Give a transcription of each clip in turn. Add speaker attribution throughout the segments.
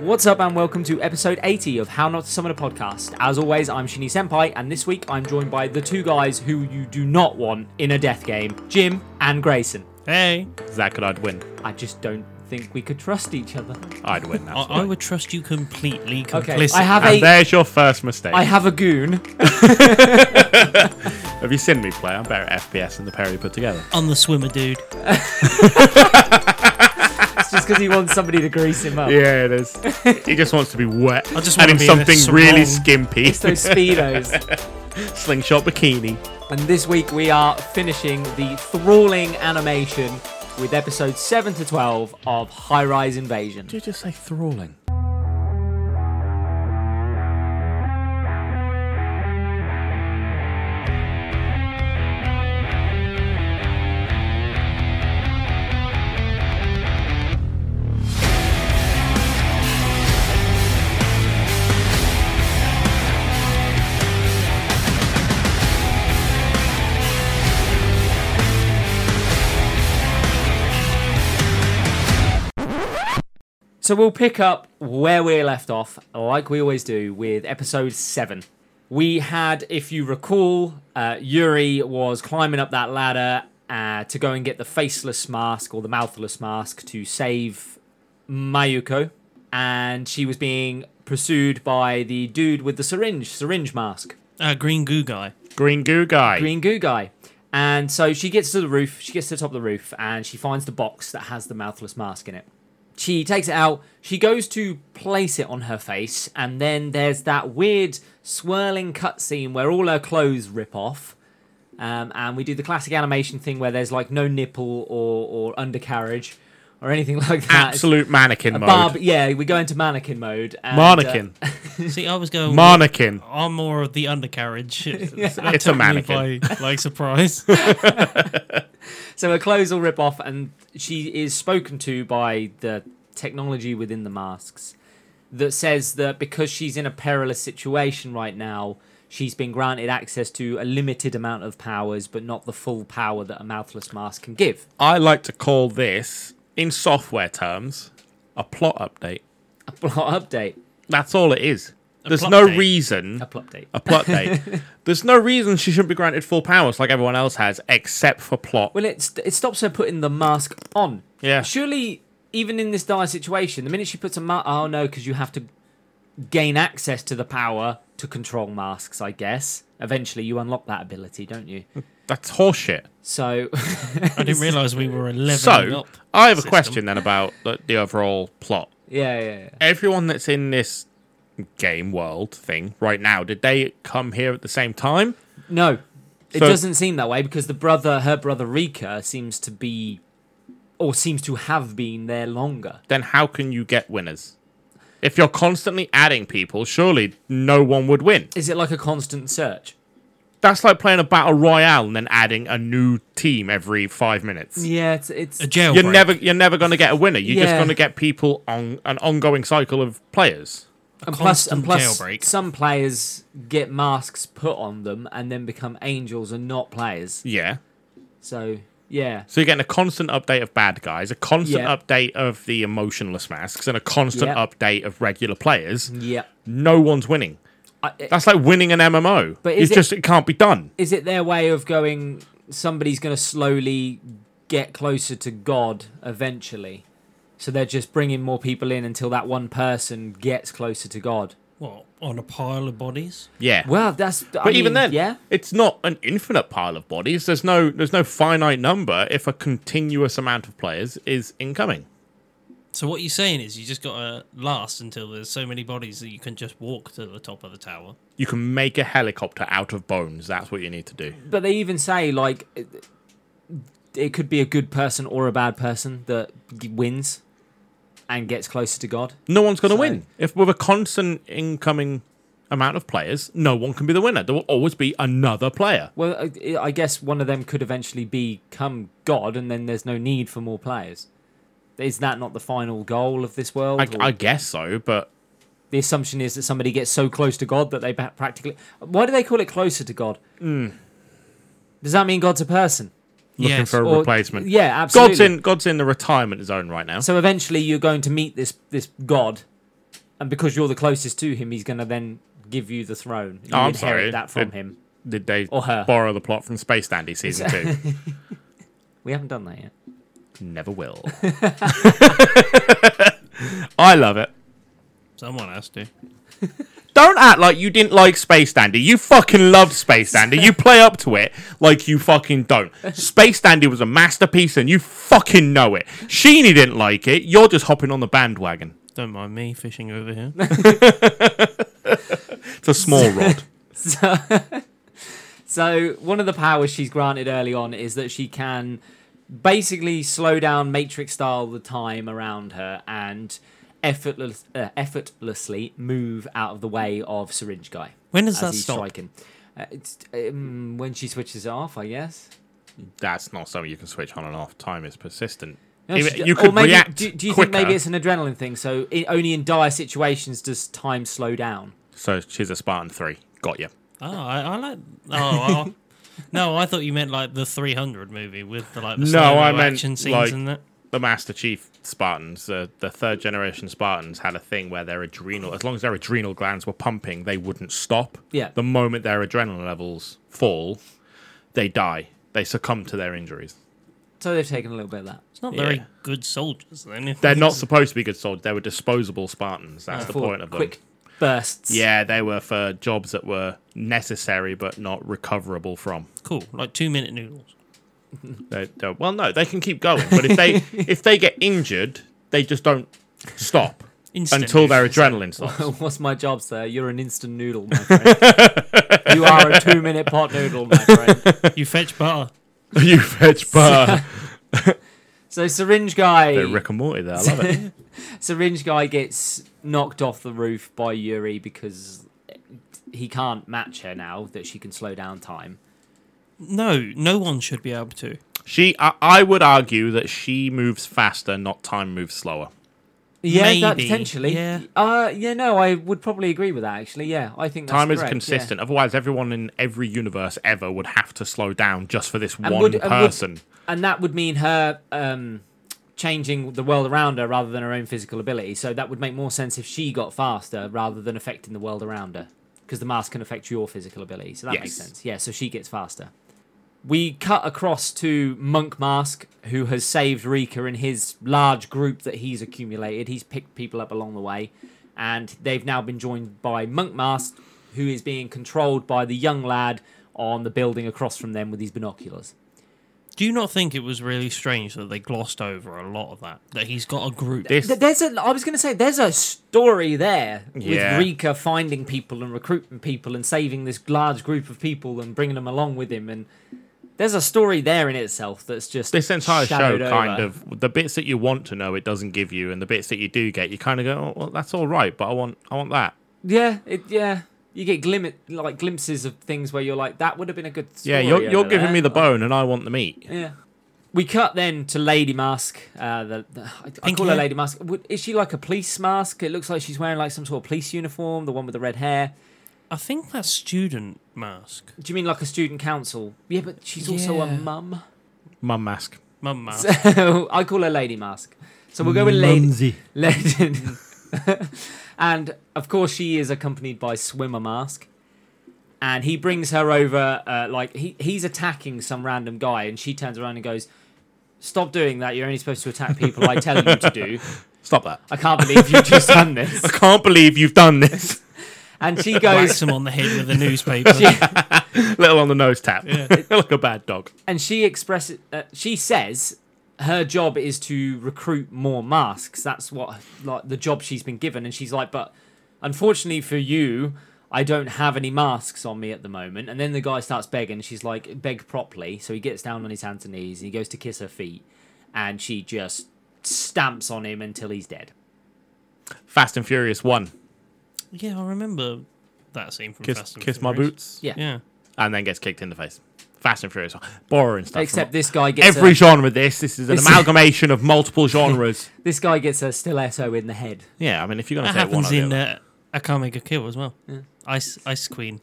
Speaker 1: What's up, and welcome to episode 80 of How Not to Summon a Podcast. As always, I'm Shinny Senpai, and this week I'm joined by the two guys who you do not want in a death game Jim and Grayson.
Speaker 2: Hey, Zach and I'd win.
Speaker 1: I just don't think we could trust each other.
Speaker 2: I'd win. That's
Speaker 3: I, I would trust you completely.
Speaker 1: Okay,
Speaker 3: Complicit.
Speaker 1: I have
Speaker 2: and
Speaker 1: a.
Speaker 2: there's your first mistake.
Speaker 1: I have a goon.
Speaker 2: Have you seen me play? I'm better at FPS than the pair you put together.
Speaker 3: on the swimmer, dude.
Speaker 1: It's just because he wants somebody to grease him up.
Speaker 2: Yeah, it is. he just wants to be wet. I
Speaker 3: just
Speaker 2: and
Speaker 3: wanna
Speaker 2: him
Speaker 3: be in a
Speaker 2: something really
Speaker 3: sarong.
Speaker 2: skimpy.
Speaker 1: It's those speedos.
Speaker 2: Slingshot bikini.
Speaker 1: And this week we are finishing the thralling animation with episodes 7 to 12 of High Rise Invasion.
Speaker 2: you just say thralling?
Speaker 1: So we'll pick up where we left off, like we always do, with episode 7. We had, if you recall, uh, Yuri was climbing up that ladder uh, to go and get the faceless mask or the mouthless mask to save Mayuko, and she was being pursued by the dude with the syringe, syringe mask.
Speaker 3: Uh, green goo guy.
Speaker 2: Green goo guy.
Speaker 1: green goo guy. And so she gets to the roof, she gets to the top of the roof, and she finds the box that has the mouthless mask in it. She takes it out, she goes to place it on her face, and then there's that weird swirling cutscene where all her clothes rip off. Um, and we do the classic animation thing where there's like no nipple or, or undercarriage or anything like that. It's
Speaker 2: Absolute mannequin
Speaker 1: a
Speaker 2: mode.
Speaker 1: barb- yeah, we go into mannequin mode. And, uh,
Speaker 2: Mannequin.
Speaker 3: See, I was going.
Speaker 2: Mannequin.
Speaker 3: I'm more of the undercarriage. it's
Speaker 2: It's a mannequin.
Speaker 3: By, like surprise.
Speaker 1: So her clothes all rip off, and she is spoken to by the technology within the masks that says that because she's in a perilous situation right now, she's been granted access to a limited amount of powers, but not the full power that a mouthless mask can give.
Speaker 2: I like to call this, in software terms, a plot update.
Speaker 1: A plot update.
Speaker 2: That's all it is. There's
Speaker 3: plot
Speaker 2: no
Speaker 3: date.
Speaker 2: reason
Speaker 1: A plot update.
Speaker 2: a plot date. There's no reason she shouldn't be granted full powers like everyone else has, except for plot.
Speaker 1: Well, it, st- it stops her putting the mask on.
Speaker 2: Yeah.
Speaker 1: Surely, even in this dire situation, the minute she puts a mask... Oh, no, because you have to gain access to the power to control masks, I guess. Eventually, you unlock that ability, don't you?
Speaker 2: That's horseshit.
Speaker 1: So,
Speaker 3: I didn't realise we were 11
Speaker 2: So,
Speaker 3: up.
Speaker 2: I have a
Speaker 3: system.
Speaker 2: question then about the, the overall plot.
Speaker 1: yeah, yeah, yeah.
Speaker 2: Everyone that's in this game world thing right now, did they come here at the same time?
Speaker 1: No, it
Speaker 2: So-
Speaker 1: doesn't seem that way because the brother, her brother Rika, seems to be, or seems to have been there longer.
Speaker 2: Then how can you get winners? If you're constantly adding people, surely no one would win.
Speaker 1: Is it like a constant search?
Speaker 2: That's like playing a battle royale and then adding a new team every five minutes.
Speaker 1: Yeah, it's it's
Speaker 3: A jail.
Speaker 2: You're never you're never gonna get a winner. You're just
Speaker 1: Yeah.
Speaker 2: gonna get people on an ongoing cycle of players.
Speaker 1: and plus and
Speaker 3: constant
Speaker 1: plus
Speaker 3: jailbreak.
Speaker 1: some players get masks put on them and then become angels and not players.
Speaker 2: Yeah.
Speaker 1: So yeah,
Speaker 2: So you're getting a constant update of bad guys, a constant
Speaker 1: Yeah.
Speaker 2: update of the emotionless masks, and a constant
Speaker 1: Yeah.
Speaker 2: update of regular players.
Speaker 1: yeah.
Speaker 2: No one's winning.
Speaker 1: I, i-
Speaker 2: That's like winning an MMO.
Speaker 1: But is
Speaker 2: it's
Speaker 1: it-
Speaker 2: just it can't be done.
Speaker 1: is it their way of going? Somebody's going to slowly get closer to God eventually. So they're just bringing more people in until that one person gets closer to God.
Speaker 3: What, on a pile of bodies?
Speaker 2: Yeah.
Speaker 1: Well, that's.
Speaker 2: but even then,
Speaker 1: yeah.
Speaker 2: it's not an infinite pile of bodies. There's no there's no finite number if a continuous amount of players is incoming.
Speaker 3: So what you're saying is you just got to last until there's so many bodies that you can just walk to the top of the tower.
Speaker 2: You can make a helicopter out of bones. That's what you need to do.
Speaker 1: But they even say like it, it could be a good person or a bad person that g- wins and gets closer to God.
Speaker 2: No one's going to
Speaker 1: So-
Speaker 2: win. If with a constant incoming amount of players, no one can be the winner. There will always be another player.
Speaker 1: Well, I- I guess one of them could eventually become God, and then there's no need for more players. Is that not the final goal of this world?
Speaker 2: I,
Speaker 1: Or-
Speaker 2: I guess so, but
Speaker 1: the assumption is that somebody gets so close to God that they ba- practically. Why do they call it closer to God?
Speaker 2: Hmm.
Speaker 1: Does that mean God's a person?
Speaker 2: looking
Speaker 3: Yes,
Speaker 2: for a
Speaker 1: Or-
Speaker 2: replacement.
Speaker 1: Yeah, absolutely.
Speaker 2: God's in God's in the retirement zone right now.
Speaker 1: So eventually, you're going to meet this this God, and because you're the closest to him, he's going to then give you the throne. You
Speaker 2: Oh, I'm
Speaker 1: inherit
Speaker 2: sorry.
Speaker 1: that from
Speaker 2: It-
Speaker 1: him.
Speaker 2: Did they
Speaker 1: Or her.
Speaker 2: borrow the plot from Space Dandy season two?
Speaker 1: We haven't done that yet.
Speaker 2: Never will. I love it.
Speaker 3: Someone has to.
Speaker 2: Don't act like you didn't like Space Dandy. You fucking loved Space Dandy. You play up to it like you fucking don't. Space Dandy was a masterpiece and you fucking know it. Sheeny didn't like it. You're just hopping on the bandwagon.
Speaker 3: Don't mind me fishing over here.
Speaker 2: It's a small rod.
Speaker 1: So, so one of the powers she's granted early on is that she can basically slow down Matrix style the time around her and effortless, uh, effortlessly move out of the way of Syringe Guy
Speaker 3: When does
Speaker 1: as
Speaker 3: that
Speaker 1: he's
Speaker 3: stop?
Speaker 1: striking. Uh, it's um, when she switches it off, I guess.
Speaker 2: That's not something you can switch on and off. Time is persistent.
Speaker 1: No,
Speaker 2: If-
Speaker 1: she-
Speaker 2: you
Speaker 1: or
Speaker 2: could
Speaker 1: maybe,
Speaker 2: react
Speaker 1: Do, do you
Speaker 2: quicker.
Speaker 1: think maybe it's an adrenaline thing? So i only in dire situations does time slow down.
Speaker 2: So she's a Spartan 3. Got you.
Speaker 3: Oh, I, I like. Oh, I, no, I thought you meant like the 300 movie with the like the
Speaker 2: No,
Speaker 3: slow-mo
Speaker 2: I meant,
Speaker 3: action scenes
Speaker 2: like-
Speaker 3: and that.
Speaker 2: the Master Chief Spartans, uh, the third generation Spartans, had a thing where their adrenal, as long as their adrenal glands were pumping, they wouldn't stop.
Speaker 1: Yeah.
Speaker 2: The moment their adrenaline levels fall, they die. They succumb to their injuries.
Speaker 1: So they've taken a little bit of that.
Speaker 3: It's not
Speaker 2: Yeah.
Speaker 3: very good soldiers then. If
Speaker 2: They're
Speaker 3: they-
Speaker 2: not supposed to be good soldiers. They were disposable Spartans. That's the
Speaker 1: for
Speaker 2: point of them.
Speaker 1: quick bursts.
Speaker 2: Yeah, they were for jobs that were necessary but not recoverable from.
Speaker 3: cool, like two minute noodles.
Speaker 2: They, they- well, no, they can keep going, but if they if they get injured, they just don't stop
Speaker 3: Instant
Speaker 2: until their
Speaker 3: noodles.
Speaker 2: adrenaline stops.
Speaker 1: What's my job, sir? You're an instant noodle, my friend. you are a two minute pot noodle, my friend.
Speaker 3: you fetch butter.
Speaker 2: you fetch bar.
Speaker 1: So syringe guy
Speaker 2: Bit of Rick and Morty there. I love it.
Speaker 1: syringe guy gets knocked off the roof by Yuri because he can't match her now that she can slow down time.
Speaker 3: No, no one should be able to.
Speaker 2: she, I, I would argue that she moves faster, not time moves slower.
Speaker 1: Yeah, that
Speaker 3: Maybe,
Speaker 1: potentially.
Speaker 3: yeah.
Speaker 1: Uh yeah, no, I would probably agree with that actually. Yeah. I think that's
Speaker 2: time is
Speaker 1: correct, yeah.
Speaker 2: consistent. Otherwise, everyone in every universe ever would have to slow down just for this one
Speaker 1: would- and would-
Speaker 2: person.
Speaker 1: and that would mean her um, changing the world around her rather than her own physical ability. So that would make more sense if she got faster rather than affecting the world around her, because the mask can affect your physical ability. So that makes
Speaker 2: Yes.
Speaker 1: sense. Yeah, so she gets faster. We cut across to Monk Mask, who has saved Rika in his large group that he's accumulated. He's picked people up along the way, and they've now been joined by Monk Mask, who is being controlled by the young lad on the building across from them with his binoculars.
Speaker 3: Do you not think it was really strange that they glossed over a lot of that? That he's got a group.
Speaker 2: This,
Speaker 1: Th- There's a. I was going to say there's a story there
Speaker 2: Yeah.
Speaker 1: with Rika finding people and recruiting people and saving this large group of people and bringing them along with him. And there's a story there in itself that's just
Speaker 2: this entire show
Speaker 1: shadowed
Speaker 2: kind
Speaker 1: over.
Speaker 2: of the bits that you want to know it doesn't give you, and the bits that you do get, you kind of go, oh, well, that's all right, but I want, I want that.
Speaker 1: yeah it yeah. You get glim- like glimpses of things where you're like that would have been a good story
Speaker 2: Yeah, you're,
Speaker 1: over
Speaker 2: you're giving
Speaker 1: there.
Speaker 2: me the
Speaker 1: Like,
Speaker 2: bone, and I want the meat.
Speaker 1: yeah. We cut then to Lady Mask. Uh, the, the, I, I
Speaker 3: Pink
Speaker 1: call her
Speaker 3: hair?
Speaker 1: Lady Mask. Would- Is she like a police mask? It looks like she's wearing like some sort of police uniform, the one with the red hair.
Speaker 3: I think that student mask,
Speaker 1: Do you mean like a student council? Yeah, but she's also a
Speaker 3: Yeah.
Speaker 1: mum.
Speaker 2: Mum mask.
Speaker 3: mum mask.
Speaker 1: So I call her Lady Mask. So we'll go with Lady. Lady. and of course, she is accompanied by Swimmer Mask. And he brings her over, uh, like, he, he's attacking some random guy, and she turns around and goes, Stop doing that. You're only supposed to attack people I tell you to do.
Speaker 2: Stop that.
Speaker 1: I can't believe you've just done this.
Speaker 2: I can't believe you've done this.
Speaker 1: And she
Speaker 3: Whacks
Speaker 1: goes,
Speaker 3: him on the head with a newspaper.
Speaker 2: Little on the nose tap. like a bad dog.
Speaker 1: and she expresses uh, she says her job is to recruit more masks that's what like the job she's been given and she's like but unfortunately for you i don't have any masks on me at the moment and then the guy starts begging she's like beg properly so he gets down on his hands and knees and he goes to kiss her feet and she just stamps on him until he's dead
Speaker 2: Fast and Furious 1.
Speaker 3: yeah, I remember that scene from
Speaker 2: Kiss,
Speaker 3: Fast and
Speaker 2: kiss my
Speaker 3: Furious.
Speaker 2: boots.
Speaker 1: yeah,
Speaker 3: Yeah.
Speaker 2: and then gets kicked in the face. Fast and Furious, borrowing stuff.
Speaker 1: except
Speaker 2: from
Speaker 1: this guy gets
Speaker 2: every
Speaker 1: a,
Speaker 2: genre. This this is an
Speaker 1: This-
Speaker 2: amalgamation of multiple genres.
Speaker 1: this guy gets a stiletto in the head
Speaker 2: yeah, I mean, if you're gonna
Speaker 3: That
Speaker 2: take one,
Speaker 3: happens
Speaker 2: of in
Speaker 3: in uh, Akame ga Kill as well. Ice Ice Queen.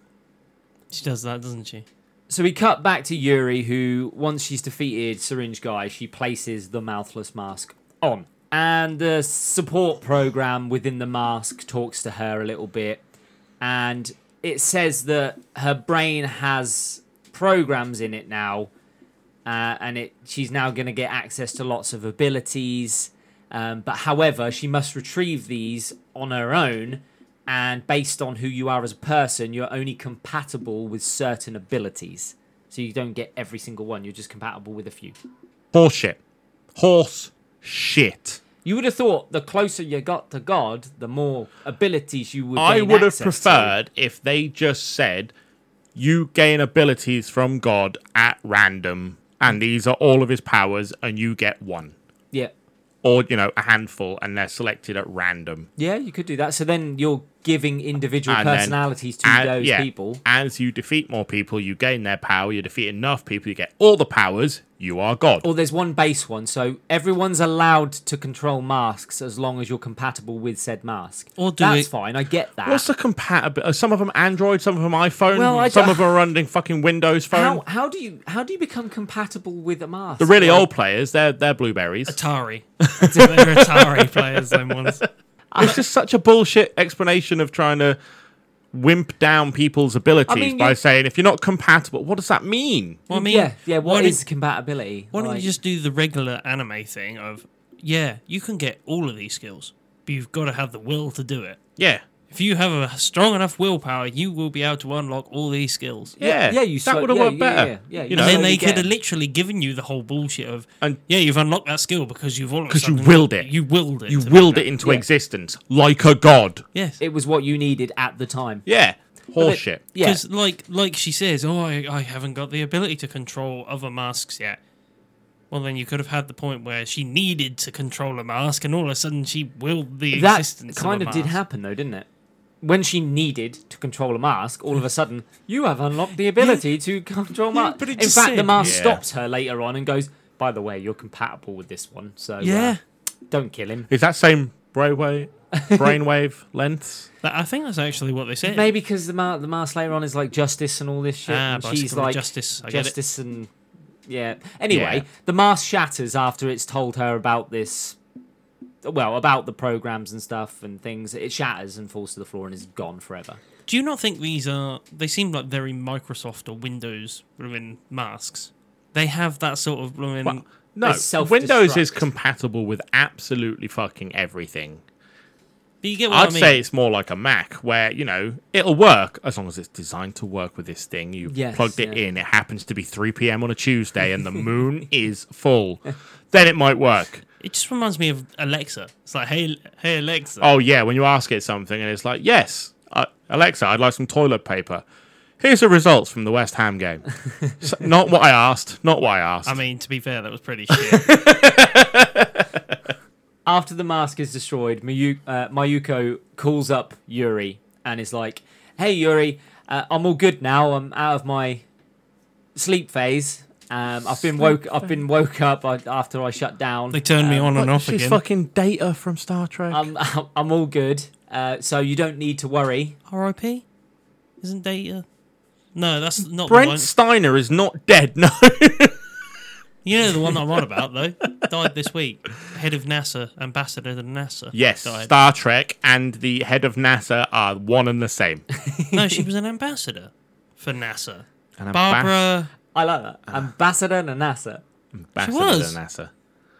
Speaker 3: She does that, doesn't she?
Speaker 1: So we cut back to
Speaker 2: uh,
Speaker 1: Yuri, who, once she's defeated Syringe Guy, she places the mouthless mask on. and the support program within the mask talks to her a little bit and it says that her brain has programs in it now uh, and it she's now going to get access to lots of abilities um, but however she must retrieve these on her own and based on who you are as a person you're only compatible with certain abilities so you don't get every single one you're just compatible with a few
Speaker 2: Horseshit. Horse shit.
Speaker 1: You would have thought the closer you got to God, the more abilities you would.
Speaker 2: I
Speaker 1: gain
Speaker 2: would have
Speaker 1: access
Speaker 2: preferred if they just said, you gain abilities from God at random, and these are all of his powers, and you get one.
Speaker 1: To. Yeah,
Speaker 2: Or, you know, a handful, and they're selected at random.
Speaker 1: yeah, you could do that. So then you're giving individual
Speaker 2: And then-
Speaker 1: personalities to
Speaker 2: And-
Speaker 1: those
Speaker 2: yeah,
Speaker 1: people.
Speaker 2: As you defeat more people, you gain their power. You defeat enough people, you get all the powers. You are God.
Speaker 1: Or there's one base one, so everyone's allowed to control masks as long as you're compatible with said mask.
Speaker 3: Or do
Speaker 1: That's
Speaker 3: it-
Speaker 1: fine. I get that.
Speaker 2: What's the compatibility? Some of them Android, some of them iPhone,
Speaker 1: Well, I
Speaker 2: some
Speaker 1: d-
Speaker 2: of them are running fucking Windows phone.
Speaker 1: how how do you how do you become compatible with a mask?
Speaker 2: um, the really
Speaker 1: Like,
Speaker 2: old players, they're they're blueberries.
Speaker 3: Atari. They're Atari players, them ones.
Speaker 2: it's just such a bullshit explanation of trying to wimp down people's abilities
Speaker 1: mean,
Speaker 2: by
Speaker 1: you-
Speaker 2: saying if you're not compatible, what does that mean?
Speaker 3: Well, I mean,
Speaker 1: yeah, yeah.
Speaker 3: why
Speaker 1: What
Speaker 3: don't-
Speaker 1: is compatibility?
Speaker 3: Why don't
Speaker 1: Like-
Speaker 3: you just do the regular anime thing of, yeah, you can get all of these skills, but you've got to have the will to do it.
Speaker 2: Yeah.
Speaker 3: If you have a strong enough willpower, you will be able to unlock all these skills.
Speaker 2: Yeah,
Speaker 1: yeah, you
Speaker 2: that
Speaker 1: sw-
Speaker 2: would have
Speaker 1: yeah,
Speaker 2: worked
Speaker 1: yeah,
Speaker 2: better.
Speaker 1: yeah, yeah,
Speaker 2: you
Speaker 1: you
Speaker 2: know,
Speaker 3: And then
Speaker 1: Only
Speaker 3: they could
Speaker 1: get-
Speaker 3: have literally given you the whole bullshit of,
Speaker 2: And-
Speaker 3: yeah, you've unlocked that skill because you've unlocked
Speaker 2: 'Cause you
Speaker 3: something
Speaker 2: willed
Speaker 3: that-
Speaker 2: it.
Speaker 3: You willed it.
Speaker 2: you
Speaker 3: to be
Speaker 2: willed
Speaker 3: done.
Speaker 2: it into existence like a god.
Speaker 3: Yes.
Speaker 1: It was what you needed at the time.
Speaker 2: Yeah,
Speaker 1: But-
Speaker 2: horseshit.
Speaker 1: Yeah.
Speaker 3: Because, like, like she says, oh, I, I haven't got the ability to control other masks yet. Well, then you could have had the point where she needed to control a mask, and all of a sudden she willed the
Speaker 1: that
Speaker 3: existence.
Speaker 1: kind
Speaker 3: of,
Speaker 1: of,
Speaker 3: a
Speaker 1: did
Speaker 3: mask.
Speaker 1: happen though, didn't it? When she needed to control a mask, all of a sudden you have unlocked the ability to control mask.
Speaker 3: but it
Speaker 1: In
Speaker 3: just
Speaker 1: fact, the
Speaker 3: said-
Speaker 1: mask
Speaker 2: Yeah.
Speaker 1: stops her later on and goes, "By the way, you're compatible with this one, so uh,
Speaker 3: Yeah,
Speaker 1: don't kill him."
Speaker 2: Is that same brainwave, brainwave lengths?
Speaker 3: That- I think that's actually what they said.
Speaker 1: Maybe because the, ma- the mask later on is like justice and all this shit,
Speaker 3: Ah,
Speaker 1: and
Speaker 3: bicycle
Speaker 1: she's
Speaker 3: of
Speaker 1: like
Speaker 3: justice. I get it.
Speaker 1: justice and yeah. Anyway,
Speaker 2: Yeah.
Speaker 1: the mask shatters after it's told her about this. Well, about the programs and stuff and things, it shatters and falls to the floor and is gone forever.
Speaker 3: Do you not think these are? They seem like very Microsoft or Windows blooming masks. They have that sort of blooming.
Speaker 2: Well, no,
Speaker 1: self-destruct.
Speaker 2: Windows is compatible with absolutely fucking everything.
Speaker 3: but you get what
Speaker 2: I'd
Speaker 3: I mean.
Speaker 2: say it's more like a Mac, where you know it'll work as long as it's designed to work with this thing. You
Speaker 1: Yes,
Speaker 2: plugged it
Speaker 1: yeah.
Speaker 2: in. It happens to be 3 p.m. on a Tuesday, and the moon is full. Then it might work.
Speaker 3: it just reminds me of Alexa. It's like, hey, hey Alexa.
Speaker 2: Oh yeah, when you ask it something, and it's like, yes, uh, Alexa, I'd like some toilet paper. Here's the results from the West Ham game. So- not what I asked. Not what I asked.
Speaker 3: I mean, to be fair, that was pretty shit.
Speaker 1: after the mask is destroyed, Mayu- uh, Mayuko calls up Yuri and is like, "Hey Yuri, uh, I'm all good now. I'm out of my sleep phase. Um, I've been woke. I've been woke up uh, after I shut down.
Speaker 3: they turned me on and
Speaker 2: What,
Speaker 3: off
Speaker 2: she's
Speaker 3: again.
Speaker 2: fucking Data from Star Trek.
Speaker 1: I'm I'm all good. Uh, so you don't need to worry.
Speaker 3: R.I.P. Isn't Data? No, that's not the one.
Speaker 2: Brent Steiner is not dead. No.
Speaker 3: You know the one I'm on about though. Died this week. Head of NASA, ambassador to NASA.
Speaker 2: Yes,
Speaker 3: died.
Speaker 2: Star Trek and the head of NASA are one and the same.
Speaker 3: No, she was an ambassador for NASA.
Speaker 2: An
Speaker 3: Barbara.
Speaker 1: I like that. Ambassador Nanasa.
Speaker 2: ambassador
Speaker 3: was.
Speaker 2: to NASA.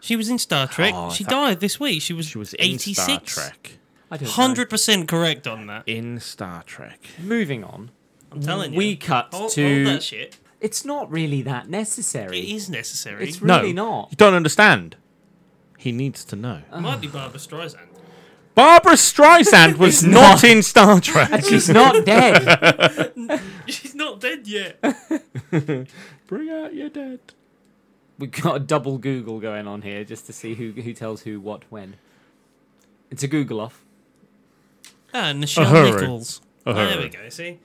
Speaker 3: She was in Star Trek.
Speaker 2: Oh, I
Speaker 3: she
Speaker 2: thought-
Speaker 3: died this week. She was,
Speaker 2: She was
Speaker 3: 86.
Speaker 2: in Star Trek.
Speaker 1: I don't know.
Speaker 3: 100% correct on that.
Speaker 2: In Star Trek.
Speaker 1: Moving on.
Speaker 3: I'm telling you.
Speaker 1: We cut
Speaker 3: All- all
Speaker 1: to-
Speaker 3: that shit.
Speaker 1: It's not really that necessary.
Speaker 3: It is necessary.
Speaker 1: It's really
Speaker 2: no,
Speaker 1: not.
Speaker 2: You don't understand. He needs to know.
Speaker 3: it might be Barbara Streisand.
Speaker 2: Barbara Streisand was not in Star Trek.
Speaker 1: She's not dead.
Speaker 3: She's not dead yet.
Speaker 2: Bring out your dead.
Speaker 1: We've got a double Google going on here just to see who who tells who what when. It's a Google off.
Speaker 3: Ah, Nichelle
Speaker 2: Uhuru.
Speaker 3: Nichols. Oh, there we go. See?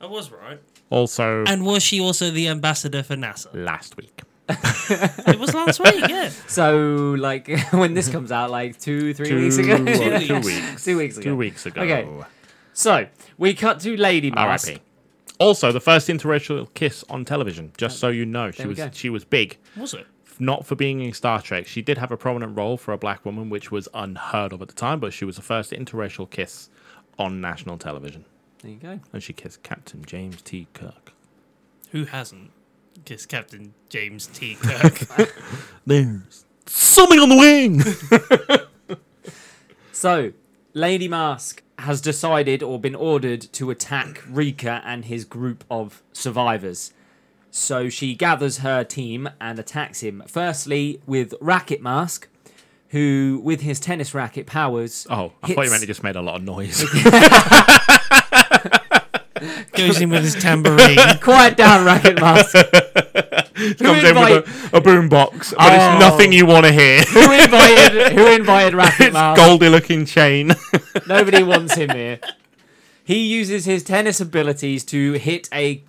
Speaker 3: I was right.
Speaker 2: Also,
Speaker 3: And was she also the ambassador for NASA?
Speaker 2: last week.
Speaker 3: It was last week, yeah.
Speaker 1: So, like, when this comes out, like two, three weeks
Speaker 2: Two,
Speaker 1: ago,
Speaker 2: uh,
Speaker 3: Two
Speaker 2: two
Speaker 3: weeks.
Speaker 2: weeks.
Speaker 1: two weeks ago.
Speaker 2: Two weeks ago.
Speaker 1: Okay. So we cut to Lady Mask.
Speaker 2: R.I.P. Also, the first interracial kiss on television. Just so you know, she
Speaker 1: There we
Speaker 2: was
Speaker 1: go.
Speaker 2: she was big.
Speaker 3: Was it?
Speaker 2: not for being in Star Trek. She did have a prominent role for a black woman, which was unheard of at the time, but she was the first interracial kiss on national television.
Speaker 1: There you go.
Speaker 2: And she kissed Captain James T. Kirk.
Speaker 3: Who hasn't? Because Captain James T. Kirk.
Speaker 2: There's something on the wing!
Speaker 1: So, Lady Mask has decided or been ordered to attack Rika and his group of survivors. So she gathers her team and attacks him. Firstly, with Racket Mask, who, with his tennis racket powers,
Speaker 2: Oh, I thought you
Speaker 1: hits-
Speaker 2: meant it just made a lot of noise.
Speaker 3: Goes in with his tambourine.
Speaker 1: quiet down, Racket Mask. who,
Speaker 2: Comes in
Speaker 1: invite-
Speaker 2: with a, a boombox, but
Speaker 1: Oh.
Speaker 2: it's nothing you want to hear.
Speaker 1: who invited? Who invited Racket
Speaker 2: it's
Speaker 1: Mask?
Speaker 2: Goldie looking chain.
Speaker 1: Nobody wants him here. He uses his tennis abilities to hit a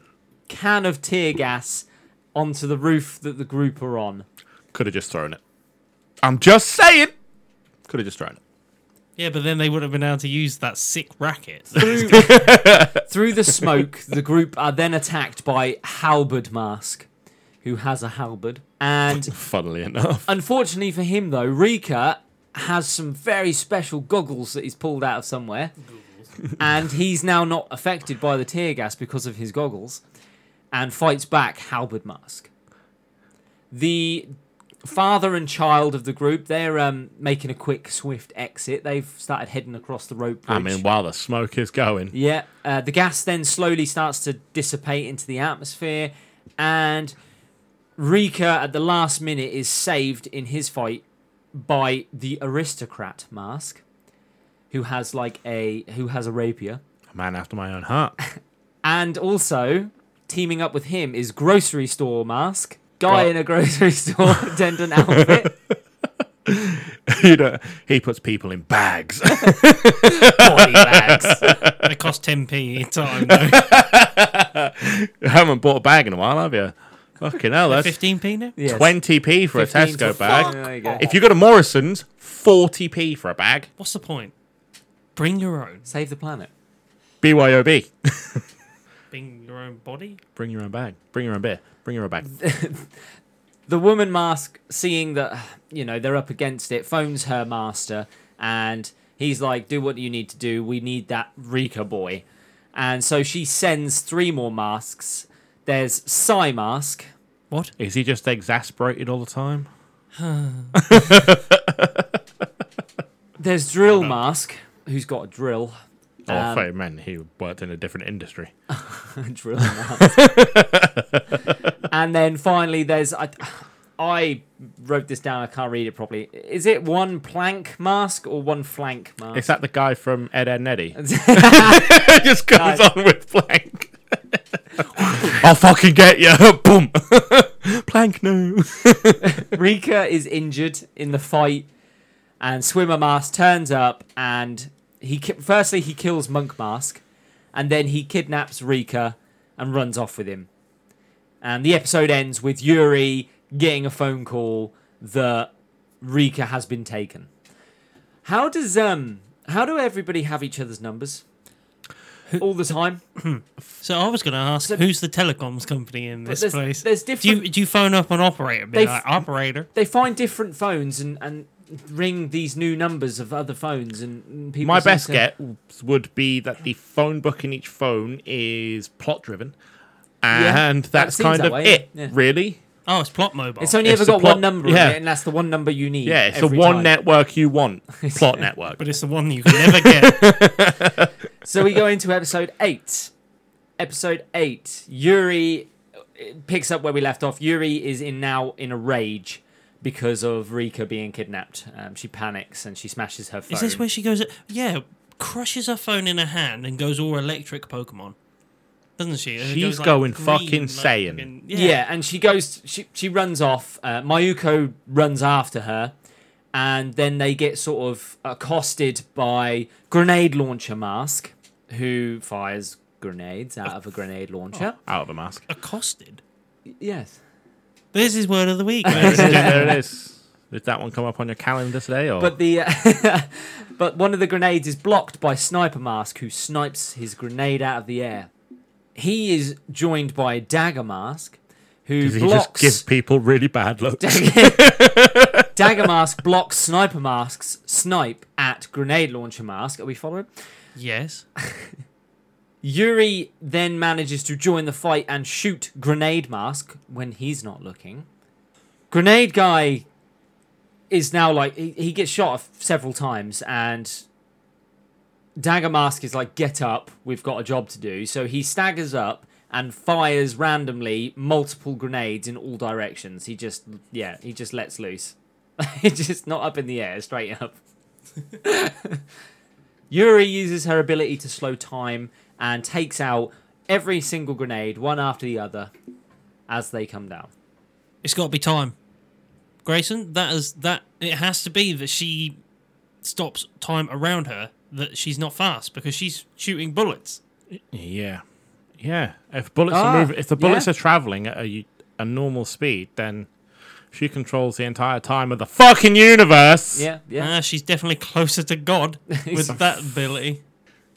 Speaker 1: can of tear gas onto the roof that the group are on.
Speaker 2: Could have just thrown it. I'm just saying. Could have just thrown it.
Speaker 3: Yeah, but then they would have been able to use that sick racket.
Speaker 1: Through, through the smoke, the group are then attacked by Halberd Mask, who has a halberd. And
Speaker 2: Funnily enough.
Speaker 1: unfortunately for him, though, Rika has some very special goggles that he's pulled out of somewhere. And he's now not affected by the tear gas because of his goggles and fights back Halberd Mask. The father and child of the group, they're um, making a quick, swift exit. They've started heading across the rope bridge.
Speaker 2: I mean, while the smoke is going,
Speaker 1: Yeah, uh, the gas then slowly starts to dissipate into the atmosphere, and Rika at the last minute is saved in his fight by the aristocrat mask, who has like a who has a rapier,
Speaker 2: a man after my own heart.
Speaker 1: and also teaming up with him is grocery store mask. Guy
Speaker 2: Got-
Speaker 1: in a grocery store attendant outfit.
Speaker 2: you know, he puts people in bags.
Speaker 1: Body bags.
Speaker 3: they cost 10p each time, though.
Speaker 2: I haven't bought a bag in a while, have you? Fucking hell, that's
Speaker 3: 15p now?
Speaker 1: Yes.
Speaker 2: 20p for a
Speaker 1: 15
Speaker 2: Tesco
Speaker 1: to-
Speaker 2: bag.
Speaker 1: There you go.
Speaker 2: If you go to Morrison's, 40p for a bag.
Speaker 3: What's the point? Bring your own.
Speaker 1: Save the planet.
Speaker 2: BYOB.
Speaker 3: Bring your own body?
Speaker 2: Bring your own bag. Bring your own beer. Bring your own bag.
Speaker 1: the woman mask seeing that you know they're up against it phones her master and he's like do what you need to do we need that rika boy and so she sends three more masks there's psy mask
Speaker 3: What?
Speaker 2: Is he just exasperated all the time?
Speaker 1: there's drill mask who's got a drill
Speaker 2: Oh,
Speaker 1: Um,
Speaker 2: I thought you meant he worked in a different industry.
Speaker 1: drill mask and then finally there's I, I wrote this down i can't read it properly is it one plank mask or one flank mask
Speaker 2: Is that the guy from Ed, Ed and Eddie? just goes on with Plank. I'll fucking get you. Boom. Plank, no.
Speaker 1: Rika is injured in the fight, and Swimmer Mask turns up and he ki- firstly he kills Monk Mask, and then he kidnaps Rika and runs off with him. And the episode ends with Yuri getting a phone call that Rika has been taken. How does um how do everybody have each other's numbers? All the time.
Speaker 3: So I was going to ask, who's the telecoms company in this
Speaker 1: there's-
Speaker 3: place?
Speaker 1: there's
Speaker 3: Do you,
Speaker 1: different-
Speaker 3: do you phone up an operator and be
Speaker 1: They
Speaker 3: like,
Speaker 1: f-
Speaker 3: operator?
Speaker 1: They find different phones and, and ring these new numbers of other phones and- and people.
Speaker 2: My
Speaker 1: seem
Speaker 2: best
Speaker 1: to-
Speaker 2: get would be that the phone book in each phone is plot driven. And
Speaker 1: that
Speaker 2: that's
Speaker 1: seems
Speaker 2: kind
Speaker 1: that
Speaker 2: of
Speaker 1: way,
Speaker 2: it,
Speaker 1: yeah. Yeah.
Speaker 2: really.
Speaker 3: Oh, it's Plot Mobile.
Speaker 1: It's only
Speaker 2: It's
Speaker 1: ever
Speaker 2: the
Speaker 1: got
Speaker 2: plot-
Speaker 1: one number
Speaker 2: yeah.
Speaker 1: in it, and that's the one number you need.
Speaker 2: Yeah, it's the
Speaker 1: every
Speaker 2: one
Speaker 1: time.
Speaker 2: network you want. Plot network.
Speaker 3: but it's the one you can never get.
Speaker 1: So we go into episode eight. Episode eight. Yuri uh, picks up where we left off. Yuri is in now in a rage because of Rika being kidnapped. Um, she panics and she smashes her phone.
Speaker 3: Is this where she goes, yeah, crushes her phone in her hand and goes all electric Pokemon? Doesn't she? It
Speaker 2: She's
Speaker 3: goes, like,
Speaker 2: going
Speaker 3: green,
Speaker 2: fucking
Speaker 3: like,
Speaker 2: Saiyan.
Speaker 3: fucking-
Speaker 1: yeah. and she goes. She she runs off. Uh, Mayuko runs after her, and then they get sort of accosted by grenade launcher mask, who fires grenades out of a grenade launcher.
Speaker 2: Out of a mask.
Speaker 3: Accosted.
Speaker 1: Oh, Yes.
Speaker 3: This is word of the week. ladies.
Speaker 2: there it is. Did that one come up on your calendar today? Or
Speaker 1: But the uh, but one of the grenades is blocked by Sniper Mask, who snipes his grenade out of the air. He is joined by Dagger Mask, who
Speaker 2: Does he just
Speaker 1: blocks
Speaker 2: give people really bad looks?
Speaker 1: dagger mask, blocks sniper masks, snipe at grenade launcher mask. Are we following?
Speaker 3: Yes.
Speaker 1: Yuri then manages to join the fight and shoot Grenade Mask when he's not looking. Grenade Guy is now like, he, he gets shot f- several times, and Dagger Mask is like, get up, we've got a job to do. So he staggers up and fires randomly multiple grenades in all directions. He just, yeah, he just lets loose. It's just not up in the air, straight up. Yuri uses her ability to slow time and takes out every single grenade, one after the other, as they come down.
Speaker 3: It's got to be time. Grayson, that is that it has to be that she stops time around her that she's not fast because she's shooting bullets.
Speaker 2: yeah, yeah. If bullets
Speaker 1: Ah,
Speaker 2: are moving, if the bullets
Speaker 1: yeah.
Speaker 2: are traveling at a, a normal speed, then she controls the entire time of the fucking universe.
Speaker 1: Yeah, yeah.
Speaker 3: Ah, she's definitely closer to God with that ability.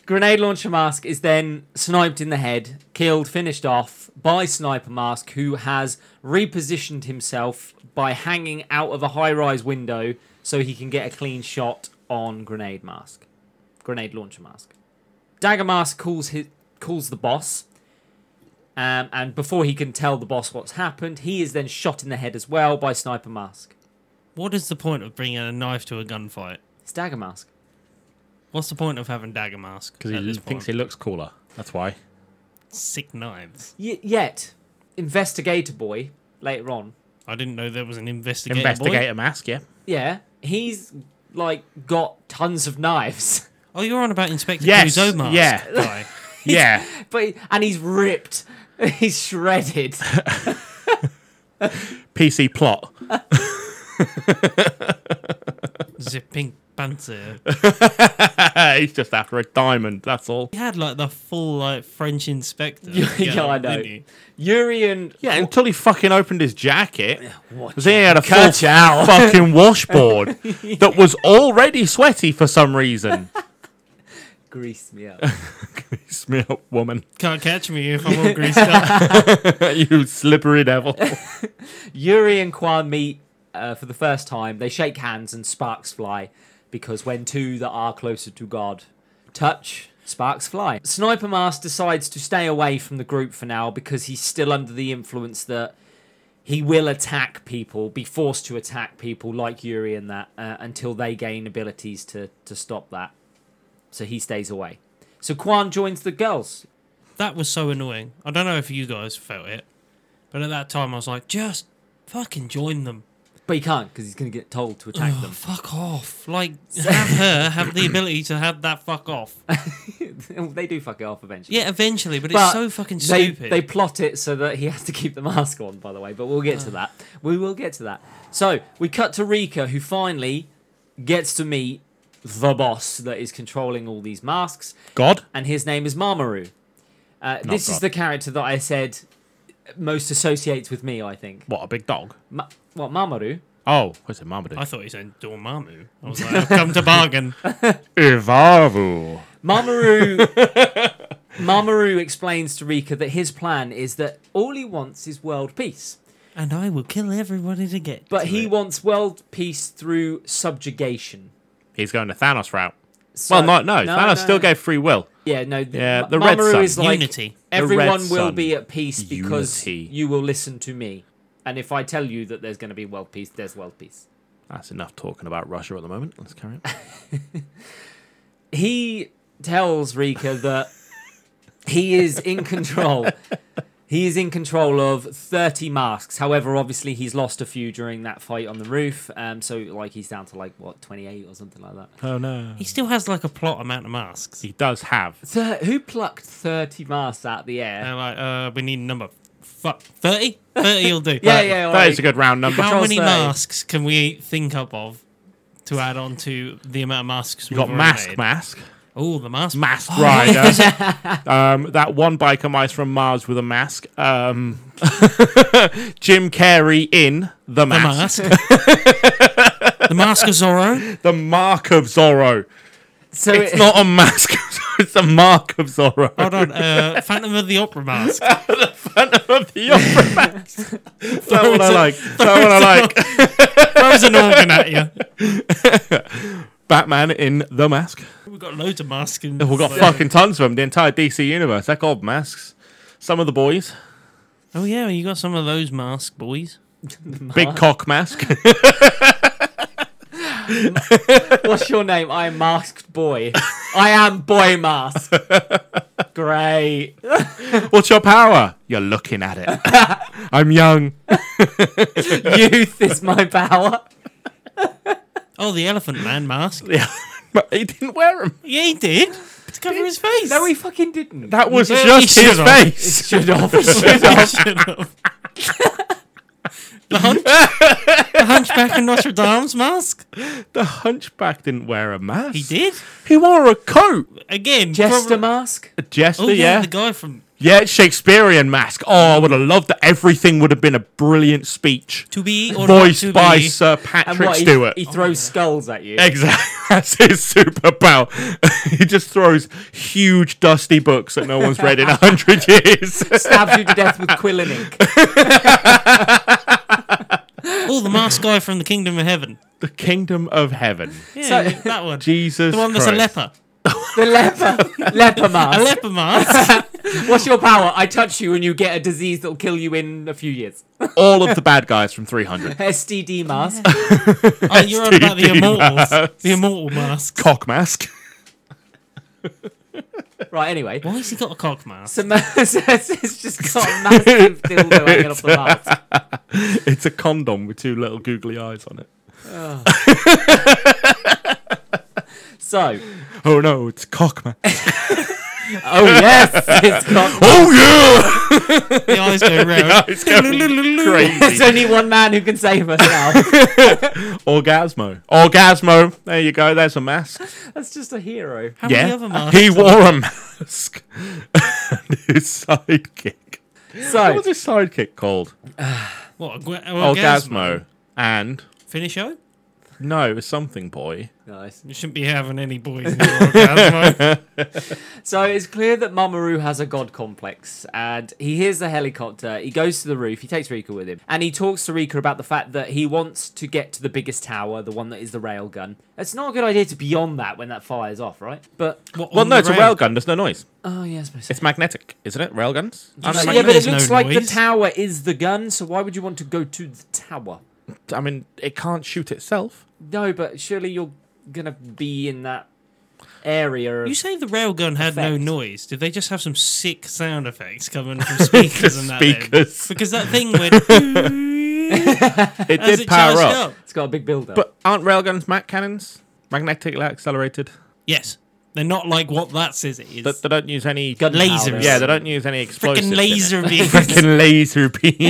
Speaker 1: Grenade launcher mask is then sniped in the head, killed, finished off by sniper mask, who has repositioned himself by hanging out of a high-rise window so he can get a clean shot on grenade mask. Grenade launcher mask. Dagger Mask calls his, calls the boss, um, and before he can tell the boss what's happened, he is then shot in the head as well by Sniper Mask.
Speaker 3: What is the point of bringing a knife to a gunfight?
Speaker 1: It's Dagger Mask.
Speaker 3: What's the point of having dagger mask?
Speaker 2: because
Speaker 3: at
Speaker 2: he
Speaker 3: this
Speaker 2: thinks he
Speaker 3: point?
Speaker 2: looks cooler. That's why.
Speaker 3: sick knives.
Speaker 1: Y- yet, Investigator Boy later on,
Speaker 3: I didn't know there was an investigator. boy.
Speaker 2: Investigator mask. Yeah.
Speaker 1: yeah, he's like got tons of knives,
Speaker 3: Oh, you're on about Inspector
Speaker 2: Yes,
Speaker 3: Clouseau mask.
Speaker 2: yeah.
Speaker 3: guy.
Speaker 2: Yeah.
Speaker 1: but and he's ripped, he's shredded.
Speaker 2: PC plot.
Speaker 3: the pink panther.
Speaker 2: He's just after a diamond. That's all.
Speaker 3: He had like the full like French inspector.
Speaker 1: Yeah, I know.
Speaker 3: didn't he?
Speaker 1: Yuri and
Speaker 2: Yeah, until he fucking opened his jacket.
Speaker 1: Watch
Speaker 2: Because he had a full
Speaker 1: Catch out.
Speaker 2: fucking washboard that was already sweaty for some reason.
Speaker 1: grease me up.
Speaker 2: Grease me up, woman.
Speaker 3: Can't catch me if I'm all greased up.
Speaker 2: you slippery devil.
Speaker 1: Yuri and Kwan meet uh, for the first time. They shake hands and sparks fly because when two that are closer to God touch, sparks fly. Sniper Mask decides to stay away from the group for now because he's still under the influence that he will attack people, be forced to attack people like Yuri and that uh, until they gain abilities to, to stop that. So he stays away. So Kwan joins the girls.
Speaker 3: that was so annoying. I don't know if you guys felt it, but at that time I was like, just fucking join them. Oh,
Speaker 1: But he can't because he's going to get told to attack them.
Speaker 3: Fuck off. Like have her have the ability to have that fuck off.
Speaker 1: they do fuck it off eventually.
Speaker 3: Yeah, eventually, but,
Speaker 1: But
Speaker 3: it's so fucking
Speaker 1: they,
Speaker 3: stupid.
Speaker 1: They plot it so that he has to keep the mask on, by the way, but we'll get to that. We will get to that. So we cut to Rika, who finally gets to meet the boss that is controlling all these masks,
Speaker 2: God?
Speaker 1: and his name is Marmaru. Uh, this is
Speaker 2: God.
Speaker 1: the character that I said most associates with me, I think.
Speaker 2: What, a big dog?
Speaker 1: Ma- what, Marmaru?
Speaker 2: Oh, what's it, Marmaduke?
Speaker 3: I thought he said Dormammu. I was like, I've come to bargain.
Speaker 2: Ivavu.
Speaker 1: Mamoru Mamoru explains to Rika that his plan is that all he wants is world peace.
Speaker 3: and I will kill everybody to get.
Speaker 1: But
Speaker 3: to
Speaker 1: he
Speaker 3: it.
Speaker 1: wants world peace through subjugation.
Speaker 2: He's going the Thanos route.
Speaker 1: So-
Speaker 2: well, no, no. Thanos still gave free will.
Speaker 1: Yeah, no. th-
Speaker 2: Yeah,
Speaker 1: Ma-
Speaker 2: the Red
Speaker 1: Mamoru
Speaker 2: Sun.
Speaker 1: is like
Speaker 3: Unity.
Speaker 2: Red
Speaker 1: everyone will
Speaker 2: Sun.
Speaker 1: be at peace because
Speaker 2: Unity.
Speaker 1: you will listen to me. And if I tell you that there's going to be world peace, there's world peace.
Speaker 2: That's enough talking about Russia at the moment. Let's carry on.
Speaker 1: He tells Rika that he is in control. He is in control of 30 masks. However, obviously he's lost a few during that fight on the roof. Um, so like he's down to like what 28 or something like that.
Speaker 2: oh, no.
Speaker 3: He still has like a plot amount of masks.
Speaker 2: He does have.
Speaker 1: Thir- who plucked 30 masks out of the air?
Speaker 3: And like, uh, we need a number. Fuck, thirty. Thirty will do.
Speaker 1: yeah,
Speaker 3: Like,
Speaker 1: yeah.
Speaker 2: that
Speaker 1: like-
Speaker 2: is a good round number.
Speaker 1: can't-
Speaker 3: How
Speaker 1: Control
Speaker 3: many
Speaker 1: 30.
Speaker 3: masks can we think up of to add on to the amount of masks
Speaker 2: You
Speaker 3: we've
Speaker 2: got Mask
Speaker 3: already made?
Speaker 2: Mask.
Speaker 3: Oh, the mask.
Speaker 2: Mask Rider. um, that one biker mice from Mars with a mask. Um, Jim Carrey in The
Speaker 3: The
Speaker 2: Mask.
Speaker 3: mask. the mask of Zorro.
Speaker 2: The Mark of Zorro.
Speaker 1: so
Speaker 2: It's
Speaker 1: it-
Speaker 2: not a mask. it's the mark of Zorro.
Speaker 3: Hold on, uh, Phantom of the Opera mask.
Speaker 2: the Phantom of the Opera mask. that one I like. That one I like.
Speaker 3: Throws an organ at you.
Speaker 2: Batman in the mask.
Speaker 3: We've got loads of masks. In
Speaker 2: We've got
Speaker 3: so-
Speaker 2: fucking tons of them. The entire DC universe. They're called masks. Some of the boys.
Speaker 3: Oh yeah, you got some of those mask boys.
Speaker 2: Big cock mask.
Speaker 1: What's your name? I am Masked Boy. I am Boy Mask. Great.
Speaker 2: What's your power? You're looking at it. I'm young.
Speaker 1: Youth is my power.
Speaker 3: Oh, the Elephant Man mask.
Speaker 2: Yeah. But he didn't wear them.
Speaker 3: Yeah, he did to cover his face.
Speaker 1: No, he fucking didn't.
Speaker 2: That was
Speaker 3: Yeah,
Speaker 2: just
Speaker 3: he
Speaker 2: his
Speaker 3: should have.
Speaker 2: face.
Speaker 1: Shut off. Shut off.
Speaker 3: the, hunch, the hunchback and Nostradamus mask.
Speaker 2: The hunchback didn't wear a mask.
Speaker 3: He did
Speaker 2: He wore a coat.
Speaker 3: again.
Speaker 1: Jester
Speaker 3: prob-
Speaker 1: Mask.
Speaker 2: A jester,
Speaker 3: Oh yeah,
Speaker 2: yeah.
Speaker 3: the guy from
Speaker 2: Yeah, Shakespearean mask. Oh, I would have loved that. Everything would have been a brilliant speech.
Speaker 3: To Be or Not
Speaker 2: Voiced
Speaker 3: to
Speaker 2: by
Speaker 3: Be.
Speaker 2: Sir
Speaker 1: And
Speaker 2: Patrick
Speaker 1: what? He,
Speaker 2: Stewart.
Speaker 1: he throws skulls at you.
Speaker 2: Exactly. That's his superpower. he just throws huge, dusty books that no one's read in a hundred years.
Speaker 1: Stabs you to death with quill and ink.
Speaker 3: Oh, the mask guy from the Kingdom of Heaven.
Speaker 2: the Kingdom of Heaven.
Speaker 1: So-
Speaker 3: Yeah, that one.
Speaker 2: Jesus.
Speaker 3: the one that's
Speaker 2: Christ.
Speaker 3: a leper.
Speaker 1: The leper. leper
Speaker 3: A
Speaker 1: mask.
Speaker 3: leper mask.
Speaker 1: What's your power? I touch you and you get a disease that'll kill you in a few years.
Speaker 2: All of the bad guys from 300.
Speaker 1: STD mask.
Speaker 3: oh, you're on about the
Speaker 2: STD
Speaker 3: immortals.
Speaker 2: mask.
Speaker 3: The immortal mask.
Speaker 2: Cock mask.
Speaker 1: Right, anyway.
Speaker 3: Why has he got a cock mask?
Speaker 1: So ma- so it's it's just got a massive dildo hanging off the mask.
Speaker 2: It's a condom with two little googly eyes on it.
Speaker 1: So,
Speaker 2: Oh no, it's cock mask.
Speaker 1: oh yes, it's got.
Speaker 2: oh
Speaker 3: The eyes go round.
Speaker 2: yeah! it's going
Speaker 1: There's
Speaker 2: crazy.
Speaker 1: only one man who can save us now.
Speaker 2: Orgasmo. Orgasmo. There you go. There's a mask.
Speaker 1: That's just a hero.
Speaker 3: How many other
Speaker 2: Yeah.
Speaker 3: masks?
Speaker 2: He wore a mask. And his sidekick. What
Speaker 1: So,
Speaker 2: was his sidekick called?
Speaker 3: What? Orgasmo.
Speaker 2: Orgasmo. And
Speaker 3: Finish show?
Speaker 2: no, it was something boy.
Speaker 1: nice.
Speaker 3: You shouldn't be having any boys in your Orgasmo.
Speaker 1: So it's clear that Mamoru has a god complex, and he hears the helicopter. He goes to the roof. He takes Rika with him, and he talks to Rika about the fact that he wants to get to the biggest tower, the one that is the railgun. It's not a good idea to be on that when that fires off, right? But
Speaker 3: What,
Speaker 2: Well,
Speaker 3: on
Speaker 2: no,
Speaker 3: the
Speaker 2: it's a
Speaker 3: rail?
Speaker 2: railgun. There's no noise.
Speaker 1: oh yeah, I suppose.
Speaker 2: It's magnetic, isn't it? Railguns? I
Speaker 3: you
Speaker 2: don't
Speaker 3: see
Speaker 2: know.
Speaker 1: yeah, but it
Speaker 3: there's
Speaker 1: looks
Speaker 3: no
Speaker 1: like the
Speaker 3: noise.
Speaker 1: tower is the gun. So why would you want to go to the tower?
Speaker 2: I mean, it can't shoot itself.
Speaker 1: No, but surely you're gonna be in that area. Of...
Speaker 3: You say the railgun had no
Speaker 1: Effect.
Speaker 3: noise. Did they just have some sick sound effects coming from speakers and that? then?
Speaker 2: Speakers.
Speaker 3: Because that thing went. it
Speaker 2: It
Speaker 3: as
Speaker 2: did
Speaker 3: it
Speaker 2: power
Speaker 3: charged
Speaker 2: up.
Speaker 3: up.
Speaker 1: It's got a big build up.
Speaker 2: But aren't railguns mag cannons? Magnetically accelerated.
Speaker 3: Yes. They're not like what that says it is.
Speaker 2: That they don't use any.
Speaker 1: Gun
Speaker 3: lasers.
Speaker 1: powder.
Speaker 2: Yeah, they don't use any explosives.
Speaker 3: Freaking
Speaker 2: in
Speaker 3: laser beams.
Speaker 2: it. Freaking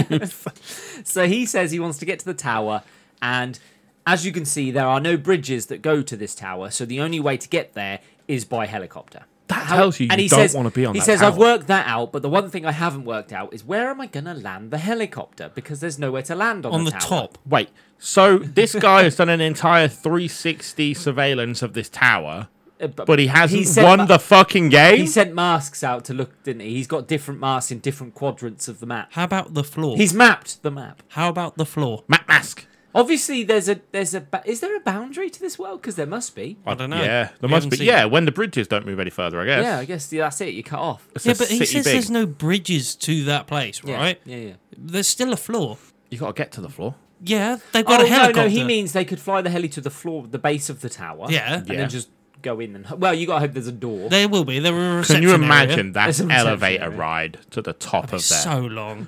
Speaker 2: laser beams.
Speaker 1: So he says he wants to get to the tower, and as you can see, there are no bridges that go to this tower, so the only way to get there is by helicopter.
Speaker 2: That tells you you don't wanna be on
Speaker 1: He
Speaker 2: that
Speaker 1: says, I've
Speaker 2: tower."
Speaker 1: worked that out, but the one thing I haven't worked out is where am I going to land the helicopter? Because there's nowhere to land on,
Speaker 3: on the
Speaker 1: tower.
Speaker 3: top.
Speaker 2: Wait. So this guy has done an entire 360 surveillance of this tower,
Speaker 1: Uh, but,
Speaker 2: but he hasn't
Speaker 1: sent
Speaker 2: won
Speaker 1: ma-
Speaker 2: the fucking game.
Speaker 1: He sent masks out to look, didn't he? He's got different masks in different quadrants of the map.
Speaker 3: How about the floor?
Speaker 1: He's mapped the map.
Speaker 3: How about the floor?
Speaker 2: Matt Mask.
Speaker 1: Obviously, there's a there's a ba- is there a boundary to this world? Because there must be.
Speaker 3: I don't know.
Speaker 2: Yeah, there
Speaker 3: We
Speaker 2: must
Speaker 3: haven't
Speaker 2: be.
Speaker 3: seen
Speaker 2: Yeah,
Speaker 3: it.
Speaker 2: when the bridges don't move any further, I guess.
Speaker 1: Yeah, I guess yeah, that's it. You cut off.
Speaker 2: It's
Speaker 3: Yeah,
Speaker 2: a
Speaker 3: but he
Speaker 2: city
Speaker 3: says
Speaker 2: big.
Speaker 3: there's no bridges to that place,
Speaker 1: Yeah,
Speaker 3: right?
Speaker 1: Yeah, yeah.
Speaker 3: There's still a floor.
Speaker 2: You gotta get to the floor.
Speaker 3: Yeah, they've got
Speaker 2: Oh,
Speaker 3: a helicopter.
Speaker 1: Oh, No, no, he means they could fly the heli to the floor, the base of the tower.
Speaker 3: Yeah.
Speaker 1: and
Speaker 2: Yeah.
Speaker 1: then just go in and. Well, you gotta hope there's a door.
Speaker 3: There will be. There were a
Speaker 2: Can
Speaker 3: reception
Speaker 2: you
Speaker 3: area.
Speaker 2: imagine
Speaker 1: There's a
Speaker 2: that
Speaker 1: reception
Speaker 2: elevator
Speaker 1: area.
Speaker 2: ride to the top of there?
Speaker 3: So long.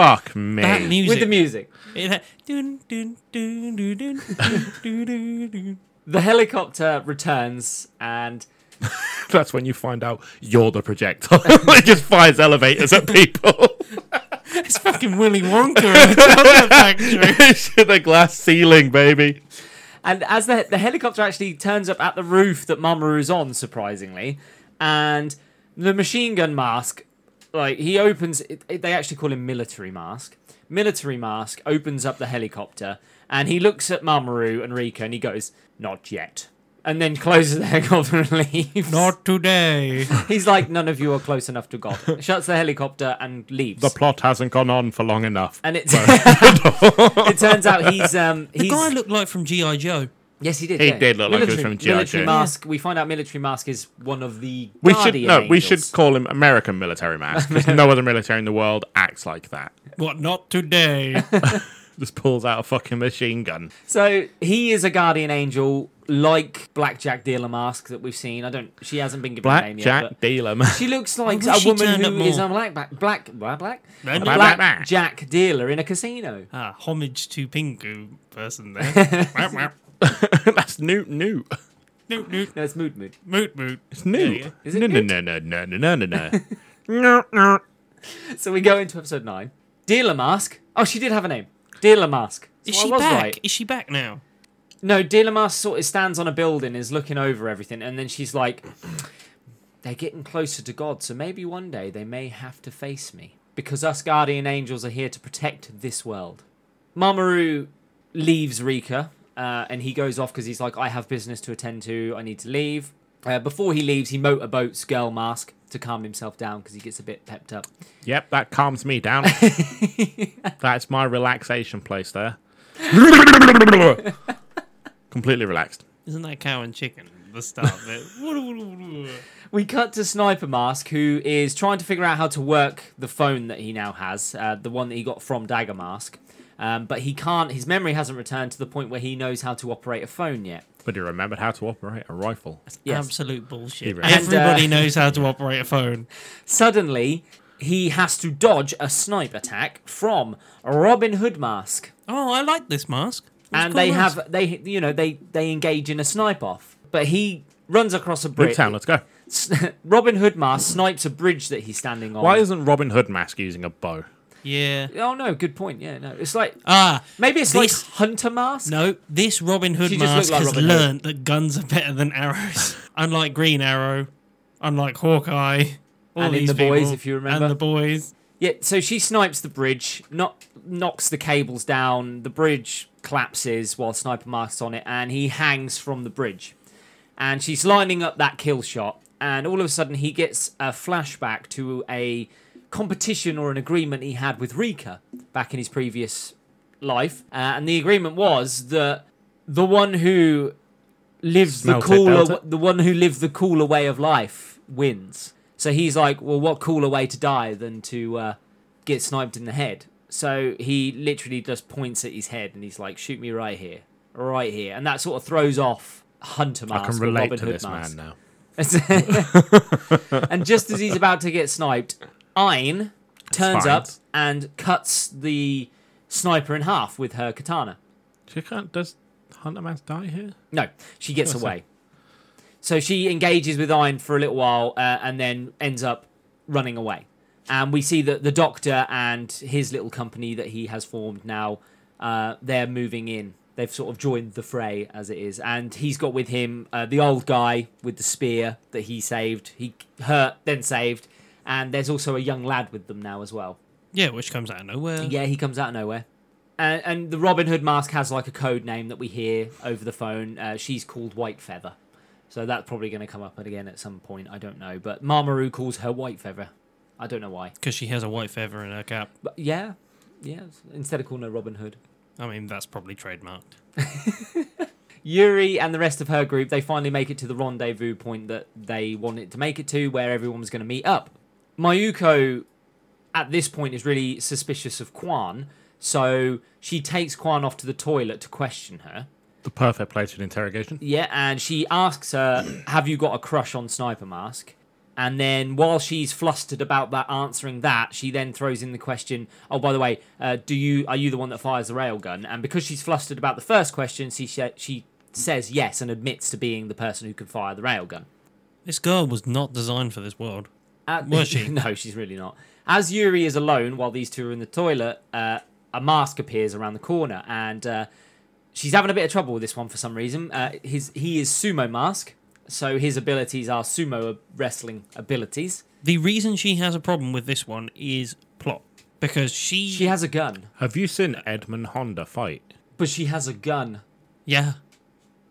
Speaker 2: Fuck me.
Speaker 3: That music.
Speaker 1: With the music,
Speaker 3: It had- dun, dun, dun, dun, dun, dun, dun, dun.
Speaker 1: the helicopter returns and
Speaker 2: That's when you find out you're the projectile. it just fires elevators at people.
Speaker 3: It's fucking Willy Wonka in the chocolate factory.
Speaker 2: it's the glass ceiling, baby.
Speaker 1: and as the the helicopter actually turns up at the roof that Mamoru is on, surprisingly, and the machine gun mask, like he opens, it, it- they actually call him military mask. Military mask opens up the helicopter and he looks at Mamoru and Rika and he goes, "Not yet." and then closes the helicopter and leaves.
Speaker 3: Not today.
Speaker 1: He's like, none of you are close enough to God. Shuts the helicopter and leaves.
Speaker 2: The plot hasn't gone on for long enough.
Speaker 1: and it, it turns out he's um
Speaker 3: the
Speaker 1: he's
Speaker 3: guy looked like from G.I. Joe.
Speaker 1: yes he did
Speaker 2: He
Speaker 1: yeah.
Speaker 2: did look like he was
Speaker 1: military,
Speaker 2: from G.I.
Speaker 1: military
Speaker 2: Joe.
Speaker 1: mask. We find out military mask is one of the
Speaker 2: We should
Speaker 1: Guardian
Speaker 2: no, we
Speaker 1: angels.
Speaker 2: should call him American military mask because no other military in the world acts like that.
Speaker 3: What? Not today.
Speaker 2: Just pulls out a fucking machine gun.
Speaker 1: So he is a guardian angel like Blackjack Dealer Mask that we've seen. I don't. She hasn't been given a
Speaker 2: Black
Speaker 1: name yet.
Speaker 2: Jack
Speaker 1: but
Speaker 2: Dealer.
Speaker 1: She looks like
Speaker 3: wish
Speaker 1: a
Speaker 3: she
Speaker 1: woman
Speaker 3: turned up
Speaker 1: who is
Speaker 3: more.
Speaker 1: a black black black black black,
Speaker 3: Then
Speaker 1: a
Speaker 2: Black-
Speaker 1: black
Speaker 2: black.
Speaker 1: Jack dealer in a casino.
Speaker 3: ah, homage to Pingu person there. Wah, wah.
Speaker 2: That's Newt Newt.
Speaker 3: Noot, noot,
Speaker 1: No, it's mood mood.
Speaker 3: moot, moot.
Speaker 2: It's
Speaker 3: There you
Speaker 2: Newt.
Speaker 3: go.
Speaker 1: Is it
Speaker 2: No no
Speaker 1: Newt?
Speaker 2: no no no no no no no. No
Speaker 1: So we go into episode nine. Dealer Mask. Oh, she did have a name. Dealer Mask.
Speaker 3: Is
Speaker 1: So I
Speaker 3: she
Speaker 1: was
Speaker 3: back?
Speaker 1: right.
Speaker 3: Is she back now?
Speaker 1: No, Dilamas sort of stands on a building, is looking over everything, and then she's like, "They're getting closer to God, so maybe one day they may have to face me because us guardian angels are here to protect this world." Mamoru leaves Rika, uh, and he goes off because he's like, "I have business to attend to. I need to leave." Uh, before he leaves, he motorboats Girl Mask to calm himself down because he gets a bit pepped up.
Speaker 2: Yep, that calms me down. That's my relaxation place there. Completely relaxed.
Speaker 3: Isn't that cow and chicken? The start of it.
Speaker 1: We cut to Sniper Mask, who is trying to figure out how to work the phone that he now has, uh, the one that he got from Dagger Mask. Um, but he can't, his memory hasn't returned to the point where he knows how to operate a phone yet.
Speaker 2: But he remembered how to operate a rifle.
Speaker 1: Yes.
Speaker 3: Absolute bullshit.
Speaker 2: And, uh,
Speaker 3: Everybody knows how to operate a phone.
Speaker 1: Suddenly, he has to dodge a snipe attack from Robin Hood Mask.
Speaker 3: Oh, I like this mask. It's a
Speaker 1: and
Speaker 3: cool
Speaker 1: they
Speaker 3: mask.
Speaker 1: have, they, you know, they, they engage in a snipe off. But he runs across a bridge.
Speaker 2: Boomtown, let's go.
Speaker 1: Robin Hood Mask snipes a bridge that he's standing on.
Speaker 2: Why isn't Robin Hood mask using a bow?
Speaker 3: Yeah.
Speaker 1: Oh no, good point. Yeah, no. It's like,
Speaker 3: Ah,
Speaker 1: maybe it's
Speaker 3: This-
Speaker 1: like Hunter Mask?
Speaker 3: no. This Robin Hood
Speaker 1: She just looked
Speaker 3: mask
Speaker 1: like
Speaker 3: has
Speaker 1: Robin Hood.
Speaker 3: learned that guns are better than arrows. unlike Green Arrow, unlike Hawkeye, all
Speaker 1: And in
Speaker 3: these
Speaker 1: The Boys,
Speaker 3: people,
Speaker 1: if you remember.
Speaker 3: and the boys.
Speaker 1: Yeah, so she snipes the bridge, knock, knocks the cables down, the bridge collapses while Sniper Mask's on it, and he hangs from the bridge. And she's lining up that kill shot, and all of a sudden he gets a flashback to a competition or an agreement he had with Rika back in his previous life. Uh, and the agreement was that the one who lives the
Speaker 2: Smelt it, dealt
Speaker 1: cooler
Speaker 2: it.
Speaker 1: the one who lived the cooler way of life wins. So he's like, well, what cooler way to die than to uh, get sniped in the head? So he literally just points at his head and he's like, shoot me right here, right here, and that sort of throws off Hunter
Speaker 2: I
Speaker 1: Mask
Speaker 2: can
Speaker 1: or
Speaker 2: relate
Speaker 1: Robin
Speaker 2: to
Speaker 1: Hood
Speaker 2: this
Speaker 1: Mask.
Speaker 2: man now.
Speaker 1: and just as he's about to get sniped, Ayn turns
Speaker 2: fine.
Speaker 1: up and cuts the sniper in half with her katana.
Speaker 2: She can't, does Hunter Mask die here?
Speaker 1: No, she gets
Speaker 2: Awesome.
Speaker 1: away. So she engages with Iron for a little while uh, and then ends up running away. And we see that the doctor and his little company that he has formed now, uh, they're moving in. They've sort of joined the fray as it is. And he's got with him uh, the old guy with the spear that he saved, he hurt, then saved. And there's also a young lad with them now as well.
Speaker 3: Yeah, which comes out of nowhere.
Speaker 1: Yeah, he comes out of nowhere. And, and the Robin Hood mask has like a code name that we hear over the phone. Uh, she's called White Feather. So that's probably going to come up again at some point. I don't know. But Marmaru calls her White Feather. I don't know why.
Speaker 3: Because she has a white feather in her cap.
Speaker 1: But yeah. Yeah. Instead of calling her Robin Hood.
Speaker 3: I mean, that's probably trademarked.
Speaker 1: Yuri and the rest of her group, they finally make it to the rendezvous point that they wanted to make it to, where everyone was going to meet up. Mayuko, at this point, is really suspicious of Kwan. So she takes Kwan off to the toilet to question her.
Speaker 2: The perfect place for an interrogation.
Speaker 1: Yeah, and she asks her, "Have you got a crush on Sniper Mask?" And then, while she's flustered about that, answering that, she then throws in the question, "Oh, by the way, uh, do you are you the one that fires the railgun?" And because she's flustered about the first question, she sa- she says yes and admits to being the person who can fire the railgun.
Speaker 3: This girl was not designed for this world.
Speaker 1: At-
Speaker 3: Was she?
Speaker 1: no, she's really not. As Yuri is alone while these two are in the toilet, uh, a mask appears around the corner, and uh, she's having a bit of trouble with this one for some reason. Uh, his he is sumo mask, so his abilities are sumo wrestling abilities.
Speaker 3: The reason she has a problem with this one is plot. Because she.
Speaker 1: She has a gun,
Speaker 2: Have you seen Edmund Honda fight?
Speaker 1: but she has a gun.
Speaker 3: yeah.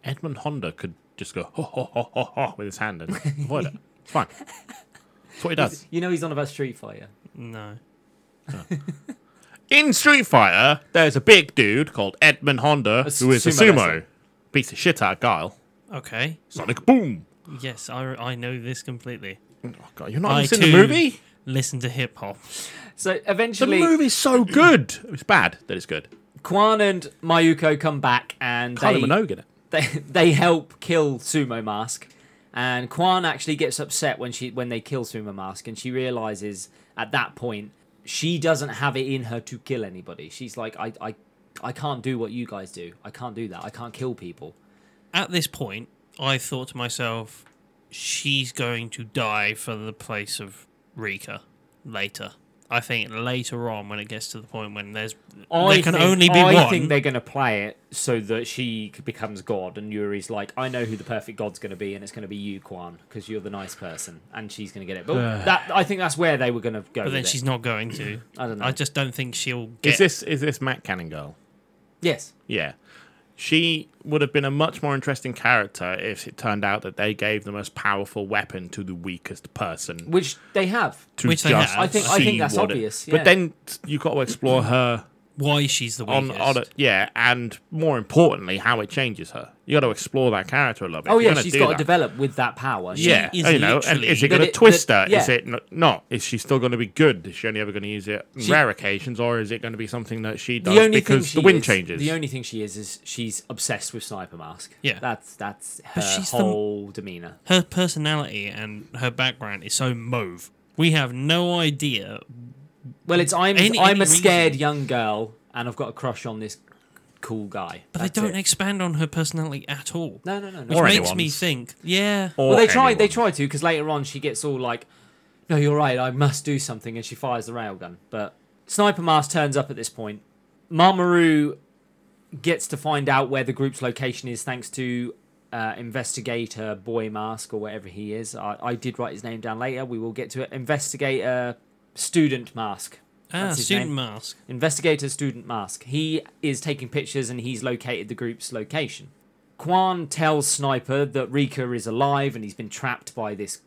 Speaker 2: Edmund Honda could just go ho ho ho ho ho with his hand and avoid it. It's fine. That's what he does.
Speaker 1: You know he's on about Street Fighter.
Speaker 3: No.
Speaker 2: In Street Fighter, there's a big dude called Edmund Honda
Speaker 1: s-
Speaker 2: who is a
Speaker 1: sumo
Speaker 2: sumo.
Speaker 1: wrestler.
Speaker 2: Beats the shit out of Guile.
Speaker 3: Okay.
Speaker 2: Sonic Boom.
Speaker 3: Yes, I, I know this completely.
Speaker 2: Oh god, you're not
Speaker 3: I
Speaker 2: even seen the
Speaker 3: too-
Speaker 2: movie?
Speaker 3: Listen to hip hop.
Speaker 1: So
Speaker 2: The
Speaker 1: eventually,
Speaker 2: movie's so good. It's bad that it's good.
Speaker 1: Kwan and Mayuko come back and
Speaker 2: Tyler
Speaker 1: they,
Speaker 2: Minogue in it.
Speaker 1: they they help kill Sumo Mask, and Kwan actually gets upset when she when they kill Sumo Mask, and she realizes at that point she doesn't have it in her to kill anybody. She's like, I I, I can't do what you guys do. I can't do that. I can't kill people.
Speaker 3: At this point, I thought to myself, she's going to die for the place of Rika later. I think later on, when it gets to the point when there's
Speaker 1: I
Speaker 3: there can
Speaker 1: think,
Speaker 3: only be
Speaker 1: I
Speaker 3: one.
Speaker 1: think they're going to play it so that she c- becomes God, and Yuri's like, I know who the perfect God's going to be, and it's going to be you, Kwan, because you're the nice person, and she's going to get it. But that I think that's where they were going to go.
Speaker 3: but then
Speaker 1: with it.
Speaker 3: she's not going to.
Speaker 1: I don't know.
Speaker 3: I just don't think she'll
Speaker 2: Is
Speaker 3: get.
Speaker 2: this is this Matt Cannon girl?
Speaker 1: yes.
Speaker 2: Yeah. She would have been a much more interesting character if it turned out that they gave the most powerful weapon to the weakest person.
Speaker 1: Which they have.
Speaker 2: To
Speaker 3: Which they
Speaker 2: just
Speaker 3: have. I
Speaker 1: think- I think
Speaker 2: see
Speaker 1: that's
Speaker 2: what it-
Speaker 1: obvious, yeah.
Speaker 2: But then you've got to explore her
Speaker 3: why she's the
Speaker 2: on,
Speaker 3: weakest.
Speaker 2: on it, yeah, and more importantly, how it changes her. You got to explore that character a little bit.
Speaker 1: Oh
Speaker 2: If you're
Speaker 1: yeah,
Speaker 2: gonna
Speaker 1: she's
Speaker 2: do
Speaker 1: got
Speaker 2: that-
Speaker 1: to develop with that power. She-
Speaker 2: Yeah,
Speaker 3: is
Speaker 2: you know, and is
Speaker 3: literally-
Speaker 2: it going
Speaker 1: That
Speaker 2: to
Speaker 1: it-
Speaker 2: twist
Speaker 1: that-
Speaker 2: her? Is
Speaker 1: yeah.
Speaker 2: it n- not? Is she still going to be good? Is she only ever going to use it on
Speaker 1: She-
Speaker 2: rare occasions, or is it going to be something that she
Speaker 1: The
Speaker 2: does
Speaker 1: only thing
Speaker 2: because
Speaker 1: she
Speaker 2: the wind
Speaker 1: is,
Speaker 2: changes?
Speaker 1: The only thing she is is she's obsessed with Sniper Mask.
Speaker 3: Yeah.
Speaker 1: that's that's her
Speaker 3: But she's the-
Speaker 1: whole demeanor.
Speaker 3: her personality and her background is so mauve. We have no idea.
Speaker 1: Well, it's I'm
Speaker 3: Any-
Speaker 1: I'm
Speaker 3: any
Speaker 1: a scared
Speaker 3: reason.
Speaker 1: young girl, and I've got a crush on this cool guy.
Speaker 3: But
Speaker 1: That's
Speaker 3: they don't
Speaker 1: it.
Speaker 3: expand on her personality at all.
Speaker 1: No, no, no, no.
Speaker 3: Which
Speaker 2: Or
Speaker 3: makes me
Speaker 2: anyone's.
Speaker 3: think, yeah. ah,
Speaker 2: Or
Speaker 1: well, they tried. They
Speaker 2: anyone.
Speaker 1: tried to because later on she gets all like, "No, you're right. I must do something," and she fires the railgun. But Sniper Mask turns up at this point. Mamoru gets to find out where the group's location is thanks to uh, investigator Boy Mask or whatever he is. I, I did write his name down later. We will get to it. Investigator Student Mask.
Speaker 3: ah,
Speaker 1: his
Speaker 3: student
Speaker 1: name.
Speaker 3: mask.
Speaker 1: Investigator Student Mask. He is taking pictures and he's located the group's location. Kwan tells Sniper that Rika is alive and he's been trapped by this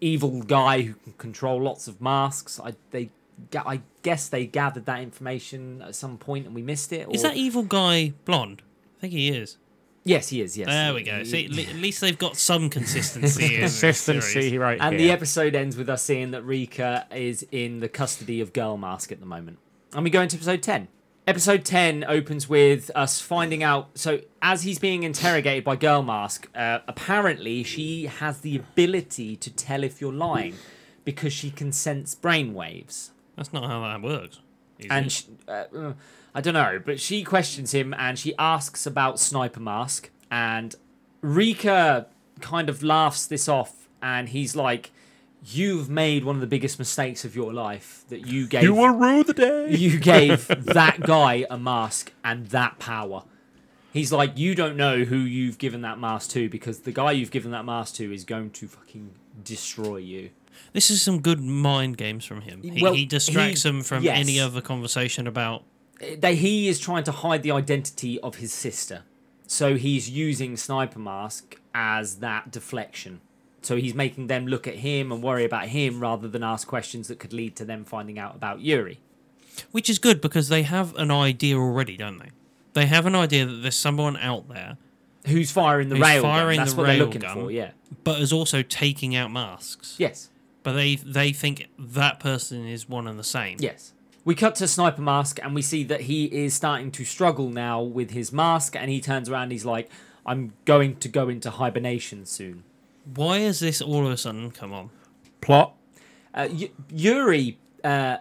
Speaker 1: evil guy who can control lots of masks. I they ga- I guess they gathered that information at some point and we missed it.
Speaker 3: Is
Speaker 1: or-
Speaker 3: that e- evil guy blonde? I think he is.
Speaker 1: Yes, he is. Yes.
Speaker 3: There we go.
Speaker 1: He-
Speaker 3: See, le- at least they've got some consistency. in this
Speaker 2: consistency,
Speaker 3: series.
Speaker 2: right?
Speaker 1: And the
Speaker 2: here.
Speaker 1: episode ends with us seeing that Rika is in the custody of Girl Mask at the moment. And we go into episode 10. Episode 10 opens with us finding out. So, as he's being interrogated by Girl Mask, uh, apparently she has the ability to tell if you're lying because she can sense brainwaves.
Speaker 3: That's not how that works. is
Speaker 1: And
Speaker 3: it?
Speaker 1: sh uh, uh, I don't know, but she questions him and she asks about Sniper Mask. And Rika kind of laughs this off and he's like, You've made one of the biggest mistakes of your life that you gave
Speaker 2: you will rue the day.
Speaker 1: you gave that guy a mask and that power. He's like, you don't know who you've given that mask to because the guy you've given that mask to is going to fucking destroy you.
Speaker 3: this is some good mind games from him. He,
Speaker 1: Well,
Speaker 3: he distracts
Speaker 1: he-
Speaker 3: them from
Speaker 1: yes.
Speaker 3: any other conversation about.
Speaker 1: that he is trying to hide the identity of his sister. So he's using Sniper Mask as that deflection. So he's making them look at him and worry about him rather than ask questions that could lead to them finding out about Yuri.
Speaker 3: Which is good because they have an idea already, don't they? They have an idea that there's someone out there
Speaker 1: Who's firing the
Speaker 3: Who's
Speaker 1: rail?
Speaker 3: firing
Speaker 1: That's
Speaker 3: the
Speaker 1: what they're
Speaker 3: rail
Speaker 1: looking
Speaker 3: gun.
Speaker 1: for, yeah.
Speaker 3: but is also taking out masks.
Speaker 1: Yes.
Speaker 3: But they they think that person is one and the same.
Speaker 1: Yes. We cut to Sniper Mask and we see that he is starting to struggle now with his mask and he turns around he's like, I'm going to go into hibernation soon.
Speaker 3: Why is this all of a sudden come on?
Speaker 2: Plot.
Speaker 1: Uh, y- Yuri uh,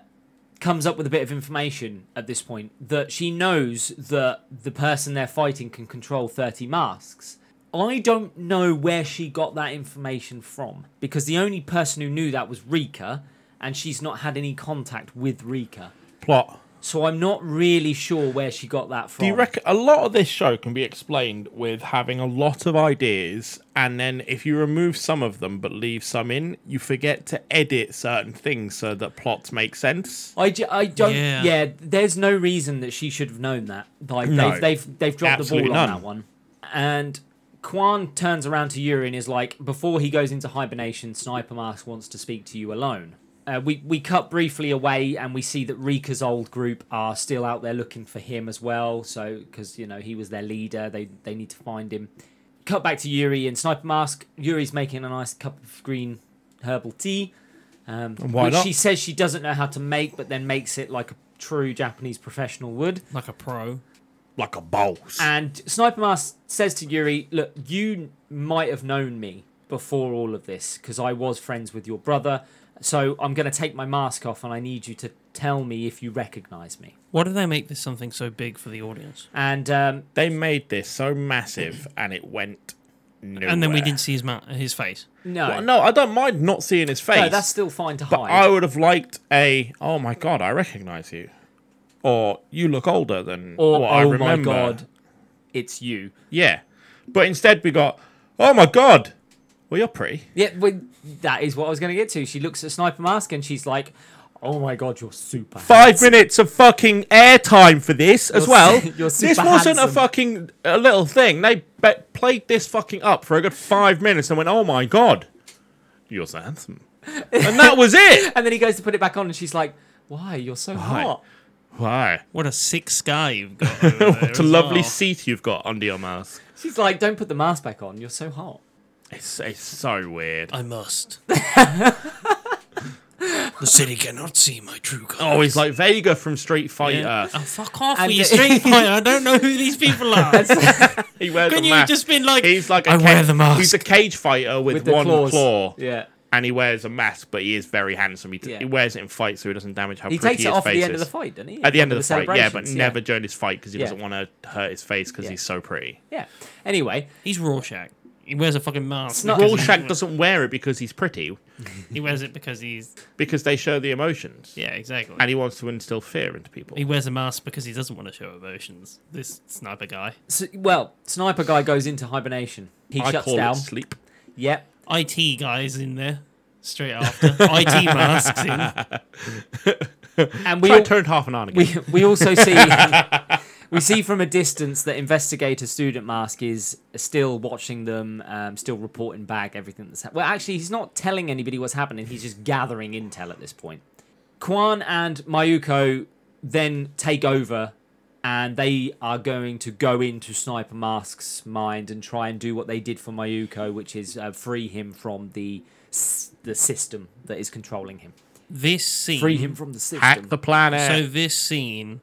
Speaker 1: comes up with a bit of information at this point that she knows that the person they're fighting can control 30 masks. I don't know where she got that information from because the only person who knew that was Rika and she's not had any contact with Rika.
Speaker 2: Plot.
Speaker 1: So I'm not really sure where she got that from.
Speaker 2: Do you reckon a lot of this show can be explained with having a lot of ideas, and then if you remove some of them but leave some in, you forget to edit certain things so that plots make sense?
Speaker 1: I, ju- I don't. Yeah.
Speaker 3: Yeah.
Speaker 1: there's no reason that she should have known that. Like
Speaker 2: No.
Speaker 1: they've, they've they've dropped the ball
Speaker 2: Absolutely
Speaker 1: on
Speaker 2: none.
Speaker 1: that one. And Quan turns around to Yuri and is like, before he goes into hibernation, Sniper Mask wants to speak to you alone. Uh, we we cut briefly away and we see that Rika's old group are still out there looking for him as well. So because you know he was their leader, they they need to find him. Cut back to Yuri and Sniper Mask. Yuri's making a nice cup of green herbal tea, um,
Speaker 2: why
Speaker 1: which
Speaker 2: not?
Speaker 1: she says she doesn't know how to make, but then makes it like a true Japanese professional would.
Speaker 3: like a pro.
Speaker 2: like a boss.
Speaker 1: And Sniper Mask says to Yuri, "Look, you might have known me before all of this because I was friends with your brother. So I'm going to take my mask off, and I need you to tell me if you recognize me."
Speaker 3: Why do they make this something so big for the audience?
Speaker 1: And um,
Speaker 2: they made this so massive and it went nowhere.
Speaker 3: And then we didn't see his ma- his face.
Speaker 1: no,
Speaker 2: Well, no, I don't mind not seeing his face.
Speaker 1: no, that's still fine to
Speaker 2: but
Speaker 1: hide.
Speaker 2: I would have liked a. Oh my god, I recognize you. Or you look older than
Speaker 1: or
Speaker 2: what
Speaker 1: oh
Speaker 2: I remember.
Speaker 1: my god, it's you.
Speaker 2: Yeah, but instead we got. Oh my god. Well, you're pretty.
Speaker 1: Yeah, well, that is what I was going to get to. She looks at Sniper Mask and she's like, "Oh my god, you're super."
Speaker 2: Five minutes of fucking airtime for this as
Speaker 1: You're
Speaker 2: well.
Speaker 1: su- you're
Speaker 2: this
Speaker 1: super
Speaker 2: wasn't a
Speaker 1: handsome.
Speaker 2: fucking a little thing. They be- played this fucking up for a good five minutes and went, "Oh my god, you're so handsome," and that was it.
Speaker 1: And then he goes to put it back on, and she's like, "Why? You're so hot."
Speaker 2: Why?
Speaker 3: What a sick sky you've got. Over there
Speaker 2: What a
Speaker 3: as
Speaker 2: lovely
Speaker 3: well.
Speaker 2: seat you've got under your mask.
Speaker 1: She's like, "Don't put the mask back on. You're so hot."
Speaker 2: It's, it's so weird.
Speaker 3: I must. the city cannot see my true colors.
Speaker 2: Oh, he's like Vega from Street Fighter.
Speaker 3: Oh, fuck off
Speaker 1: And
Speaker 3: with your
Speaker 1: it-
Speaker 3: street fighter. I don't know who these people are.
Speaker 2: He wears
Speaker 3: Couldn't
Speaker 2: a
Speaker 3: you have
Speaker 2: mask.
Speaker 3: just been like,
Speaker 2: He's like a
Speaker 3: I wear the mask.
Speaker 2: He's a cage fighter with,
Speaker 1: With the
Speaker 2: one
Speaker 1: claws.
Speaker 2: claw,
Speaker 1: Yeah.
Speaker 2: and he wears a mask, but he is very handsome. He, t-
Speaker 1: Yeah.
Speaker 2: he wears it in fights, so he doesn't damage how
Speaker 1: He
Speaker 2: pretty
Speaker 1: takes it
Speaker 2: his
Speaker 1: off at
Speaker 2: face
Speaker 1: the end of
Speaker 2: is.
Speaker 1: the fight, doesn't he?
Speaker 2: at the end
Speaker 1: One
Speaker 2: of the fight, yeah, but
Speaker 1: celebrations,
Speaker 2: never during his fight because he
Speaker 1: Yeah.
Speaker 2: doesn't want to hurt his face because
Speaker 1: Yeah.
Speaker 2: he's so pretty.
Speaker 1: Yeah. Anyway,
Speaker 3: he's Rorschach. He wears a fucking mask.
Speaker 1: not-
Speaker 3: because-
Speaker 2: Rorschach doesn't wear it because he's pretty,
Speaker 3: He wears it because he's.
Speaker 2: because they show the emotions,
Speaker 3: Yeah, exactly.
Speaker 2: and he wants to instill fear into people.
Speaker 3: he wears a mask because he doesn't want to show emotions. This sniper guy.
Speaker 1: s well, sniper guy goes into hibernation. He
Speaker 2: I
Speaker 1: shuts
Speaker 2: call
Speaker 1: down.
Speaker 2: it sleep.
Speaker 1: Yep.
Speaker 3: IT guys in there straight after. IT masks in.
Speaker 1: And we
Speaker 2: I
Speaker 1: all,
Speaker 2: turned half an hour ago.
Speaker 1: we we also see we see from a distance that investigator student mask is still watching them, um, still reporting back everything that's happening. Well, actually, he's not telling anybody what's happening. He's just gathering intel at this point. Kwan and Mayuko then take over and they are going to go into Sniper Mask's mind and try and do what they did for Mayuko, which is uh, free him from the s- the system that is controlling him.
Speaker 3: This scene.
Speaker 1: Free him from the system.
Speaker 2: Hack the planet.
Speaker 3: So this scene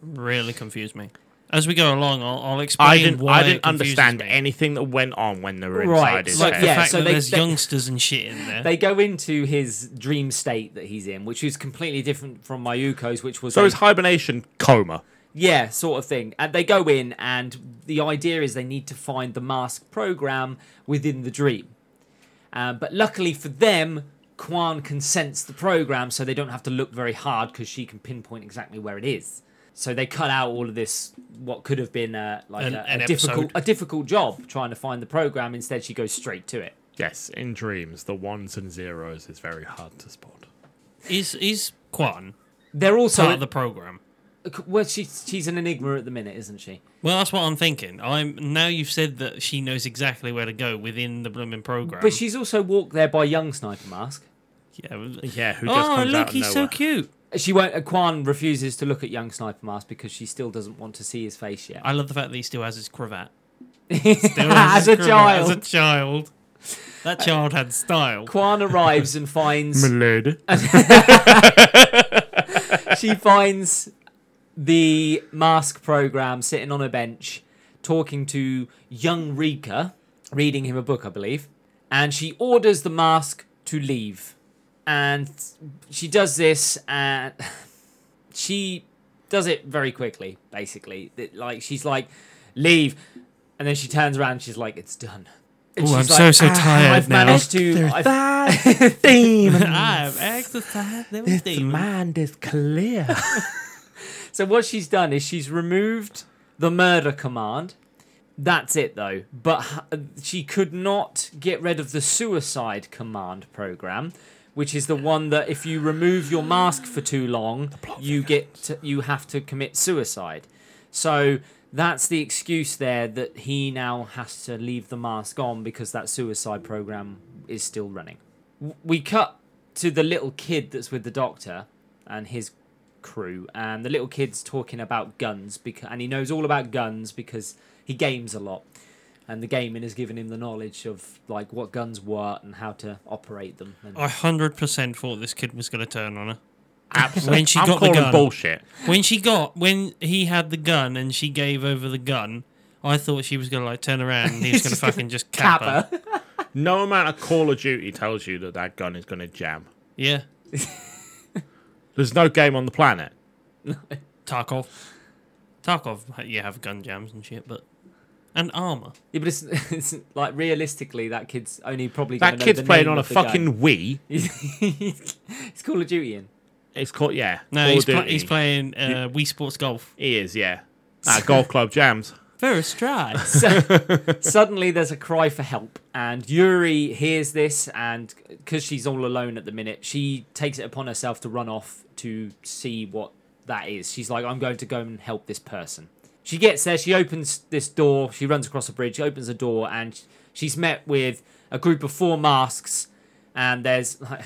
Speaker 3: really confused me. As we go along, I'll, I'll explain
Speaker 2: I didn't.
Speaker 3: why
Speaker 2: I
Speaker 3: it
Speaker 2: didn't
Speaker 3: confuses
Speaker 2: understand
Speaker 3: me.
Speaker 2: anything that went on when they were inside
Speaker 1: Right,
Speaker 2: his
Speaker 1: so-
Speaker 3: Like
Speaker 2: head.
Speaker 3: the
Speaker 1: yeah,
Speaker 3: fact
Speaker 1: so
Speaker 3: that
Speaker 1: they-
Speaker 3: there's
Speaker 1: they-
Speaker 3: youngsters and shit in there.
Speaker 1: They go into his dream state that he's in, which is completely different from Mayuko's, which was
Speaker 2: So
Speaker 1: a-
Speaker 2: it's hibernation coma.
Speaker 1: yeah, sort of thing. And they go in, and the idea is they need to find the mask program within the dream. Um, but luckily for them, Kwan consents the program, so they don't have to look very hard because she can pinpoint exactly where it is. So they cut out all of this, what could have been a, like
Speaker 3: An-
Speaker 1: a,
Speaker 3: an
Speaker 1: a difficult,
Speaker 3: episode.
Speaker 1: a difficult job trying to find the program. Instead, she goes straight to it.
Speaker 2: Yes, in dreams, the ones and zeros is very hard to spot.
Speaker 3: Is is Quan
Speaker 1: They're also
Speaker 3: part of the program?
Speaker 1: well, she's she's an enigma at the minute, isn't she?
Speaker 3: Well, that's what I'm thinking. I'm now you've said that she knows exactly where to go within the blooming program.
Speaker 1: But she's also walked there by young Sniper Mask.
Speaker 3: yeah, well-
Speaker 2: Yeah, who just
Speaker 3: oh
Speaker 2: comes out
Speaker 3: look,
Speaker 2: of
Speaker 3: he's so
Speaker 2: nowhere.
Speaker 3: cute.
Speaker 1: She won't. uh, Quan refuses to look at young Sniper Mask because she still doesn't want to see his face yet.
Speaker 3: I love the fact that he still has his cravat. Still has
Speaker 1: As a
Speaker 3: his cravat
Speaker 1: child,
Speaker 3: as a child. That child had style.
Speaker 1: Quan arrives and finds
Speaker 2: Milady.
Speaker 1: she finds the mask program sitting on a bench, talking to young Rika, reading him a book, I believe, and she orders the mask to leave. And she does this, and she does it very quickly. Basically, That, like she's like, "Leave," and then she turns around. And she's like, "It's done." And
Speaker 3: Oh, I'm
Speaker 1: she's like, "Ah,
Speaker 3: so so tired
Speaker 1: I've
Speaker 3: now.
Speaker 1: managed to. I've,
Speaker 2: that demon.
Speaker 3: I've exercised everything.
Speaker 2: mind is clear.
Speaker 1: So what she's done is she's removed the murder command. That's it though. But h- she could not get rid of the suicide command program, which is the one that if you remove your mask for too long, you get to, you have to commit suicide. So that's the excuse there that he now has to leave the mask on because that suicide program is still running. W- We cut to the little kid that's with the doctor and his crew, and the little kid's talking about guns because, and he knows all about guns because he games a lot, and the gaming has given him the knowledge of like what guns were and how to operate them. And
Speaker 3: I hundred percent thought this kid was gonna turn on her.
Speaker 2: Absolutely.
Speaker 3: she
Speaker 2: I'm
Speaker 3: got the
Speaker 2: calling
Speaker 3: gun.
Speaker 2: bullshit.
Speaker 3: When she got when he had the gun and she gave over the gun, I thought she was gonna like turn around and he was gonna fucking just cap her.
Speaker 1: Kappa.
Speaker 2: No amount of Call of Duty tells you that that gun is going to jam.
Speaker 3: Yeah.
Speaker 2: There's no game on the planet.
Speaker 3: Tarkov. Tarkov you have gun jams and shit, but and armor.
Speaker 1: Yeah, but it's, it's like realistically, that kid's only probably gonna
Speaker 2: That
Speaker 1: know
Speaker 2: kid's
Speaker 1: the
Speaker 2: playing
Speaker 1: name
Speaker 2: on a
Speaker 1: of the gun.
Speaker 2: fucking Wii.
Speaker 1: it's Call of Duty in.
Speaker 2: It's called yeah.
Speaker 3: No,
Speaker 2: Call of
Speaker 3: he's, pla-
Speaker 2: Duty.
Speaker 3: he's playing uh, Wii Sports Golf.
Speaker 2: He is yeah. Ah, golf club jams.
Speaker 3: Very stride.
Speaker 1: Suddenly, there's a cry for help, and Yuri hears this, and because she's all alone at the minute, she takes it upon herself to run off to see what that is. She's like, "I'm going to go and help this person." She gets there, she opens this door, she runs across a bridge, opens a door, and she's met with a group of four masks, and there's like,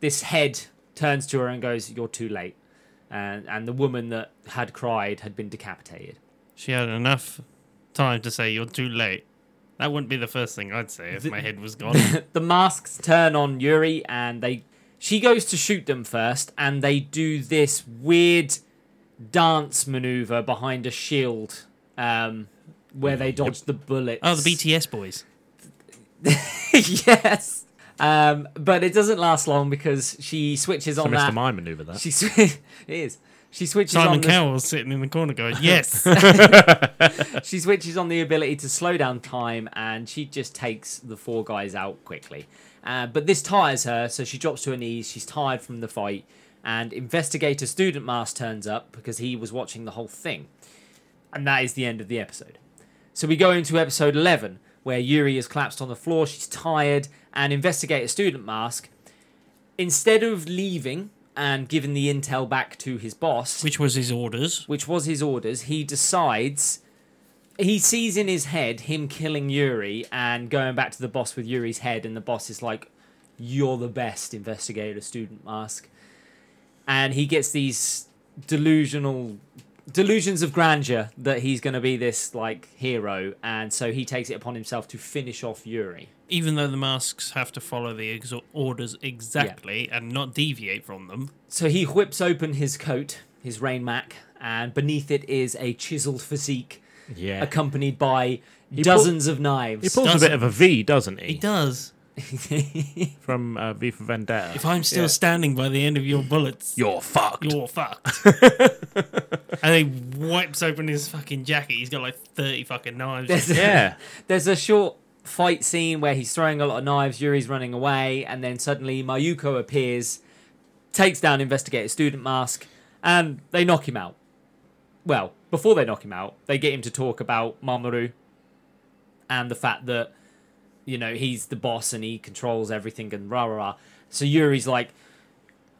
Speaker 1: this head turns to her and goes, "You're too late," and and the woman that had cried had been decapitated.
Speaker 3: she had enough time to say you're too late. That wouldn't be the first thing I'd say if my head was gone.
Speaker 1: the masks turn on Yuri and they she goes to shoot them first and they do this weird dance maneuver behind a shield um where they dodge the bullets.
Speaker 3: oh, the BTS boys.
Speaker 1: yes. Um but it doesn't last long because she switches
Speaker 2: So
Speaker 1: on
Speaker 2: Mr.
Speaker 1: that.
Speaker 2: Mime maneuver that.
Speaker 1: She sw- it is. She switches on
Speaker 3: Simon
Speaker 1: the-
Speaker 3: Cowell's sitting in the corner going, yes.
Speaker 1: she switches on the ability to slow down time and she just takes the four guys out quickly. Uh, but this tires her, so she drops to her knees. She's tired from the fight. And investigator student mask turns up because he was watching the whole thing. And that is the end of the episode. So we go into episode 11, where Yuri is collapsed on the floor. She's tired. And investigator student mask, instead of leaving and giving the intel back to his boss,
Speaker 3: Which was his orders.
Speaker 1: which was his orders, he decides he sees in his head him killing Yuri and going back to the boss with Yuri's head, and the boss is like, You're the best investigator, student mask. And he gets these delusional delusions of grandeur that he's gonna be this like hero, and so he takes it upon himself to finish off Yuri.
Speaker 3: Even though the masks have to follow the ex- orders exactly and not deviate from them.
Speaker 1: So he whips open his coat, his rain mac, and beneath it is a chiseled physique
Speaker 2: yeah.
Speaker 1: accompanied by
Speaker 2: pull-
Speaker 1: dozens of
Speaker 2: He
Speaker 1: knives.
Speaker 2: pulls a
Speaker 3: doesn't-
Speaker 2: bit of a V, doesn't he?
Speaker 3: He does.
Speaker 2: From uh, V for Vendetta.
Speaker 3: If I'm still standing by the end of your bullets,
Speaker 2: You're fucked.
Speaker 3: you're fucked. and he wipes open his fucking jacket. He's got like 30 fucking knives.
Speaker 1: There's a,
Speaker 2: yeah.
Speaker 1: there's a short fight scene where he's throwing a lot of knives, Yuri's running away, and then suddenly Mayuko appears, takes down Investigator Student Mask, and they knock him out. Well, before they knock him out, they get him to talk about Mamoru and the fact that, you know, he's the boss and he controls everything and rah rah rah. So Yuri's like,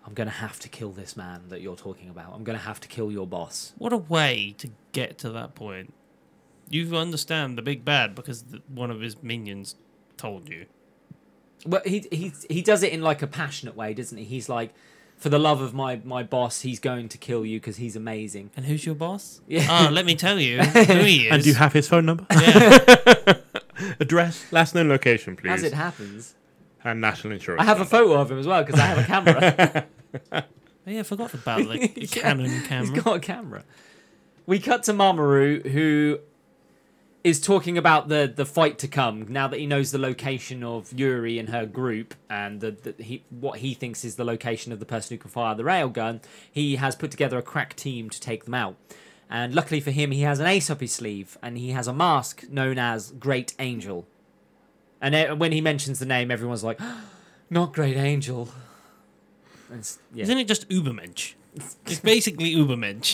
Speaker 1: I'm going to have to kill this man that you're talking about. I'm going to have to kill your boss.
Speaker 3: What a way to get to that point. You understand the big bad because th one of his minions told you.
Speaker 1: well he he he does it in like a passionate way doesn't he he's like for the love of my my boss he's going to kill you because he's amazing
Speaker 3: And who's your boss?
Speaker 1: Yeah.
Speaker 3: Oh, let me tell you who he is.
Speaker 2: And do you have his phone number?
Speaker 3: yeah.
Speaker 2: Address, last known location, please.
Speaker 1: as it happens
Speaker 2: and national insurance.
Speaker 1: i have a
Speaker 2: number.
Speaker 1: photo of him as well because i have a camera
Speaker 3: Oh, yeah, I forgot about the Canon
Speaker 1: he's
Speaker 3: camera.
Speaker 1: got a camera we cut to Mamoru who is talking about the the fight to come now that he knows the location of Yuri and her group and the, the he what he thinks is the location of the person who can fire the railgun. He has put together a crack team to take them out. And luckily for him, he has an ace up his sleeve and he has a mask known as Great Angel. And e- when he mentions the name, everyone's like, "Not Great Angel." And It's, yeah.
Speaker 3: Isn't it just Ubermensch? It's basically Ubermensch.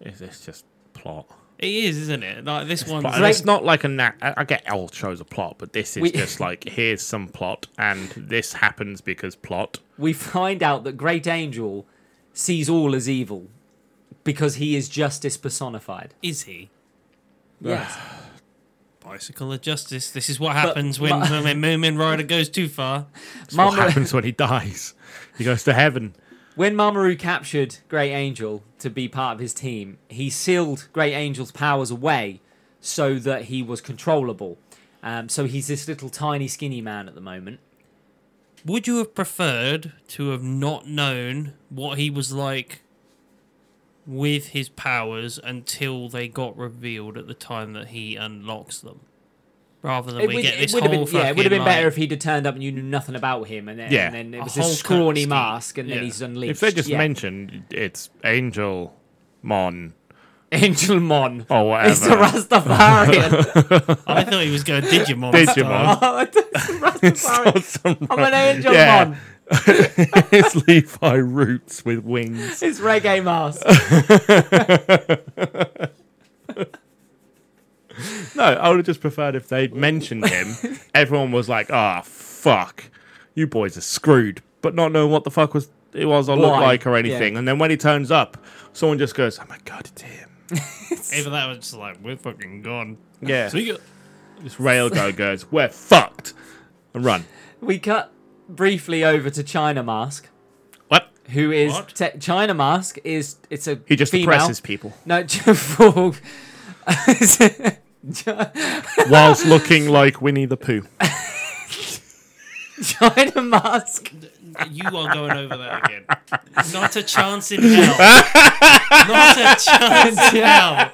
Speaker 2: Is this just plot?
Speaker 3: It is, isn't it? Like this one.
Speaker 2: Plot. And it's not like a na- I I get all shows a plot, but this is
Speaker 1: We-
Speaker 2: just like here's some plot, and this happens because plot.
Speaker 1: we find out that Great Angel sees all as evil, because he is justice personified.
Speaker 3: Is he?
Speaker 1: Yes.
Speaker 3: Bicycle of justice. This is what happens when,
Speaker 1: but-
Speaker 3: when Moomin Rider goes too far.
Speaker 2: what
Speaker 1: Mama-
Speaker 2: happens when he dies? He goes to heaven.
Speaker 1: When Mamoru captured Great Angel to be part of his team, he sealed Great Angel's powers away so that he was controllable. Um, so he's this little tiny skinny man at the moment.
Speaker 3: Would you have preferred to have not known what he was like with his powers until they got revealed at the time that he unlocks them? Rather than
Speaker 1: It,
Speaker 3: we
Speaker 1: would-
Speaker 3: get
Speaker 1: it
Speaker 3: this
Speaker 1: would have
Speaker 3: whole
Speaker 1: been, yeah, it would have been
Speaker 3: fucking,
Speaker 1: better
Speaker 3: like-
Speaker 1: if he'd had turned up and you knew nothing about him, and then,
Speaker 2: Yeah.
Speaker 1: and then it
Speaker 3: A
Speaker 1: was
Speaker 3: whole
Speaker 1: this scrawny
Speaker 3: cut scheme.
Speaker 1: mask, and
Speaker 3: Yeah.
Speaker 1: then he's unleashed.
Speaker 2: If they just
Speaker 1: yeah.
Speaker 2: mentioned it's Angel Mon
Speaker 1: Angel Mon,
Speaker 3: Oh,
Speaker 2: or
Speaker 1: it's the
Speaker 2: whatever.
Speaker 1: Rastafarian.
Speaker 3: I thought he was going Digimon.
Speaker 2: Digimon.
Speaker 1: oh, it's the Rastafarian.
Speaker 2: Some-
Speaker 1: I'm an Angel
Speaker 2: Yeah.
Speaker 1: Mon.
Speaker 2: it's Levi Roots with wings.
Speaker 1: It's reggae mask.
Speaker 2: No, I would have just preferred if they'd mentioned him. Everyone was like, ah, fuck. You boys are screwed. But not knowing what the fuck was it was or looked
Speaker 1: Why?
Speaker 2: like or
Speaker 1: Yeah.
Speaker 2: anything. And then when he turns up, someone just goes, oh my god, it's him.
Speaker 3: Either that was just like, we're fucking gone.
Speaker 2: Yeah.
Speaker 3: So you got
Speaker 2: This railgo goes, we're fucked. And run.
Speaker 1: We cut briefly over to China Mask,
Speaker 2: What?
Speaker 1: who is
Speaker 3: What?
Speaker 1: te- China Mask is it's a
Speaker 2: He just
Speaker 1: female.
Speaker 2: oppresses people
Speaker 1: No, for
Speaker 2: whilst looking like Winnie the Pooh.
Speaker 1: China Mask.
Speaker 3: You are going over that again. Not a chance in hell. Not a chance in hell.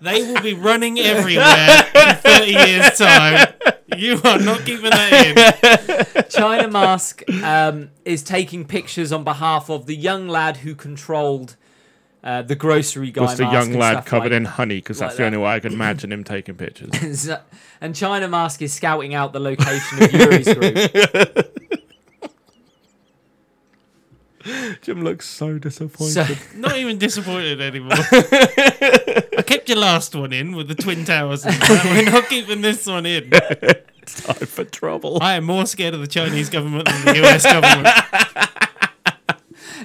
Speaker 3: They will be running everywhere in 30 years' time. You are not keeping that in.
Speaker 1: China Mask um, is taking pictures on behalf of the young lad who controlled uh, the grocery guy.
Speaker 2: Was the
Speaker 1: mask
Speaker 2: young
Speaker 1: and
Speaker 2: lad
Speaker 1: stuff
Speaker 2: covered
Speaker 1: like
Speaker 2: in honey? Because that's
Speaker 1: like
Speaker 2: the
Speaker 1: that.
Speaker 2: only way I could imagine him taking pictures.
Speaker 1: that. And China Mask is scouting out the location of Yuri's group.
Speaker 2: Jim looks so disappointed.
Speaker 1: So,
Speaker 3: Not even disappointed anymore. I kept your last one in with the Twin Towers. And that. We're not keeping this one in.
Speaker 2: Time for trouble.
Speaker 3: I am more scared of the Chinese government than the US government.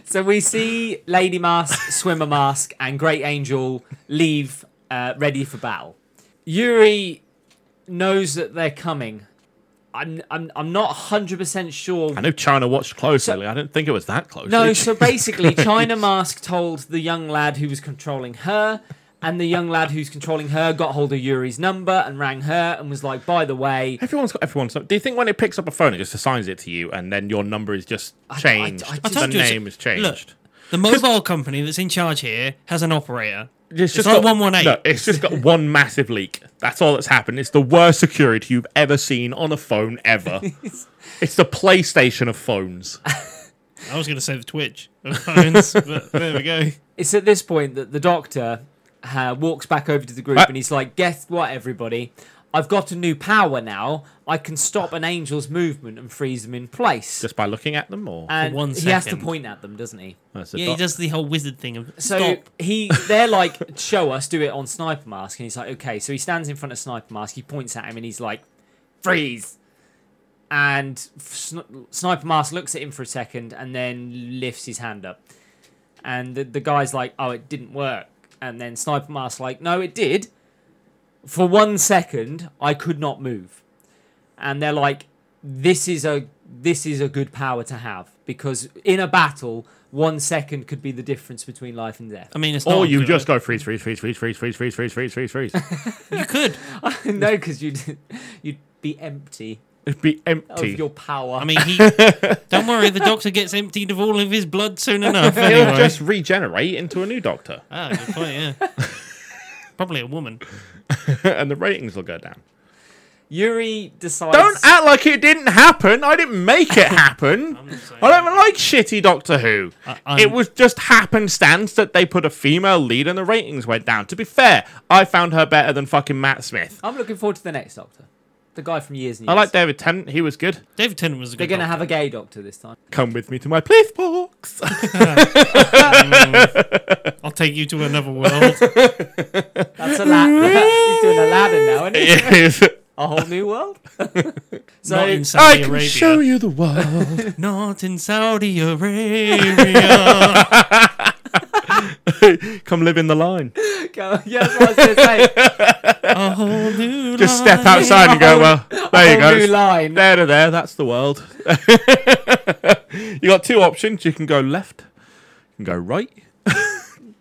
Speaker 1: so we see Lady Mask, Swimmer Mask, and Great Angel leave uh, ready for battle. Yuri knows that they're coming. I'm I'm I'm not 100% sure
Speaker 2: I know China watched closely. I didn't think it was that close.
Speaker 1: No, so basically, China Mask told the young lad who was controlling her, and the young lad who's controlling her got hold of Yuri's number and rang her and was like, by the way,
Speaker 2: Everyone's got everyone's. Do you think when it picks up a phone, it just assigns it to you, and then your number is just changed?
Speaker 1: I- I just-
Speaker 2: the
Speaker 3: told you it's-
Speaker 2: name is changed.
Speaker 3: Look, the mobile company that's in charge here has an operator.
Speaker 2: it's
Speaker 3: not 118.
Speaker 2: No, it's just got one massive leak. That's all that's happened. It's the worst security you've ever seen on a phone ever. it's the PlayStation of phones.
Speaker 3: I was going to say the Twitch of phones, but there we go.
Speaker 1: it's at this point that the doctor uh, walks back over to the group
Speaker 3: Uh.
Speaker 2: Ah.
Speaker 1: and he's like, guess what, everybody? I've got a new power now. I can stop an angel's movement and freeze them in place.
Speaker 2: Just by looking at them, or
Speaker 1: and
Speaker 3: one
Speaker 1: he has to
Speaker 3: second.
Speaker 1: point at them, doesn't he?
Speaker 2: That's the
Speaker 3: Yeah, he
Speaker 2: doc-
Speaker 3: does the whole wizard thing of
Speaker 1: So
Speaker 3: stop.
Speaker 1: he, they're like, show us, do it on Sniper Mask, and he's like, okay. So he stands in front of Sniper Mask. He points at him, and he's like, freeze. And Sn- Sniper Mask looks at him for a second, and then lifts his hand up. And the, the guy's like, oh, it didn't work. And then Sniper Mask like, no, it did. For one second, I could not move. And they're like, this is a this is a good power to have because in a battle, one second could be the difference between life and death.
Speaker 3: I mean, it's not.
Speaker 2: Or you
Speaker 3: good.
Speaker 2: just go freeze, freeze, freeze, freeze, freeze, freeze, freeze, freeze, freeze, freeze, freeze.
Speaker 3: you could.
Speaker 1: no, because you'd you'd be empty
Speaker 2: It'd be
Speaker 1: of
Speaker 2: empty.
Speaker 1: your power.
Speaker 3: I mean, he. don't worry, the doctor gets emptied of all of his blood soon enough.
Speaker 2: He'll
Speaker 3: Anyway.
Speaker 2: just regenerate into a new doctor,
Speaker 3: Ah, good point. Yeah. Probably a woman.
Speaker 2: and the ratings will go down.
Speaker 1: Yuri decides.
Speaker 2: Don't act like it didn't happen. I didn't make it happen.
Speaker 3: not saying
Speaker 2: I don't like shitty Doctor Who.
Speaker 3: I'm-
Speaker 2: it was just happenstance that they put a female lead and the ratings went down. To be fair, I found her better than fucking Matt Smith.
Speaker 1: I'm looking forward to the next Doctor, the guy from Years and Years.
Speaker 2: I like David Tennant. He was good.
Speaker 3: David Tennant was a
Speaker 1: They're
Speaker 3: good.
Speaker 1: going to have a gay Doctor this time.
Speaker 2: Come with me to my police box.
Speaker 3: doctor. I'll take you to another world.
Speaker 1: That's a lad. He's doing Aladdin now, isn't he?
Speaker 2: It is.
Speaker 1: A whole new world. so
Speaker 3: not in
Speaker 2: I
Speaker 3: Saudi
Speaker 2: can
Speaker 3: Arabia.
Speaker 2: show you the world.
Speaker 3: Not in Saudi Arabia.
Speaker 2: Come live in the line.
Speaker 1: yeah, that's what I was going to say.
Speaker 3: A whole new
Speaker 2: Just
Speaker 3: life.
Speaker 2: step outside and go, well, there you
Speaker 1: Whole new
Speaker 2: go.
Speaker 1: line.
Speaker 2: There to there, that's the world. you got two options. You can go left, you can go right,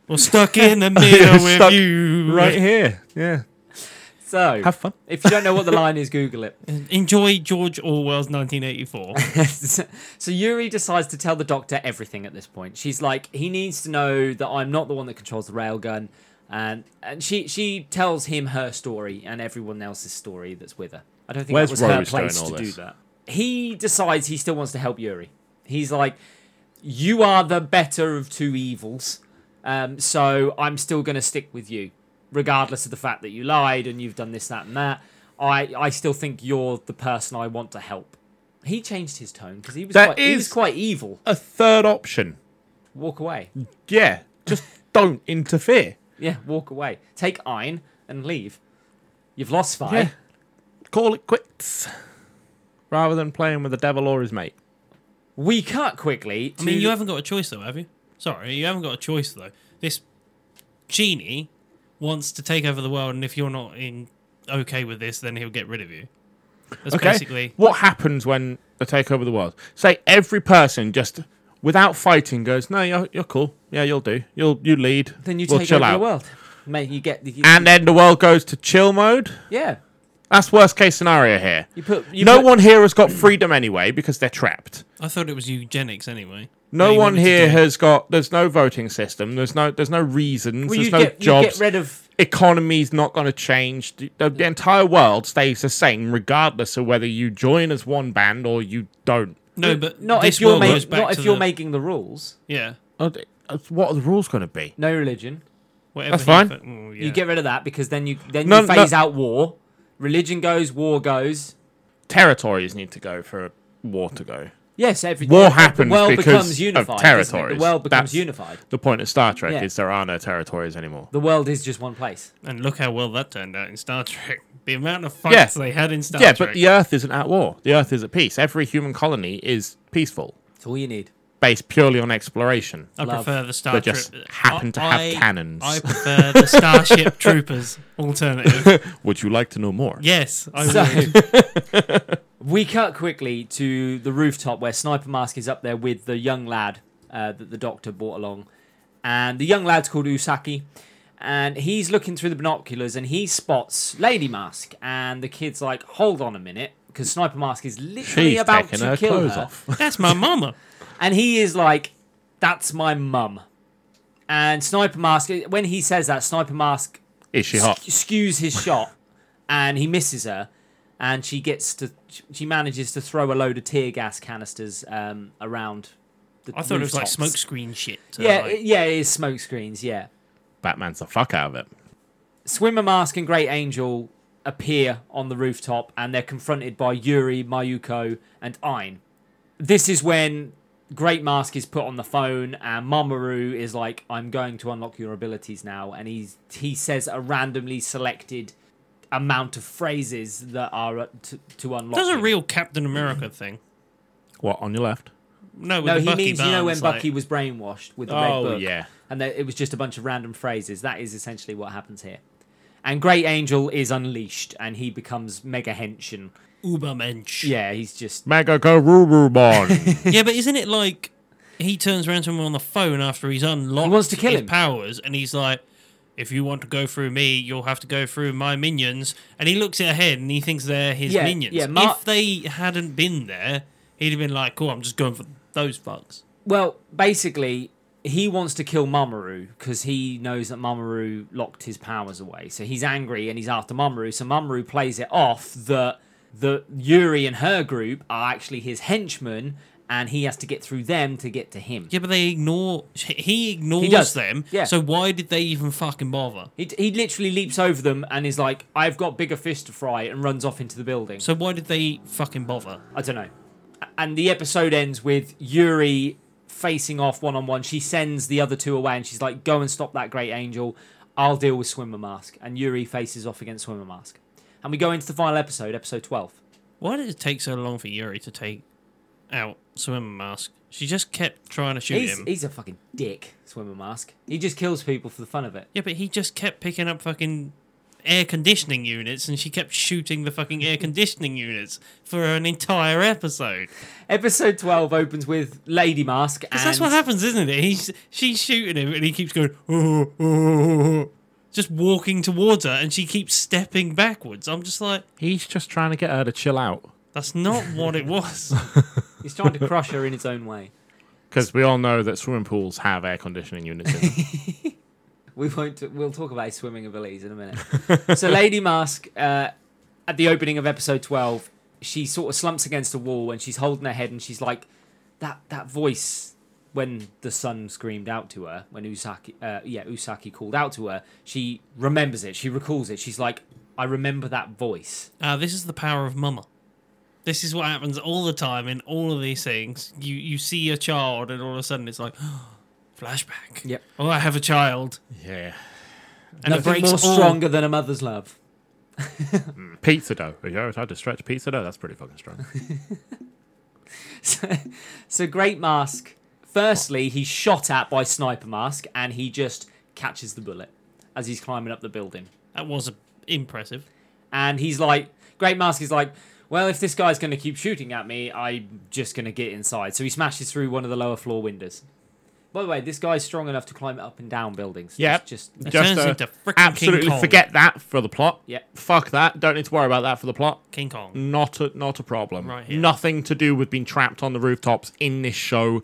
Speaker 3: Well, stuck in the middle with
Speaker 2: Stuck
Speaker 3: you.
Speaker 2: right here. Yeah.
Speaker 1: So,
Speaker 2: Have fun.
Speaker 1: if you don't know what the line is, Google it.
Speaker 3: Enjoy George Orwell's 1984.
Speaker 1: so Yuri decides to tell the doctor everything at this point. She's like, he needs to know that I'm not the one that controls the railgun, and and she she tells him her story and everyone else's story that's with her. I don't think
Speaker 2: Where's
Speaker 1: that was her
Speaker 2: Rose doing
Speaker 1: place
Speaker 2: all
Speaker 1: to do
Speaker 2: this?
Speaker 1: that. He decides he still wants to help Yuri. He's like, you are the better of two evils, um, so I'm still going to stick with you, regardless of the fact that you lied and you've done this, that, and that. I, I still think you're the person I want to help. He changed his tone because he was
Speaker 2: That
Speaker 1: quite, he was
Speaker 2: is-
Speaker 1: quite evil.
Speaker 2: A third option.
Speaker 1: Walk away.
Speaker 3: Mm.
Speaker 2: Yeah. Just don't interfere.
Speaker 1: Yeah, walk away. Take Ein and leave. You've lost five.
Speaker 2: Yeah. Call it quits. Rather than playing with the devil or his mate.
Speaker 1: We cut quickly. To,
Speaker 3: I mean, you haven't got a choice though, have you? Sorry, you haven't got a choice though. This genie wants to take over the world, and if you're not in okay with this, then he'll get rid of you. That's
Speaker 2: Okay.
Speaker 3: basically
Speaker 2: What happens when they take over the world? Say every person just without fighting goes, No, you're, you're cool. Yeah, you'll do. You'll you lead.
Speaker 1: Then you
Speaker 2: We'll
Speaker 1: take
Speaker 2: chill
Speaker 1: over
Speaker 2: out.
Speaker 1: the world. Mate, you get the.
Speaker 2: And then the world goes to chill mode.
Speaker 1: yeah.
Speaker 2: That's worst case scenario here.
Speaker 1: You put. You
Speaker 2: no
Speaker 1: put-
Speaker 2: one here has got freedom anyway because they're trapped.
Speaker 3: I thought it was eugenics anyway.
Speaker 2: No
Speaker 3: They
Speaker 2: one
Speaker 3: wanted to
Speaker 2: here
Speaker 3: do-
Speaker 2: has got there's no voting system, there's no there's no reasons,
Speaker 1: Well, you
Speaker 2: there's no
Speaker 1: get, you
Speaker 2: jobs.
Speaker 1: get rid of.
Speaker 2: economy's not going to change. The, the- the entire world stays the same, regardless of whether you join as one band or you don't.
Speaker 3: No, but
Speaker 1: Not
Speaker 3: this
Speaker 1: if you're,
Speaker 3: world
Speaker 1: ma-
Speaker 3: goes back
Speaker 1: not
Speaker 3: to
Speaker 1: if you're
Speaker 3: the-
Speaker 1: making the rules.
Speaker 3: yeah.
Speaker 2: Oh, th- uh, What are the rules going to be?
Speaker 1: No religion.
Speaker 3: Whatever
Speaker 2: That's
Speaker 3: he
Speaker 2: fine.
Speaker 3: fu- oh, yeah.
Speaker 1: You get rid of that because then you then
Speaker 2: No,
Speaker 1: you
Speaker 2: no.
Speaker 1: phase out war. Religion goes, war goes.
Speaker 2: Territories need to go for a war to go.
Speaker 1: Yes, everything.
Speaker 2: War happens
Speaker 1: The world
Speaker 2: because
Speaker 1: becomes
Speaker 2: of
Speaker 1: unified. doesn't it?
Speaker 2: territories.
Speaker 1: The world becomes
Speaker 2: That's
Speaker 1: unified.
Speaker 2: The point of Star Trek
Speaker 1: Yeah.
Speaker 2: is there are no territories anymore.
Speaker 1: The world is just one place.
Speaker 3: and look how well that turned out in Star Trek. The amount of fights
Speaker 2: Yeah.
Speaker 3: they had in Star
Speaker 2: yeah,
Speaker 3: Trek.
Speaker 2: but the Earth isn't at war. The Earth is at peace. Every human colony is peaceful,
Speaker 1: It's all you need.
Speaker 2: based purely on exploration.
Speaker 3: I
Speaker 1: love.
Speaker 3: prefer the Star
Speaker 2: They
Speaker 3: Trek.
Speaker 2: just happen to have
Speaker 3: uh, I-
Speaker 2: cannons.
Speaker 3: I prefer the Starship Troopers alternative.
Speaker 2: Would you like to know more?
Speaker 3: Yes, I
Speaker 1: So,
Speaker 3: would.
Speaker 1: we cut quickly to the rooftop where Sniper Mask is up there with the young lad uh, that the doctor brought along. And the young lad's called Usaki. And he's looking through the binoculars and he spots Lady Mask. And the kid's like, hold on a minute. Because Sniper Mask is literally
Speaker 2: She's
Speaker 1: about
Speaker 2: taking
Speaker 1: to
Speaker 2: her
Speaker 1: kill
Speaker 2: clothes
Speaker 1: her.
Speaker 2: off.
Speaker 3: That's my mama.
Speaker 1: And he is like, that's my mum. And Sniper Mask, when he says that, Sniper Mask
Speaker 2: Is she hot?
Speaker 1: skews his shot and he misses her and she gets to she manages to throw a load of tear gas canisters um, around the
Speaker 3: I thought it was like
Speaker 1: rooftops.
Speaker 3: smokescreen shit. to,
Speaker 1: yeah
Speaker 3: like-
Speaker 1: it- yeah it is smoke screens yeah
Speaker 2: Batman's the fuck out of it.
Speaker 1: swimmer mask and great angel appear on the rooftop and they're confronted by yuri mayuko and ein this is when great mask is put on the phone and mamaru is like i'm going to unlock your abilities now and he's he says a randomly selected amount of phrases that are uh, to, to unlock
Speaker 3: That's a
Speaker 1: him.
Speaker 3: real Captain America thing.
Speaker 2: What on your left?
Speaker 3: No, with
Speaker 1: no
Speaker 3: the
Speaker 1: he
Speaker 3: Bucky
Speaker 1: means you know when
Speaker 3: Barnes,
Speaker 1: bucky
Speaker 3: like,
Speaker 1: was brainwashed with the
Speaker 2: Oh,
Speaker 1: red book
Speaker 2: yeah.
Speaker 1: and that it was just a bunch of random phrases that is essentially what happens here and great angel is unleashed and he becomes mega hench and
Speaker 3: Ubermensch.
Speaker 1: Yeah, he's just
Speaker 2: Mega Garurubon.
Speaker 3: yeah, but isn't it like he turns around to him on the phone after he's unlocked
Speaker 1: He wants to kill
Speaker 3: his
Speaker 1: him.
Speaker 3: powers, and he's like, "If you want to go through me, you'll have to go through my minions." And he looks at her head and he thinks they're his
Speaker 1: Yeah,
Speaker 3: minions.
Speaker 1: yeah, Mar-
Speaker 3: if they hadn't been there, he'd have been like, "Cool, I'm just going for those fucks."
Speaker 1: well, basically, he wants to kill Mamoru because he knows that Mamoru locked his powers away. So he's angry and he's after Mamoru. So Mamoru plays it off that the Yuri and her group are actually his henchmen, and he has to get through them to get to him.
Speaker 3: Yeah, but they ignore. He ignores
Speaker 1: does.
Speaker 3: them.
Speaker 1: Yeah.
Speaker 3: So why did they even fucking bother?
Speaker 1: He, he literally leaps over them and is like, "I've got bigger fish to fry," and runs off into the building.
Speaker 3: So why did they fucking bother?
Speaker 1: I don't know. And the episode ends with Yuri facing off one on one. She sends the other two away and she's like, go and stop that great angel. I'll deal with Swimmer Mask. And Yuri faces off against Swimmer Mask. And we go into the final episode, episode 12.
Speaker 3: Why did it take so long for Yuri to take out swimmer mask. She just kept trying to shoot
Speaker 1: He's,
Speaker 3: him.
Speaker 1: he's a fucking dick, Swimmer Mask. He just kills people for the fun of it.
Speaker 3: Yeah, but he just kept picking up fucking air conditioning units and she kept shooting the fucking air conditioning units for an entire episode.
Speaker 1: Episode 12 opens with Lady Mask.
Speaker 3: Because
Speaker 1: and
Speaker 3: that's what happens, isn't it? He's she's shooting him and he keeps going "Oh, oh, oh, oh," just walking towards her and she keeps stepping backwards. I'm just like,
Speaker 2: He's just trying to get her to chill out.
Speaker 3: that's not what it was.
Speaker 1: He's trying to crush her in his own way.
Speaker 2: Because we all know that swimming pools have air conditioning units in them.
Speaker 1: We won't. We'll talk about his swimming abilities in a minute. so, Lady Mask, uh, at the opening of episode twelve, she sort of slumps against a wall and she's holding her head and she's like, "That that voice when the son screamed out to her when Usaki, uh, yeah, Usaki called out to her. She remembers it. She recalls it. She's like, I remember that voice.
Speaker 3: Uh, this is the power of mama. This is what happens all the time in all of these things. You you see a child, and all of a sudden it's like, flashback.
Speaker 1: Yep.
Speaker 3: Oh, I have a child,
Speaker 2: yeah.
Speaker 3: and it
Speaker 1: Nothing
Speaker 3: breaks
Speaker 1: more
Speaker 3: all-
Speaker 1: stronger than a mother's love.
Speaker 2: Pizza dough. Have you ever tried to stretch pizza dough? That's pretty fucking strong.
Speaker 1: so, so Great Mask. Firstly, he's shot at by Sniper Mask, and he just catches the bullet as he's climbing up the building.
Speaker 3: That was impressive.
Speaker 1: And he's like, Great Mask is like, well, if this guy's going to keep shooting at me, I'm just going to get inside. So he smashes through one of the lower floor windows. By the way, this guy's strong enough to climb up and down buildings.
Speaker 2: Yep.
Speaker 1: That's Just
Speaker 3: It
Speaker 2: Just,
Speaker 3: turns
Speaker 2: uh,
Speaker 3: into freaking
Speaker 2: Absolutely
Speaker 3: King Kong.
Speaker 2: forget that for the plot.
Speaker 1: Yep.
Speaker 2: Fuck that. Don't need to worry about that for the plot.
Speaker 3: King
Speaker 1: Mm.
Speaker 3: Kong.
Speaker 2: Not a not a problem.
Speaker 3: Right here.
Speaker 2: Nothing to do with being trapped on the rooftops in this show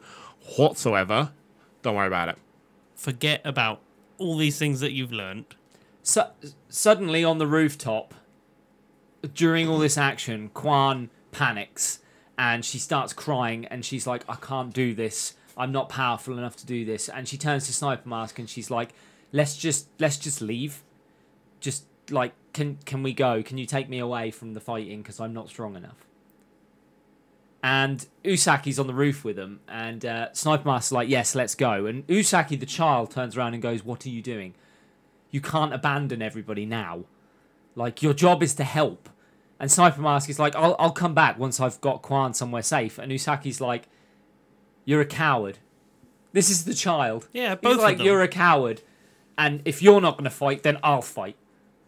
Speaker 2: whatsoever. Don't worry about it.
Speaker 3: Forget about all these things that you've learned.
Speaker 1: su- suddenly on the rooftop during all this action kwan panics and she starts crying and she's like i can't do this i'm not powerful enough to do this and she turns to sniper mask and she's like let's just let's just leave just like can can we go can you take me away from the fighting because i'm not strong enough and Usaki's on the roof with them, and uh, Sniper Master's like, "Yes, let's go." And Usaki, the child, turns around and goes, "What are you doing? you can't abandon everybody now. Like your job is to help. And Sniper Mask is like, I'll I'll come back once I've got Kwan somewhere safe. And Usaki's like, You're a coward. This is the child.
Speaker 3: Yeah,
Speaker 1: He's
Speaker 3: both of
Speaker 1: like,
Speaker 3: them.
Speaker 1: You're a coward. And if you're not gonna fight, then I'll fight.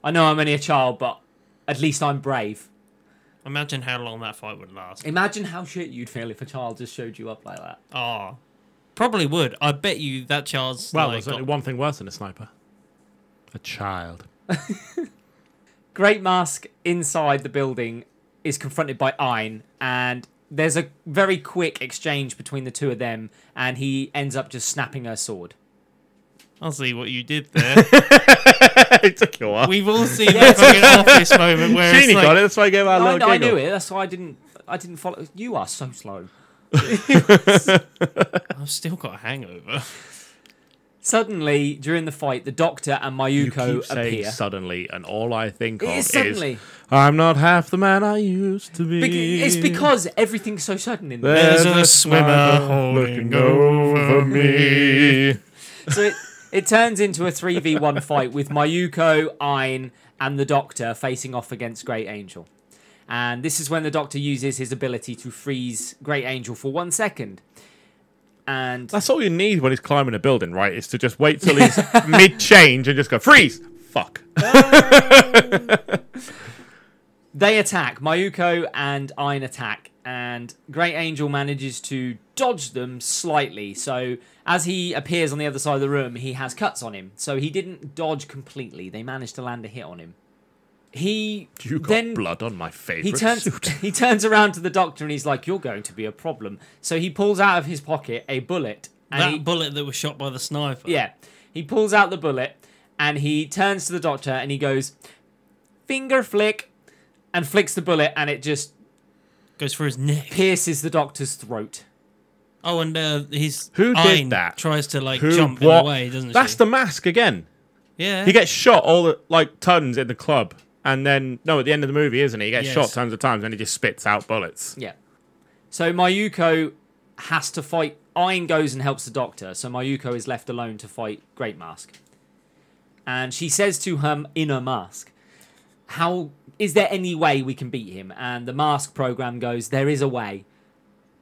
Speaker 1: I know I'm only a child, but at least I'm brave.
Speaker 3: Imagine how long that fight would last.
Speaker 1: Imagine how shit you'd feel if a child just showed you up like that.
Speaker 3: Ah, probably would. I bet you that child's
Speaker 2: Well,
Speaker 3: like,
Speaker 2: there's only
Speaker 3: got-
Speaker 2: one thing worse than a sniper. A child.
Speaker 1: Great Mask inside the building is confronted by Ein, and there's a very quick exchange between the two of them, and he ends up just snapping her sword.
Speaker 3: I'll see what you did there.
Speaker 2: it took you a while.
Speaker 3: We've all seen that fucking office moment where
Speaker 2: Sheenie
Speaker 3: it's like,
Speaker 2: got it. That's why I gave her a
Speaker 1: I,
Speaker 2: little
Speaker 1: I
Speaker 2: giggle.
Speaker 1: knew it. That's why I didn't. I didn't follow. You are so slow.
Speaker 3: I've still got a hangover.
Speaker 1: Suddenly, during the fight, the Doctor and
Speaker 2: You keep
Speaker 1: Mayuko
Speaker 2: saying
Speaker 1: appear.
Speaker 2: suddenly, and all I think of
Speaker 1: It is suddenly.
Speaker 2: I'm not half the man I used to be.
Speaker 1: Bec- it's because everything's so sudden in there.
Speaker 2: There's
Speaker 3: There's a
Speaker 2: a
Speaker 3: swimmer
Speaker 2: swimmer
Speaker 3: holding
Speaker 2: looking over me.
Speaker 1: so it, it turns into a 3v1 fight with Mayuko, Ein, and the Doctor facing off against Great Angel. And this is when the Doctor uses his ability to freeze Great Angel for one second. And
Speaker 2: That's all you need when he's climbing a building, right? Is to just wait till he's mid change and just go, freeze! Fuck.
Speaker 1: they attack. Mayuko and Ein attack. And Great Angel manages to dodge them slightly. So as he appears on the other side of the room, he has cuts on him. So he didn't dodge completely. They managed to land a hit on him. He
Speaker 2: You got
Speaker 1: then
Speaker 2: blood on my favorite
Speaker 1: he turns
Speaker 2: suit.
Speaker 1: he turns around to the doctor and he's like, "You're going to be a problem." So he pulls out of his pocket a bullet and
Speaker 3: that
Speaker 1: he,
Speaker 3: bullet that was shot by the sniper.
Speaker 1: yeah, he pulls out the bullet and he turns to the doctor and he goes, "Finger flick," and flicks the bullet and it just
Speaker 3: Goes for his neck.
Speaker 1: pierces the doctor's throat.
Speaker 3: Oh, and uh, his
Speaker 2: Who did
Speaker 3: Ayn
Speaker 2: that?
Speaker 3: Tries to like
Speaker 2: Who-
Speaker 3: jump
Speaker 2: what?
Speaker 3: in the way, doesn't
Speaker 2: That's
Speaker 3: she?
Speaker 2: the mask again.
Speaker 3: yeah.
Speaker 2: He gets shot all the, like tons in the club. And then, no, at the end of the movie, isn't he? He gets
Speaker 3: Yes.
Speaker 2: shot tons of times and he just spits out bullets.
Speaker 1: Yeah. So Mayuko has to fight. Ayn goes and helps the doctor, so Mayuko is left alone to fight Great Mask. And she says to her inner mask, How is there any way we can beat him? And the mask program goes, There is a way.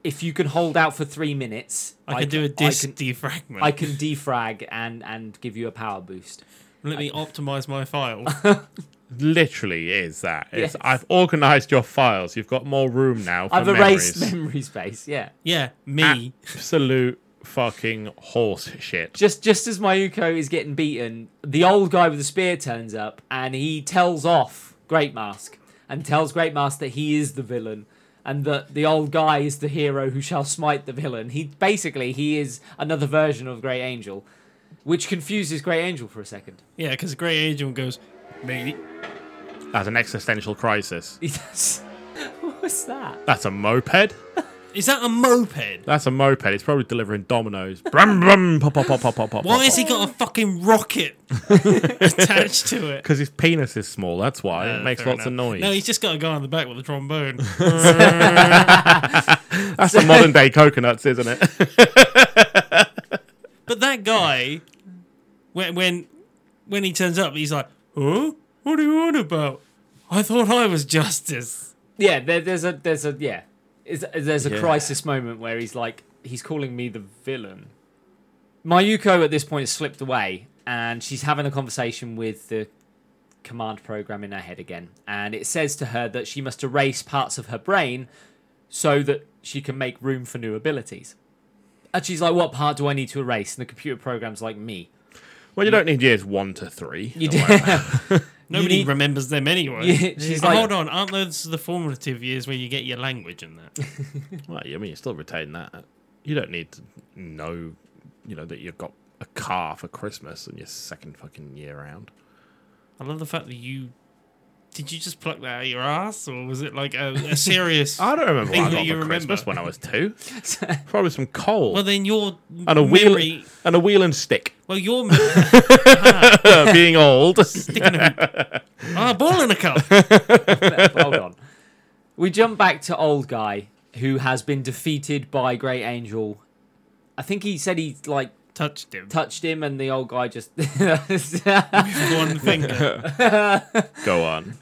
Speaker 1: if you can hold out for three minutes,
Speaker 3: I, can do a disc
Speaker 1: I can,
Speaker 3: defragment.
Speaker 1: I can defrag and and give you a power boost.
Speaker 3: Let me optimize my file.
Speaker 2: Literally is that. It's,
Speaker 1: Yes.
Speaker 2: I've organized your files. You've got more room now. For
Speaker 1: I've erased
Speaker 2: memories.
Speaker 1: memory space. Yeah,
Speaker 3: yeah, me.
Speaker 2: Ah. Absolute fucking horse shit.
Speaker 1: just just as Mayuko is getting beaten, the old guy with the spear turns up and he tells off Great Mask and tells Great Mask that he is the villain and that the old guy is the hero who shall smite the villain. He basically he is another version of Great Angel, which confuses Great Angel for a second.
Speaker 3: Yeah, because Grey Angel goes, me.
Speaker 2: That's an existential crisis.
Speaker 1: He does. What was that?
Speaker 2: That's a moped.
Speaker 3: Is that a moped?
Speaker 2: That's a moped. It's probably delivering dominoes. Brum brum pop pop pop pop pop pop.
Speaker 3: Why has he got a fucking rocket attached to it?
Speaker 2: Because his penis is small. That's why
Speaker 3: Uh,
Speaker 2: it makes
Speaker 3: fair
Speaker 2: lots of
Speaker 3: enough.
Speaker 2: noise.
Speaker 3: No, he's just got a guy on the back with a trombone.
Speaker 2: That's the modern day coconuts, isn't it?
Speaker 3: But that guy, when when when he turns up, he's like, "Huh? What are you on about? I thought I was justice."
Speaker 1: Yeah, there, there's a there's a yeah, is there's a
Speaker 2: Yeah.
Speaker 1: crisis moment where he's like he's calling me the villain. Mayuko at this point has slipped away, and she's having a conversation with the command program in her head again, and it says to her that she must erase parts of her brain so that she can make room for new abilities. And she's like, "What part do I need to erase?" And the computer program's like, "Me."
Speaker 2: well, you don't need years one to three.
Speaker 1: You
Speaker 2: Don't
Speaker 1: do-
Speaker 2: worry.
Speaker 3: Nobody
Speaker 1: need-
Speaker 3: remembers them anyway.
Speaker 1: Yeah, she's
Speaker 3: She's
Speaker 1: like-
Speaker 3: like, "Hold on, aren't those the formative years where you get your language and that?"
Speaker 2: Well, I mean, you still retain that. You don't need to know, you know, that you've got a car for Christmas and your second fucking year round.
Speaker 3: I love the fact that you did you just pluck that out of your ass, or was it like a, a serious?
Speaker 2: I don't remember
Speaker 3: Thing
Speaker 2: what I
Speaker 3: that
Speaker 2: got
Speaker 3: you
Speaker 2: for Christmas
Speaker 3: remember.
Speaker 2: when I was two. Probably some coal
Speaker 3: well, then you're
Speaker 2: and a wheel
Speaker 3: memory-
Speaker 2: and a wheel and stick.
Speaker 3: Well, you're
Speaker 2: Uh, being old,
Speaker 3: sticking a hoop. ah, ball in a cup.
Speaker 1: hold on. We jump back to old guy who has been defeated by Great Angel. I think he said he like
Speaker 3: Touched him.
Speaker 1: touched him, and the old guy just.
Speaker 3: With one finger.
Speaker 2: go on.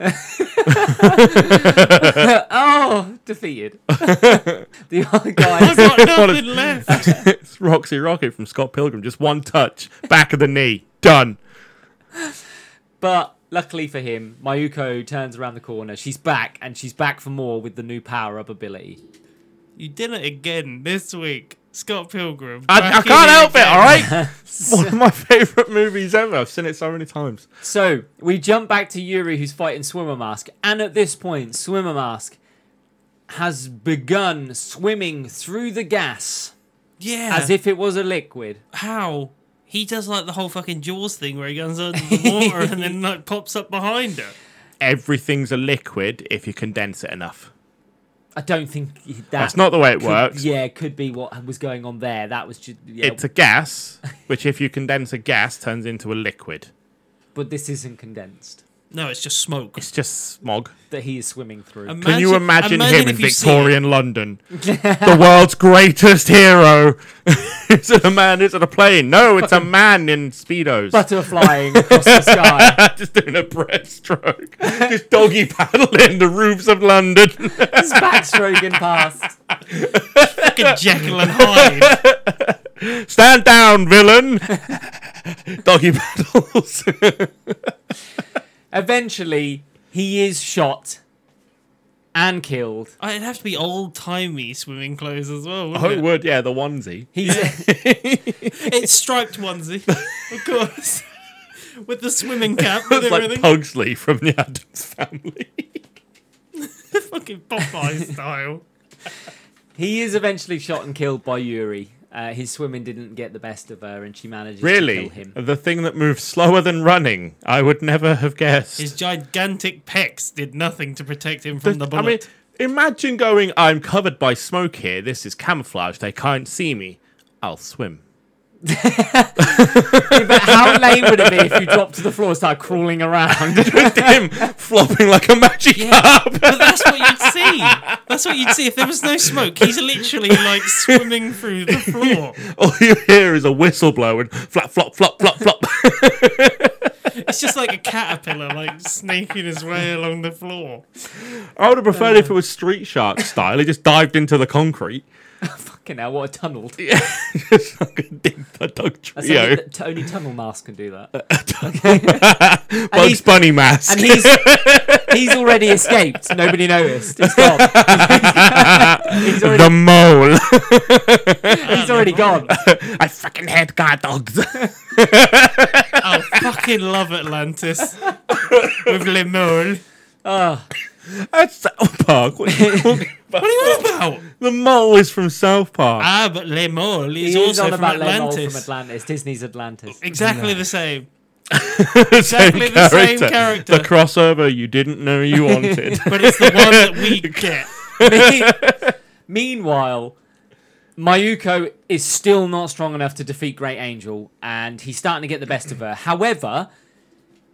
Speaker 1: oh, defeated. the old
Speaker 3: I've
Speaker 1: guy.
Speaker 3: got nothing left.
Speaker 2: It's Roxy Rocket from Scott Pilgrim. Just one touch, back of the knee, done.
Speaker 1: But luckily for him, Mayuko turns around the corner. She's back, and she's back for more with the new power up ability.
Speaker 3: You did it again this week, Scott Pilgrim.
Speaker 2: I, I
Speaker 3: Back
Speaker 2: can't
Speaker 3: in
Speaker 2: help it.
Speaker 3: again.
Speaker 2: All right, one of my favorite movies ever. I've seen it so many times.
Speaker 1: So we jump back to Yuri, who's fighting Swimmer Mask, and at this point, Swimmer Mask has begun swimming through the gas
Speaker 3: Yeah.
Speaker 1: as if it was a liquid.
Speaker 3: how he does like the whole fucking Jaws thing where he goes under the water and then like pops up behind her.
Speaker 2: Everything's a liquid if you condense it enough.
Speaker 1: I don't think he- that.
Speaker 2: That's not the way it
Speaker 1: could-
Speaker 2: works.
Speaker 1: Yeah, could be what was going on there. That was just. Yeah,
Speaker 2: It's a gas, which if you condense a gas turns into a liquid.
Speaker 1: but this isn't condensed.
Speaker 3: No, it's just smoke.
Speaker 2: It's just smog.
Speaker 1: That he is swimming through.
Speaker 3: Imagine-
Speaker 2: Can you imagine, him in
Speaker 3: if you see it.
Speaker 2: Victorian London? the world's greatest hero. is it a man? Is it a plane? No, it's a man in speedos.
Speaker 1: Butterflying across the sky.
Speaker 2: just doing a breaststroke, just doggy paddling the roofs of London.
Speaker 1: He's backstroking past.
Speaker 3: Fucking Jekyll and Hyde.
Speaker 2: Stand down, villain. doggy paddles.
Speaker 1: Eventually, he is shot and killed.
Speaker 3: Oh, It'd have to be old timey swimming clothes as well.
Speaker 2: oh, it
Speaker 3: Wouldn't it?
Speaker 2: would yeah, the onesie.
Speaker 1: He's
Speaker 3: It's striped onesie, of course, with the swimming cap and
Speaker 2: It's like
Speaker 3: everything.
Speaker 2: Pugsley from the Adams family.
Speaker 3: fucking Popeye style.
Speaker 1: he is eventually shot and killed by Yuri. Uh, his swimming didn't get the best of her, and she manages
Speaker 2: Really?
Speaker 1: to kill him.
Speaker 2: The thing that moves slower than running. I would never have guessed.
Speaker 3: His gigantic pecs did nothing to protect him from the
Speaker 2: I
Speaker 3: bullet.
Speaker 2: mean, imagine going, I'm covered by smoke here. This is camouflage. They can't see me. I'll swim.
Speaker 1: But how lame would it be if you dropped to the floor and started crawling around?
Speaker 2: Just him flopping like a magic carp.
Speaker 3: But that's what you'd see. That's what you'd see if there was no smoke. He's literally like swimming through the floor.
Speaker 2: All you hear is a whistle blow and flap, flop, flop, flop, flop.
Speaker 3: It's just like a caterpillar, like snaking his way along the floor.
Speaker 2: I would have preferred if it was Street Shark style. He just dived into the concrete.
Speaker 1: Fucking hell, what a tunnel.
Speaker 2: Just like a dick- a dog
Speaker 1: That's something
Speaker 2: trio.
Speaker 1: that t- only tunnel mask can do that.
Speaker 2: Bugs
Speaker 1: he's-
Speaker 2: Bunny mask.
Speaker 1: Uh, And he's he's already escaped. Nobody noticed. He's gone. he's
Speaker 2: the
Speaker 1: already,
Speaker 2: mole.
Speaker 1: he's already gone.
Speaker 2: I fucking hate guard dogs.
Speaker 3: I fucking love Atlantis with Lemuel.
Speaker 2: That's South Park. What are you talking about?
Speaker 3: What are you on about?
Speaker 2: The mole is from South Park.
Speaker 3: Ah, but Lemuel is
Speaker 1: He is
Speaker 3: also
Speaker 1: on
Speaker 3: from
Speaker 1: about Lemol
Speaker 3: Atlantis.
Speaker 1: from Atlantis. Disney's Atlantis.
Speaker 3: Exactly the same.
Speaker 2: exactly
Speaker 3: the same character.
Speaker 2: The crossover you didn't know you wanted.
Speaker 3: But it's the one that we get.
Speaker 1: Meanwhile, Mayuko is still not strong enough to defeat Great Angel, and he's starting to get the best of her. However,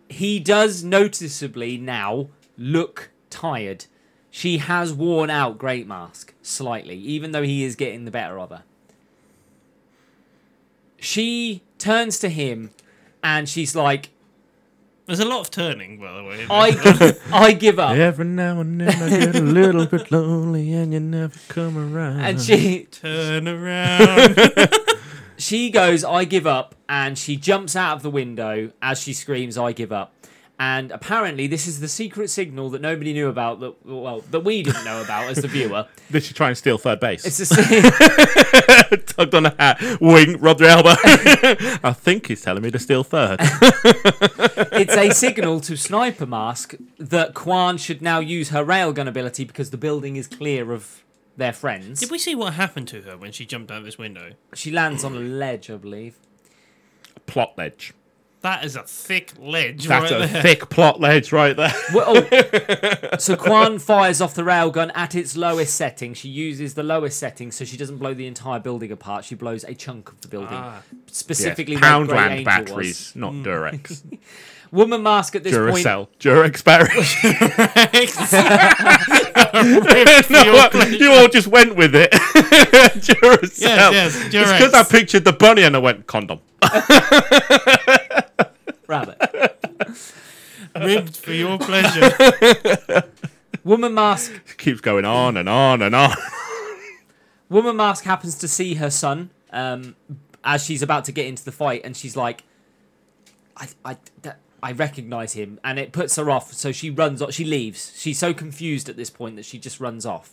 Speaker 1: he does noticeably now look tired. She has worn out Great Mask slightly, even though he is getting the better of her. She turns to him and she's like,
Speaker 3: There's a lot of turning, by the way.
Speaker 1: I, give- I give up.
Speaker 2: Every now and then I get a little bit lonely and you never come around.
Speaker 1: And she
Speaker 3: Turn around.
Speaker 1: she goes, I give up, and she jumps out of the window as she screams, I give up. And apparently, this is the secret signal that nobody knew about, that well, that we didn't know about as the viewer.
Speaker 2: Did she try and steal third base?
Speaker 1: It's a,
Speaker 2: Tugged on a hat, wing, rubbed her elbow. I think he's telling me to steal third.
Speaker 1: it's a signal to Sniper Mask that Quan should now use her railgun ability because the building is clear of their friends.
Speaker 3: Did we see what happened to her when she jumped out this window?
Speaker 1: She lands on a ledge, I believe.
Speaker 2: plot ledge.
Speaker 3: That is a thick ledge
Speaker 2: That's
Speaker 3: right
Speaker 2: a
Speaker 3: there.
Speaker 2: thick plot ledge right there.
Speaker 1: Well, oh. so Quan fires off the railgun at its lowest setting. She uses the lowest setting, so she doesn't blow the entire building apart. She blows a chunk of the building,
Speaker 3: Ah.
Speaker 1: specifically
Speaker 2: Yeah,
Speaker 1: where Grey
Speaker 2: Poundland
Speaker 1: Angel
Speaker 2: batteries, not
Speaker 3: Hmm.
Speaker 2: Durex.
Speaker 1: was. Woman Mask at this point.
Speaker 2: Duracell. Durex batteries.
Speaker 3: For your
Speaker 2: no, what?
Speaker 3: pleasure.
Speaker 2: you all just went with it. Duracell.
Speaker 3: Yes, yes,
Speaker 2: It's because
Speaker 3: Durex.
Speaker 2: I pictured the bunny and I went condom.
Speaker 1: Rabbit.
Speaker 3: Ribbed for your pleasure.
Speaker 1: Woman Mask.
Speaker 2: It keeps going on and on and on.
Speaker 1: Woman Mask happens to see her son um, as she's about to get into the fight, and she's like, "I, I, that, I recognize him," and it puts her off. So she runs. off. She leaves. She's so confused at this point that she just runs off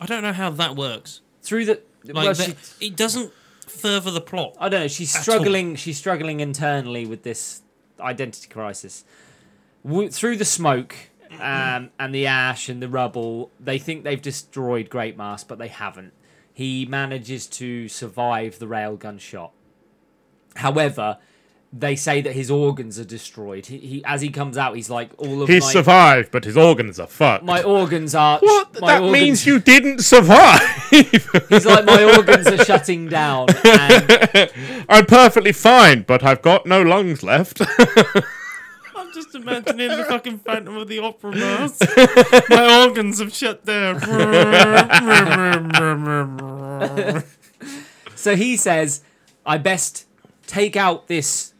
Speaker 3: I don't know how that works.
Speaker 1: through the.
Speaker 3: Like,
Speaker 1: well,
Speaker 3: that-
Speaker 1: she-
Speaker 3: it doesn't further the plot.
Speaker 1: I don't know. She's
Speaker 3: At
Speaker 1: struggling. She's struggling internally with this identity crisis. W- through the smoke um, and the ash and the rubble, they think they've destroyed Great Mask, but they haven't. He manages to survive the railgun shot. However, they say that his organs are destroyed. He, he as he comes out, he's like all of
Speaker 2: He
Speaker 1: my,
Speaker 2: survived, but his organs are fucked.
Speaker 1: my organs are
Speaker 2: what?
Speaker 1: My
Speaker 2: that
Speaker 1: organs
Speaker 2: means you didn't survive.
Speaker 1: He's like my organs are shutting down. And
Speaker 2: I'm perfectly fine, but I've got no lungs left.
Speaker 3: I'm just imagining the fucking Phantom of the Opera mask. My organs have shut down.
Speaker 1: So he says, I best take out this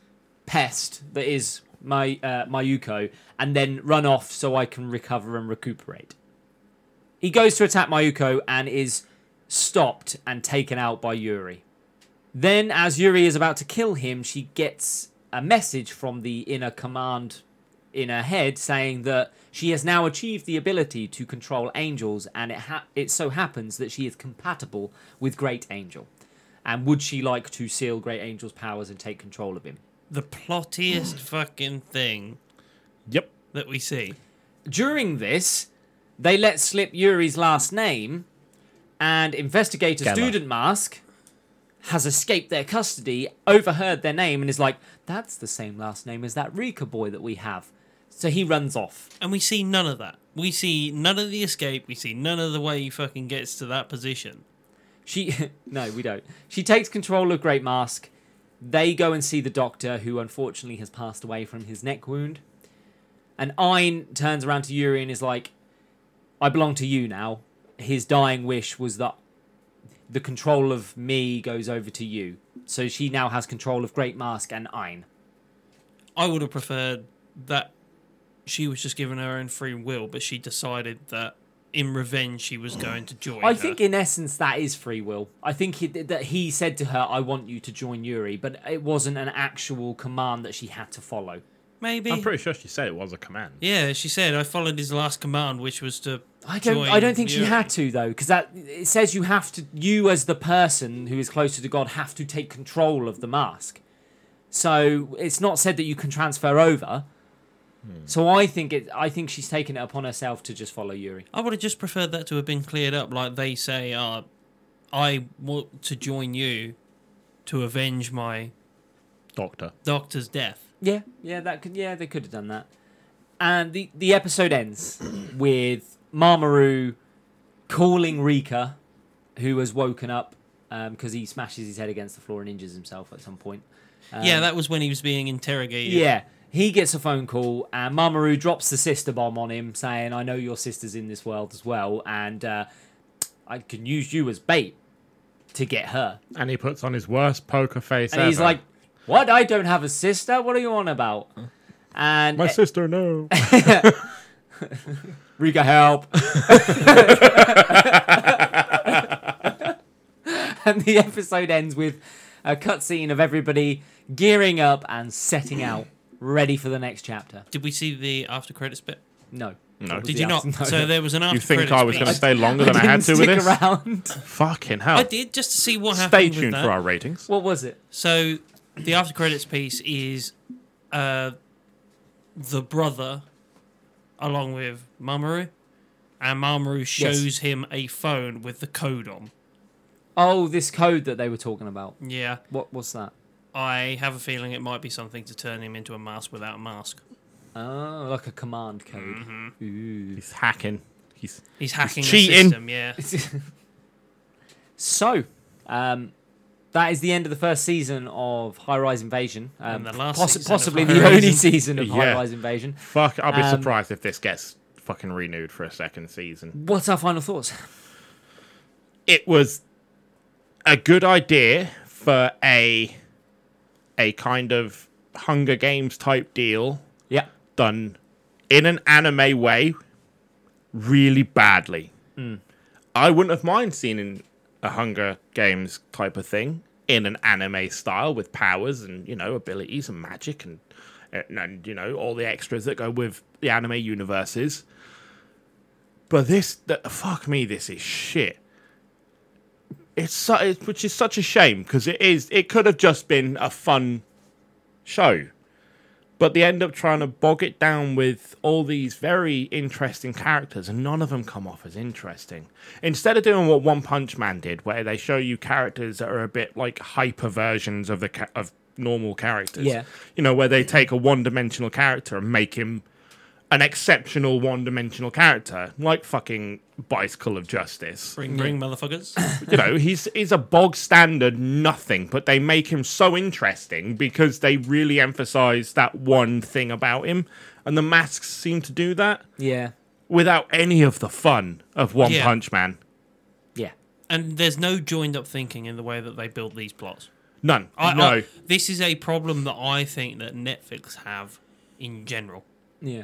Speaker 1: pest that is my uh, my Yuko and then run off so I can recover and recuperate. He goes to attack Mayuko and is stopped and taken out by Yuri. Then, as Yuri is about to kill him, she gets a message from the inner command in her head saying that she has now achieved the ability to control angels, and it ha- it so happens that she is compatible with Great Angel. And would she like to seal Great Angel's powers and take control of him?
Speaker 3: the plottiest fucking thing
Speaker 2: yep.
Speaker 3: that we see.
Speaker 1: During this, they let slip Yuri's last name, and investigator
Speaker 2: Geller.
Speaker 1: Student Mask has escaped their custody, overheard their name, and is like, "That's the same last name as that Rika boy that we have." So he runs off.
Speaker 3: And we see none of that. We see none of the escape. We see none of the way he fucking gets to that position.
Speaker 1: She no, we don't. She takes control of Great Mask. They go and see the doctor, who unfortunately has passed away from his neck wound. And Ein turns around to Yuri and is like, "I belong to you now." His dying wish was that the control of me goes over to you. So she now has control of Great Mask and Ein.
Speaker 3: I would have preferred that she was just given her own free will, but she decided that in revenge she was going to join.
Speaker 1: I
Speaker 3: her.
Speaker 1: think in essence that is free will. I think he, that he said to her, "I want you to join Yuri," but it wasn't an actual command that she had to follow.
Speaker 3: maybe.
Speaker 2: I'm pretty sure she said it was a command.
Speaker 3: yeah, she said I followed his last command, which was to.
Speaker 1: I don't.
Speaker 3: join
Speaker 1: I don't think she
Speaker 3: Yuri."
Speaker 1: had to though, because that it says you have to. You as the person who is closer to God have to take control of the mask. So it's not said that you can transfer over. So I think it. I think she's taken it upon herself to just follow Yuri.
Speaker 3: I would have just preferred that to have been cleared up, like they say. Uh, I want to join you to avenge my
Speaker 2: Doctor.
Speaker 3: doctor's death.
Speaker 1: Yeah, yeah, that could. Yeah, they could have done that. And the the episode ends with Mamoru calling Rika, who has woken up because he smashes his head against the floor and injures himself at some point.
Speaker 2: Um,
Speaker 3: yeah, that was when he was being interrogated.
Speaker 1: Yeah. He gets a phone call and Mamoru drops the sister bomb on him, saying, I know your sister's in this world as well, and uh, I can use you as bait to get her.
Speaker 2: And he puts on his worst poker face
Speaker 1: And he's
Speaker 2: ever.
Speaker 1: like, What? I don't have a sister? What are you on about? And
Speaker 2: My
Speaker 1: uh,
Speaker 2: sister, no.
Speaker 1: Rika, help. and the episode ends with a cutscene of everybody gearing up and setting out, ready for the next chapter.
Speaker 3: Did we see the after credits bit?
Speaker 1: No.
Speaker 2: No.
Speaker 1: That was
Speaker 2: Did
Speaker 1: the
Speaker 3: Did you not?
Speaker 1: after- no.
Speaker 3: So there was an after.
Speaker 2: you think
Speaker 3: credits
Speaker 2: I was
Speaker 3: bit.
Speaker 2: going to stay longer
Speaker 1: I
Speaker 2: than I, had
Speaker 1: didn't
Speaker 2: to with
Speaker 1: stick
Speaker 2: this?
Speaker 1: around.
Speaker 2: Fucking
Speaker 3: I
Speaker 2: hell.
Speaker 3: did just to see what
Speaker 2: Stay
Speaker 3: happened.
Speaker 2: tuned
Speaker 3: with that.
Speaker 2: for our ratings.
Speaker 1: What was it?
Speaker 3: So the after credits piece is uh, the brother along with Mamoru. And Mamoru shows him a phone with the code on.
Speaker 1: Oh, this code that they were talking about.
Speaker 3: Yeah.
Speaker 1: What was that?
Speaker 3: I have a feeling it might be something to turn him into a mask without a mask.
Speaker 1: Oh, like a command code.
Speaker 3: Mm-hmm.
Speaker 1: Ooh.
Speaker 2: He's hacking. He's
Speaker 3: He's hacking the
Speaker 2: cheating.
Speaker 3: system, yeah.
Speaker 1: so, um, that is the end of the first season of High Rise Invasion. Um,
Speaker 3: And the last season of
Speaker 1: possibly
Speaker 3: High
Speaker 1: the
Speaker 3: Rise.
Speaker 1: only season of High
Speaker 2: Yeah.
Speaker 1: Rise Invasion.
Speaker 2: fuck. I'll be
Speaker 1: Um,
Speaker 2: surprised if this gets fucking renewed for a second season.
Speaker 1: What's our final thoughts?
Speaker 2: It was a good idea for a a kind of Hunger Games type deal
Speaker 1: Yeah.
Speaker 2: done in an anime way really badly. I wouldn't have mind seeing in a Hunger Games type of thing in an anime style with powers and you know abilities and magic and and, and you know all the extras that go with the anime universes. But this, th- fuck me, this is shit. It's su- it's- which is such a shame because it is. It could have just been a fun show but they end up trying to bog it down with all these very interesting characters and none of them come off as interesting instead of doing what one punch man did where they show you characters that are a bit like hyper versions of the ca- of normal characters
Speaker 1: Yeah.
Speaker 2: you know where they take a one-dimensional character and make him an exceptional one-dimensional character like fucking bicycle of justice
Speaker 3: Bring, bring, motherfuckers.
Speaker 2: you know, he's he's a bog standard nothing, but they make him so interesting because they really emphasize that one thing about him, and the masks seem to do that
Speaker 1: Yeah.
Speaker 2: without any of the fun of One
Speaker 3: Yeah.
Speaker 2: Punch Man.
Speaker 1: Yeah.
Speaker 3: and there's no joined up thinking in the way that they build these plots.
Speaker 2: None.
Speaker 3: I,
Speaker 2: no.
Speaker 3: I, this is a problem that I think that Netflix have in general.
Speaker 1: Yeah.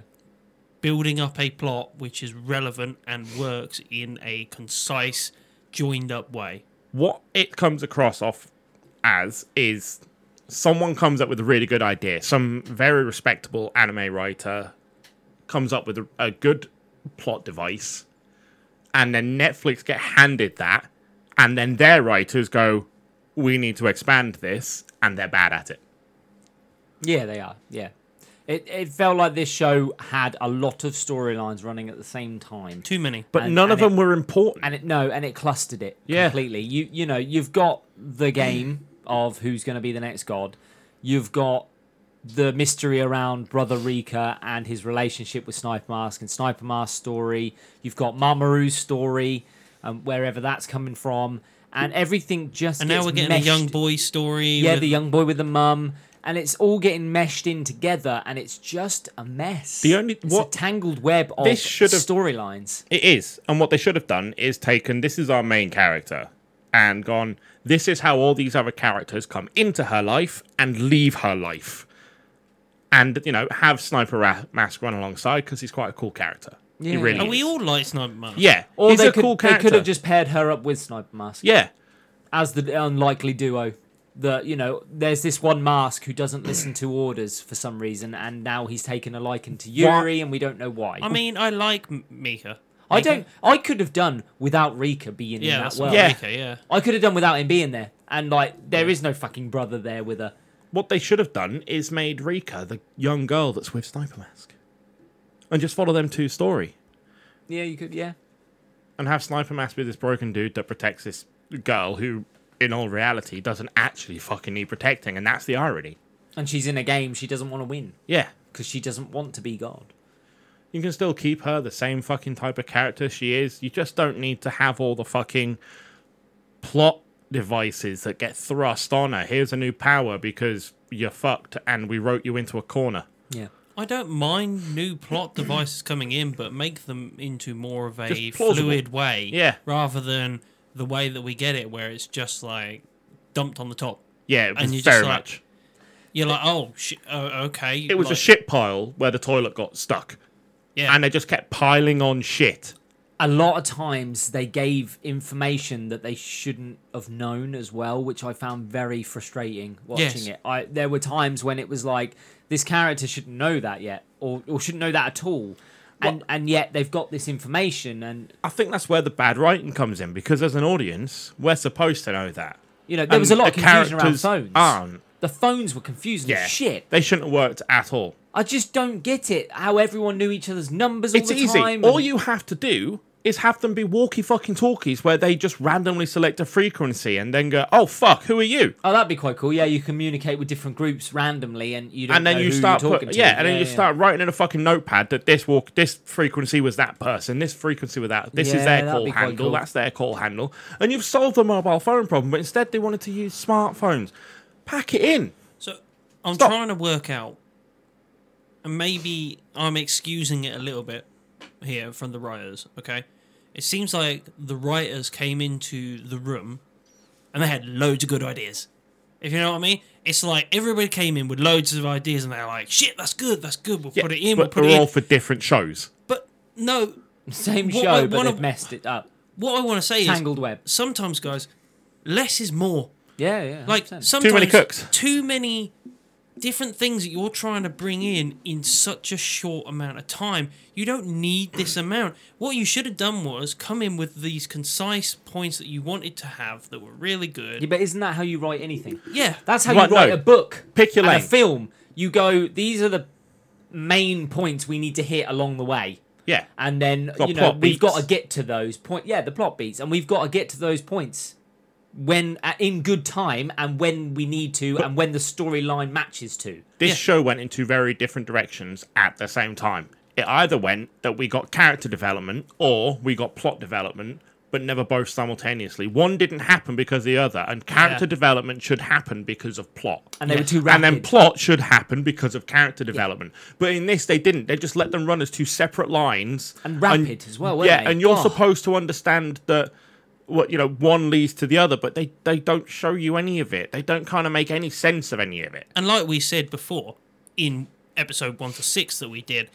Speaker 3: Building up a plot which is relevant and works in a concise, joined up way.
Speaker 2: what it comes across off as is someone comes up with a really good idea. Some very respectable anime writer comes up with a, a good plot device, and then Netflix get handed that, and then their writers go, "We need to expand this," and they're bad at it.
Speaker 1: Yeah, they are. Yeah. It, it felt like this show had a lot of storylines running at the same time.
Speaker 3: Too many.
Speaker 2: But
Speaker 1: And-
Speaker 2: none of
Speaker 1: and
Speaker 2: them were important.
Speaker 1: and it no and it clustered it
Speaker 2: Yeah.
Speaker 1: completely you you know you've got the game of who's going to be the next god you've got the mystery around brother Rika and his relationship with Sniper Mask and Sniper Mask story you've got Mamoru's story and wherever that's coming from and everything just
Speaker 3: and now
Speaker 1: gets
Speaker 3: we're getting
Speaker 1: meshed.
Speaker 3: a young boy story.
Speaker 1: yeah
Speaker 3: with-
Speaker 1: the young boy with the mum and it's all getting meshed in together and it's just a mess
Speaker 2: The only-
Speaker 1: it's
Speaker 2: what-
Speaker 1: a tangled web of
Speaker 2: This should have-
Speaker 1: storylines
Speaker 2: It is. And what they should have done is taken this is our main character and gone, this is how all these other characters come into her life and leave her life. And, you know, have Sniper Ra- Mask run alongside because he's quite a cool character.
Speaker 1: Yeah.
Speaker 2: He really.
Speaker 3: Are we
Speaker 2: is.
Speaker 3: all like Sniper Mask?
Speaker 2: Yeah,
Speaker 1: Or
Speaker 2: he's
Speaker 1: they
Speaker 2: a
Speaker 1: could,
Speaker 2: cool
Speaker 1: they
Speaker 2: character.
Speaker 1: could have just paired her up with Sniper Mask
Speaker 2: yeah,
Speaker 1: as the unlikely duo. That you know, there's this one mask who doesn't listen to orders for some reason, and now he's taken a liking to Yuri, and we don't know why.
Speaker 3: I mean, I like M- Mika.
Speaker 1: I
Speaker 3: Mika?
Speaker 1: don't. I could have done without Rika being in
Speaker 3: Yeah,
Speaker 1: that
Speaker 3: that's
Speaker 1: world.
Speaker 2: Yeah.
Speaker 3: Mika. Yeah.
Speaker 1: I could have done without him being there, and like there is no fucking brother there with her.
Speaker 2: what they should have done is made Rika the young girl that's with Sniper Mask, and just follow them two story,
Speaker 1: Yeah, you could. Yeah,
Speaker 2: and have Sniper Mask be this broken dude that protects this girl who, in all reality, doesn't actually fucking need protecting, and that's the irony.
Speaker 1: and she's in a game she doesn't want to win
Speaker 2: Yeah,
Speaker 1: because she doesn't want to be God.
Speaker 2: you can still keep her the same fucking type of character she is. You just don't need to have all the fucking plot devices that get thrust on her. Here's a new power because you're fucked, and we wrote you into a corner.
Speaker 1: Yeah.
Speaker 3: I don't mind new plot devices coming in, but make them into more of a
Speaker 2: Just plausible.
Speaker 3: fluid way,
Speaker 2: Yeah.
Speaker 3: rather than the way that we get it, where it's just like dumped on the top.
Speaker 2: Yeah,
Speaker 3: And you just
Speaker 2: very
Speaker 3: like-
Speaker 2: much.
Speaker 3: You're like, oh, sh- oh okay.
Speaker 2: It was a
Speaker 3: like-
Speaker 2: shit pile where the toilet got stuck,
Speaker 3: Yeah,
Speaker 2: and they just kept piling on shit.
Speaker 1: A lot of times they gave information that they shouldn't have known as well, which I found very frustrating watching
Speaker 3: Yes.
Speaker 1: it. I there were times when it was like this character shouldn't know that yet, or or shouldn't know that at all, and and yet they've got this information, and
Speaker 2: I think that's where the bad writing comes in because, as an audience, we're supposed to know that.
Speaker 1: you know there was a
Speaker 2: And
Speaker 1: lot of
Speaker 2: the
Speaker 1: confusion around
Speaker 2: characters
Speaker 1: phones.
Speaker 2: aren't.
Speaker 1: The phones were confusing
Speaker 2: Yeah,
Speaker 1: as shit.
Speaker 2: They shouldn't have worked at all.
Speaker 1: I just don't get it. How everyone knew each other's numbers all
Speaker 2: it's
Speaker 1: the
Speaker 2: easy.
Speaker 1: time.
Speaker 2: All
Speaker 1: and-
Speaker 2: you have to do is have them be walkie fucking talkies where they just randomly select a frequency and then go, "Oh fuck, who are you?"
Speaker 1: Oh, that'd be quite cool. Yeah, you communicate with different groups randomly, and you don't
Speaker 2: And then
Speaker 1: know
Speaker 2: you
Speaker 1: who
Speaker 2: start
Speaker 1: you're talking
Speaker 2: put,
Speaker 1: to.
Speaker 2: yeah, and then you
Speaker 1: yeah.
Speaker 2: start writing in a fucking notepad that this walk, this frequency was that person, this frequency was that. This
Speaker 1: Yeah,
Speaker 2: is their
Speaker 1: that'd
Speaker 2: call
Speaker 1: be quite
Speaker 2: handle.
Speaker 1: cool.
Speaker 2: That's their call handle, and you've solved the mobile phone problem. But instead, they wanted to use smartphones. Pack it in.
Speaker 3: So I'm
Speaker 2: Stop.
Speaker 3: trying to work out, and maybe I'm excusing it a little bit here from the writers, okay? It seems like the writers came into the room and they had loads of good ideas. If you know what I mean? It's like everybody came in with loads of ideas and they're like, shit, that's good, that's good, we'll
Speaker 2: Yeah,
Speaker 3: put it in, we'll
Speaker 2: but
Speaker 3: put
Speaker 2: they're
Speaker 3: it
Speaker 2: all
Speaker 3: in.
Speaker 2: for different shows.
Speaker 3: But no,
Speaker 1: Same
Speaker 3: What-
Speaker 1: show,
Speaker 2: uh,
Speaker 3: what-
Speaker 1: but
Speaker 3: one
Speaker 1: they've
Speaker 3: of-
Speaker 1: messed it up.
Speaker 3: what I want to say is
Speaker 1: Tangled web.
Speaker 3: sometimes, guys, less is more.
Speaker 1: Yeah, yeah.
Speaker 3: like
Speaker 1: 100%.
Speaker 3: sometimes
Speaker 2: cooks.
Speaker 3: too many different things that you're trying to bring in in such a short amount of time you don't need this amount what you should have done was come in with these concise points that you wanted to have that were really good
Speaker 1: Yeah, but isn't that how you write anything?
Speaker 3: yeah
Speaker 1: That's how
Speaker 2: Right,
Speaker 1: you write
Speaker 2: no.
Speaker 1: a book.
Speaker 2: Pick your
Speaker 1: and
Speaker 2: lane.
Speaker 1: A film. You go. These are the main points we need to hit along the way.
Speaker 2: Yeah,
Speaker 1: And then
Speaker 2: Got
Speaker 1: you know
Speaker 2: plot
Speaker 1: we've
Speaker 2: beats.
Speaker 1: got to get to those point. Yeah, the plot beats, and we've got to get to those points when uh, in good time, and when we need to, and when the storyline matches to.
Speaker 2: this
Speaker 3: Yeah.
Speaker 2: show went in two very different directions at the same time. It either went that we got character development or we got plot development, but never both simultaneously. One didn't happen because of the other, and character
Speaker 3: Yeah.
Speaker 2: development should happen because of plot.
Speaker 1: And they were
Speaker 3: Yeah.
Speaker 1: too
Speaker 2: And
Speaker 1: rapid.
Speaker 2: then plot should happen because of character development. But in this, they didn't. They just let them run as two separate lines.
Speaker 1: And rapid as well, weren't
Speaker 2: yeah,
Speaker 1: they?
Speaker 2: and you're
Speaker 1: Oh.
Speaker 2: supposed to understand that what you know one leads to the other, but they they don't show you any of it. They don't kind of make any sense of any of it.
Speaker 3: and like we said before in episode 1 to 6 that we did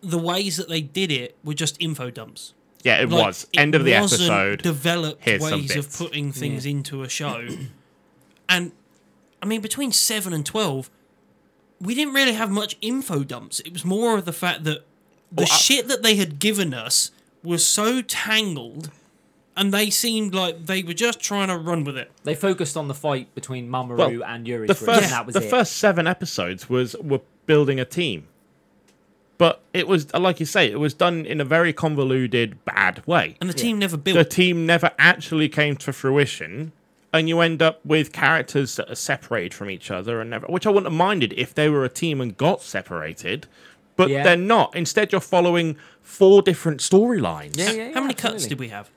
Speaker 3: the ways that they did it were just info dumps
Speaker 2: Yeah, it
Speaker 3: Like,
Speaker 2: was
Speaker 3: it
Speaker 2: end of the
Speaker 3: wasn't
Speaker 2: episode.
Speaker 3: Developed
Speaker 2: Here's some
Speaker 3: ways of
Speaker 2: bits.
Speaker 3: putting things into a show, and I mean between seven and twelve, we didn't really have much info dumps. It was more of the fact that the
Speaker 2: I-
Speaker 3: shit that they had given us was so tangled, and they seemed like they were just trying to run with it.
Speaker 1: They focused on the fight between Mamoru and Yuri.
Speaker 2: the
Speaker 1: for it, and
Speaker 2: first
Speaker 1: that was
Speaker 2: the
Speaker 1: it.
Speaker 2: first seven episodes was were building a team, but it was like you say, it was done in a very convoluted, bad way.
Speaker 3: And the team never built.
Speaker 2: The team never actually came to fruition, and you end up with characters that are separated from each other and never. Which I wouldn't have minded if they were a team and got separated, but
Speaker 1: Yeah.
Speaker 2: they're not. Instead, you're following four different storylines.
Speaker 1: Yeah,
Speaker 3: How
Speaker 1: yeah, yeah,
Speaker 3: many cuts
Speaker 1: absolutely.
Speaker 3: did we have?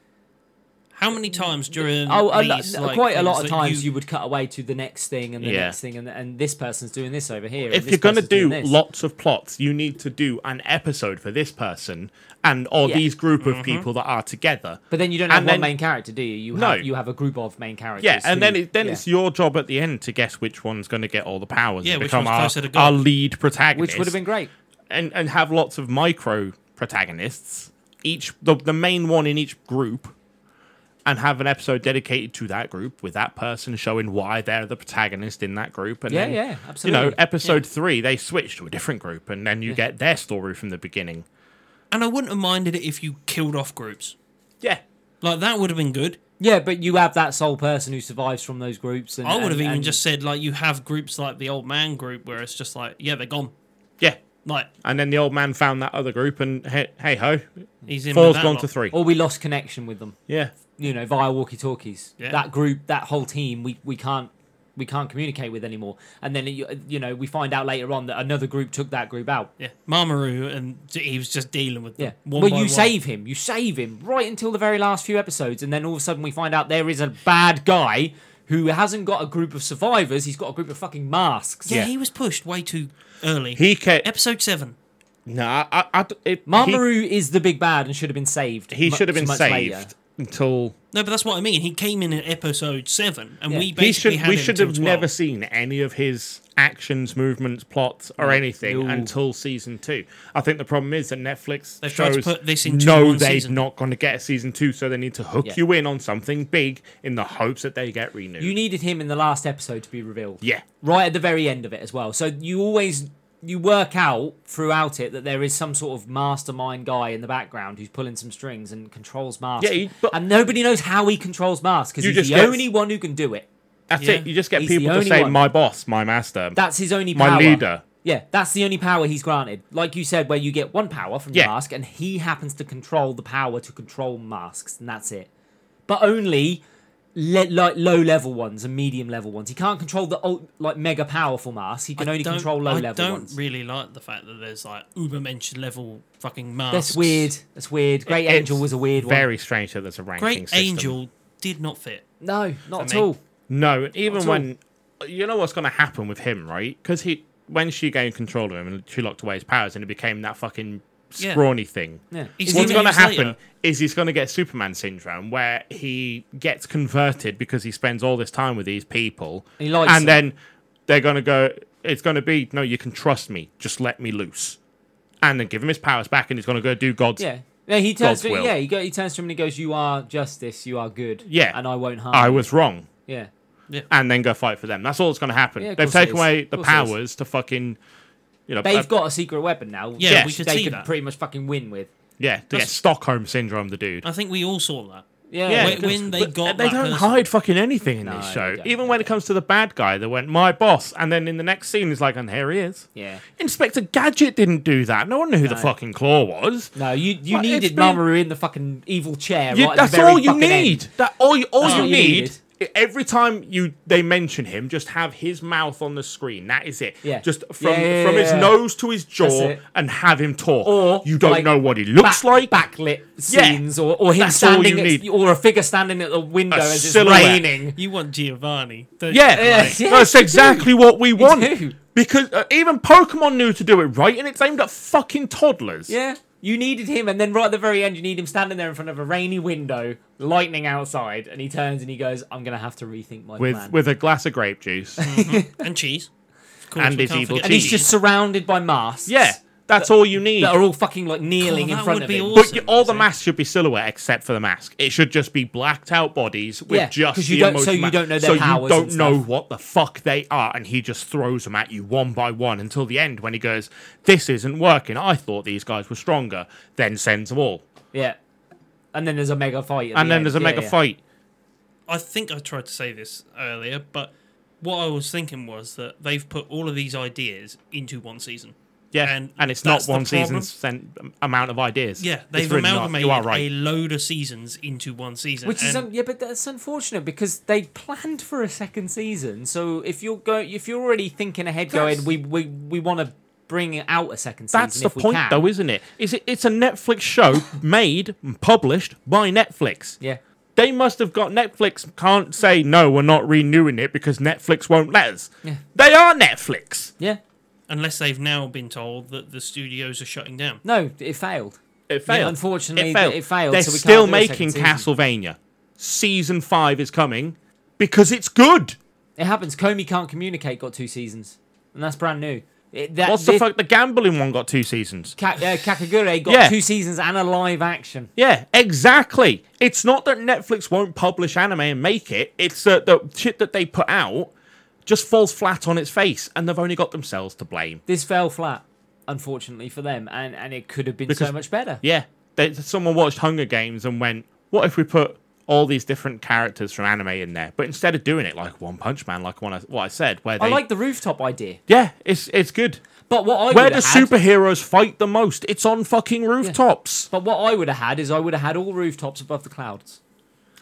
Speaker 3: How many times during?
Speaker 1: Oh, a
Speaker 3: these,
Speaker 1: lo-
Speaker 3: like,
Speaker 1: quite a lot
Speaker 3: things
Speaker 1: of
Speaker 3: that
Speaker 1: times you... would cut away to the next thing and the
Speaker 2: Yeah.
Speaker 1: next thing, and, and this person's doing this over here. and
Speaker 2: if
Speaker 1: this
Speaker 2: you're going to
Speaker 1: person's doing
Speaker 2: do
Speaker 1: this.
Speaker 2: lots of plots, you need to do an episode for this person and or
Speaker 1: Yeah.
Speaker 2: these group
Speaker 3: Mm-hmm.
Speaker 2: of people that are together.
Speaker 1: but then you don't
Speaker 2: and
Speaker 1: have one
Speaker 2: then-
Speaker 1: main character, do you? You have,
Speaker 2: No.
Speaker 1: you have a group of main characters.
Speaker 2: yeah,
Speaker 1: who-
Speaker 2: and then it, then
Speaker 1: yeah.
Speaker 2: it's your job at the end to guess which one's going to get all the powers
Speaker 3: Yeah,
Speaker 2: and
Speaker 3: which
Speaker 2: become
Speaker 3: one's
Speaker 2: our,
Speaker 3: closer to God.
Speaker 2: our lead protagonist,
Speaker 1: which would have been great.
Speaker 2: and and have lots of micro protagonists, each the, the main one in each group, and have an episode dedicated to that group with that person showing why they're the protagonist in that group. And
Speaker 1: Yeah,
Speaker 2: then,
Speaker 1: yeah,
Speaker 2: You know,
Speaker 1: absolutely.
Speaker 2: episode three they switch to a different group, and then you get their story from the beginning.
Speaker 3: And I wouldn't have minded it if you killed off groups.
Speaker 2: Yeah,
Speaker 3: Like that would have been good.
Speaker 1: Yeah, but you have that sole person who survives from those groups. And,
Speaker 3: I would
Speaker 1: and-
Speaker 3: have even
Speaker 1: and-
Speaker 3: just said like you have groups like the old man group where it's just like yeah they're gone.
Speaker 2: yeah.
Speaker 3: Like
Speaker 2: And then the old man found that other group, and hey, hey ho,
Speaker 3: he's in.
Speaker 2: four's
Speaker 3: with that
Speaker 2: gone
Speaker 3: lot.
Speaker 2: to three.
Speaker 1: or we lost connection with them.
Speaker 2: Yeah,
Speaker 1: You know, via walkie-talkies.
Speaker 3: Yeah.
Speaker 1: That group, that whole team, we we can't we can't communicate with anymore. And then you, you know we find out later on that another group took that group out.
Speaker 3: Yeah, Mamoru and he was just dealing with
Speaker 1: Yeah.
Speaker 3: them. one
Speaker 1: Well,
Speaker 3: by
Speaker 1: you
Speaker 3: one.
Speaker 1: save him. You save him right until the very last few episodes, and then all of a sudden we find out there is a bad guy who hasn't got a group of survivors. He's got a group of fucking masks.
Speaker 3: Yeah,
Speaker 2: Yeah.
Speaker 3: he was pushed way too early.
Speaker 2: he kept.
Speaker 3: Episode seven.
Speaker 2: No, I, I, I it, he-
Speaker 1: Mamoru is the big bad and should have been saved.
Speaker 2: He,
Speaker 1: mu-
Speaker 2: should have been
Speaker 1: much
Speaker 2: saved
Speaker 1: later.
Speaker 2: until
Speaker 3: No, but that's what I mean. He came in at episode seven, and
Speaker 1: Yeah.
Speaker 3: we
Speaker 1: He
Speaker 2: he
Speaker 3: basically
Speaker 2: should.
Speaker 3: had
Speaker 2: We
Speaker 3: him
Speaker 2: should
Speaker 3: till
Speaker 2: have
Speaker 3: 12.
Speaker 2: never seen any of his actions, movements, plots, or anything
Speaker 1: No.
Speaker 2: until season two. I think the problem is that Netflix
Speaker 3: They've tried
Speaker 2: shows
Speaker 3: to put this into
Speaker 2: no,
Speaker 3: one
Speaker 2: they're
Speaker 3: season.
Speaker 2: not going to get a season two, so they need to hook
Speaker 1: Yeah.
Speaker 2: you in on something big in the hopes that they get renewed.
Speaker 1: You needed him in the last episode to be revealed.
Speaker 2: yeah,
Speaker 1: Right at the very end of it as well. So you always you work out throughout it that there is some sort of mastermind guy in the background who's pulling some strings and controls masks.
Speaker 2: Yeah, he- but-
Speaker 1: and nobody knows how he controls masks because
Speaker 2: You
Speaker 1: he's
Speaker 2: just
Speaker 1: the
Speaker 2: get-
Speaker 1: only one who can do it.
Speaker 2: that's
Speaker 3: Yeah.
Speaker 2: it. You just get
Speaker 1: He's the
Speaker 2: people to
Speaker 1: only
Speaker 2: say,
Speaker 1: one.
Speaker 2: "My boss, my master."
Speaker 1: That's his only
Speaker 2: My
Speaker 1: power.
Speaker 2: leader.
Speaker 1: Yeah, that's the only power he's granted. Like you said, where you get one power from
Speaker 2: Yeah.
Speaker 1: the mask, and he happens to control the power to control masks, and that's it. But only le- like low level ones and medium level ones. He can't control the ult- like mega powerful masks. He can only
Speaker 3: Don't-
Speaker 1: control low
Speaker 3: I
Speaker 1: level
Speaker 3: don't
Speaker 1: ones.
Speaker 3: really like the fact that there's like Ubermensch level fucking masks.
Speaker 1: that's weird. That's weird. Great
Speaker 2: It's
Speaker 1: Angel was a weird one.
Speaker 2: Very strange that there's a ranking
Speaker 3: Great
Speaker 2: system.
Speaker 3: Angel did not fit.
Speaker 1: No, not at
Speaker 3: me.
Speaker 1: all.
Speaker 2: No, and even
Speaker 1: at
Speaker 2: when you know what's going to happen with him, right? Because he, when she gained control of him and she locked away his powers, and it became that fucking
Speaker 3: Yeah.
Speaker 2: scrawny thing.
Speaker 1: Yeah.
Speaker 3: He's
Speaker 2: What's
Speaker 3: even
Speaker 2: going to
Speaker 3: years later.
Speaker 2: happen is he's going to get Superman syndrome, where he gets converted because he spends all this time with these people,
Speaker 1: He likes
Speaker 2: and
Speaker 1: them.
Speaker 2: then they're going to go. It's going to be no, you can trust me. Just let me loose, and then give him his powers back, and he's going to go do God's.
Speaker 1: Yeah. Yeah, he turns.
Speaker 2: God's
Speaker 1: To,
Speaker 2: will.
Speaker 1: yeah, he, go, he turns to him and he goes, "You are justice. You are good.
Speaker 2: Yeah.
Speaker 1: and I won't harm.
Speaker 2: I
Speaker 1: you."
Speaker 2: was wrong.
Speaker 1: Yeah.
Speaker 2: and then go fight for them. That's all that's going to happen.
Speaker 1: Yeah, of
Speaker 2: They've
Speaker 1: course it
Speaker 2: taken
Speaker 1: is.
Speaker 2: away
Speaker 1: Of
Speaker 2: the
Speaker 1: course it is.
Speaker 2: powers to fucking, you know,
Speaker 1: They've
Speaker 2: uh,
Speaker 1: got a secret weapon now.
Speaker 3: Yeah,
Speaker 1: which
Speaker 2: we
Speaker 3: could
Speaker 1: they
Speaker 3: see
Speaker 1: could
Speaker 3: that.
Speaker 1: pretty much fucking win with.
Speaker 2: yeah, to get
Speaker 3: that's-
Speaker 2: Stockholm syndrome. The dude.
Speaker 3: I think we all saw that.
Speaker 1: Yeah,
Speaker 2: Yeah,
Speaker 3: when, when they
Speaker 2: But
Speaker 3: got
Speaker 2: they
Speaker 3: that
Speaker 2: don't
Speaker 3: person-
Speaker 2: hide fucking anything in
Speaker 1: No,
Speaker 2: this
Speaker 1: they
Speaker 2: show.
Speaker 1: don't,
Speaker 2: Even
Speaker 1: they
Speaker 2: when it
Speaker 1: don't.
Speaker 2: comes to the bad guy that went, my boss, and then in the next scene he's like, and here he is.
Speaker 1: yeah.
Speaker 2: Inspector Gadget didn't do that. No one knew who the
Speaker 1: No.
Speaker 2: fucking claw was.
Speaker 1: No, you you
Speaker 2: Like, it's
Speaker 1: needed
Speaker 2: been-
Speaker 1: Mamoru in the fucking evil chair.
Speaker 2: You-
Speaker 1: right at the
Speaker 2: that's
Speaker 1: very
Speaker 2: all you
Speaker 1: fucking end.
Speaker 2: need. That all you, all
Speaker 1: That's
Speaker 2: you
Speaker 1: all you
Speaker 2: need.
Speaker 1: needed.
Speaker 2: i- Every time you they mention him, just have his mouth on the screen. That is it.
Speaker 1: Yeah.
Speaker 2: Just from
Speaker 1: Yeah, yeah,
Speaker 2: from his
Speaker 1: yeah.
Speaker 2: nose to his jaw
Speaker 1: it.
Speaker 2: and have him talk.
Speaker 1: Or,
Speaker 2: you don't
Speaker 1: like,
Speaker 2: know what he looks like.
Speaker 1: backlit
Speaker 2: Yeah.
Speaker 1: scenes, or, or him
Speaker 2: That's all
Speaker 1: standing,
Speaker 2: you
Speaker 1: at,
Speaker 2: need.
Speaker 1: or a figure standing at the window
Speaker 2: A
Speaker 1: as
Speaker 2: silhouette.
Speaker 1: it's raining.
Speaker 3: You want Giovanni? Don't you?
Speaker 2: Yeah,
Speaker 1: Yeah, yeah,
Speaker 2: that's
Speaker 1: you do.
Speaker 2: exactly what we want.
Speaker 1: do.
Speaker 2: Because uh, even Pokemon knew to do it right, and it's aimed at fucking toddlers.
Speaker 1: Yeah, you needed him, and then right at the very end, you need him standing there in front of a rainy window, lightning outside, and he turns and he goes, "I'm gonna have to rethink my
Speaker 2: With
Speaker 1: plan."
Speaker 2: with a glass of grape juice.
Speaker 3: and cheese. Of course,
Speaker 2: And
Speaker 3: we
Speaker 2: his
Speaker 3: can't
Speaker 2: evil
Speaker 3: forget
Speaker 1: and he's
Speaker 2: cheese.
Speaker 1: just surrounded by masks.
Speaker 2: yeah, that's all you need.
Speaker 1: that are all fucking like kneeling
Speaker 3: God,
Speaker 1: in
Speaker 3: that
Speaker 1: front
Speaker 3: would
Speaker 1: of
Speaker 3: be
Speaker 1: him.
Speaker 3: awesome.
Speaker 2: But you- all the masks should be silhouette except for the mask. It should just be blacked out bodies with
Speaker 1: Yeah,
Speaker 2: just
Speaker 1: 'cause you
Speaker 2: the
Speaker 1: don't- so
Speaker 2: emotion
Speaker 1: you
Speaker 2: ma-
Speaker 1: don't know their
Speaker 2: so you
Speaker 1: powers
Speaker 2: don't
Speaker 1: and
Speaker 2: know
Speaker 1: stuff.
Speaker 2: what the fuck they are, and he just throws them at you one by one until the end when he goes, "This isn't working. I thought these guys were stronger." Then sends them all,
Speaker 1: Yeah. And then there's a mega fight. at the
Speaker 2: and then
Speaker 1: end.
Speaker 2: there's a
Speaker 1: Yeah,
Speaker 2: mega
Speaker 1: yeah.
Speaker 2: fight.
Speaker 3: I think I tried to say this earlier, but what I was thinking was that they've put all of these ideas into one season.
Speaker 2: Yeah,
Speaker 3: And
Speaker 2: and, it's not
Speaker 3: that's the
Speaker 2: one
Speaker 3: problem.
Speaker 2: season's sen- amount of ideas.
Speaker 3: Yeah,
Speaker 2: It's
Speaker 3: they've
Speaker 2: really not.
Speaker 3: amalgamated
Speaker 2: You are
Speaker 3: a
Speaker 2: right.
Speaker 3: load of seasons into one season.
Speaker 1: Which is
Speaker 3: and
Speaker 1: um, yeah, but that's unfortunate because they planned for a second season. So if you're going, if you're already thinking ahead,
Speaker 2: That's-
Speaker 1: going, we we, we want to bring out a second season.
Speaker 2: That's the
Speaker 1: if we
Speaker 2: point,
Speaker 1: can.
Speaker 2: though, isn't it? Is it? It's a Netflix show made and published by Netflix.
Speaker 1: Yeah,
Speaker 2: they must have got Netflix can't say no, we're not renewing it because Netflix won't let us.
Speaker 1: Yeah.
Speaker 2: They are Netflix.
Speaker 1: yeah.
Speaker 3: unless they've now been told that the studios are shutting down.
Speaker 1: No, it failed.
Speaker 2: It
Speaker 1: Yeah,
Speaker 2: failed.
Speaker 1: unfortunately,
Speaker 2: it failed.
Speaker 1: it failed,
Speaker 2: They're
Speaker 1: so we can't
Speaker 2: still
Speaker 1: do a second
Speaker 2: making
Speaker 1: season.
Speaker 2: Castlevania. Season five is coming because it's good.
Speaker 1: It happens. Comey can't communicate. Got two seasons, and that's brand new. It- It- that-
Speaker 2: What's the
Speaker 1: this-
Speaker 2: fuck? The gambling one got two seasons.
Speaker 1: Ka- uh, Kakagure got
Speaker 2: Yeah.
Speaker 1: two seasons and a live action.
Speaker 2: Yeah, exactly. It's not that Netflix won't publish anime and make it. It's that the shit that they put out just falls flat on its face, and they've only got themselves to blame.
Speaker 1: This fell flat, unfortunately for them, and and it could have been
Speaker 2: Because-
Speaker 1: so much better.
Speaker 2: Yeah, they, someone watched Hunger Games and went, "What if we put all these different characters from anime in there?" But instead of doing it like One Punch Man, like one I, what I said, where they,
Speaker 1: I like the rooftop idea,
Speaker 2: yeah, it's it's good.
Speaker 1: but what I
Speaker 2: Where
Speaker 1: would
Speaker 2: do
Speaker 1: have had,
Speaker 2: superheroes fight the most? It's on fucking rooftops.
Speaker 1: but what I would have had is I would have had all rooftops above the clouds,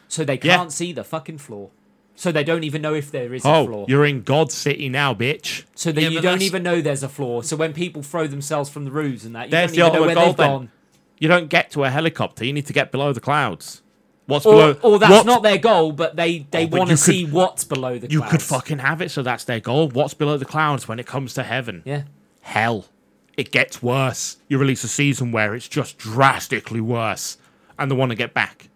Speaker 1: so they
Speaker 2: Yeah.
Speaker 1: can't see the fucking floor, so they don't even know if there is a
Speaker 2: Oh,
Speaker 1: floor,
Speaker 2: you're in God City now, bitch.
Speaker 1: so that
Speaker 3: Yeah,
Speaker 1: you
Speaker 3: but
Speaker 1: don't
Speaker 3: that's-
Speaker 1: even know there's a floor. So when people throw themselves from the roofs and that, you
Speaker 2: There's
Speaker 1: don't even
Speaker 2: the
Speaker 1: know where
Speaker 2: ultimate goal
Speaker 1: they've
Speaker 2: then.
Speaker 1: gone.
Speaker 2: You don't get to a helicopter. You need to get below the clouds. What's
Speaker 1: Or,
Speaker 2: below?
Speaker 1: or that's
Speaker 2: what-
Speaker 1: not their goal, but they, they
Speaker 2: Oh, but
Speaker 1: want
Speaker 2: you
Speaker 1: to
Speaker 2: could-
Speaker 1: see what's below the
Speaker 2: You
Speaker 1: clouds.
Speaker 2: could fucking have it. So that's their goal. What's below the clouds when it comes to heaven?
Speaker 1: yeah.
Speaker 2: Hell, it gets worse. You release a season where it's just drastically worse, and they want to get back.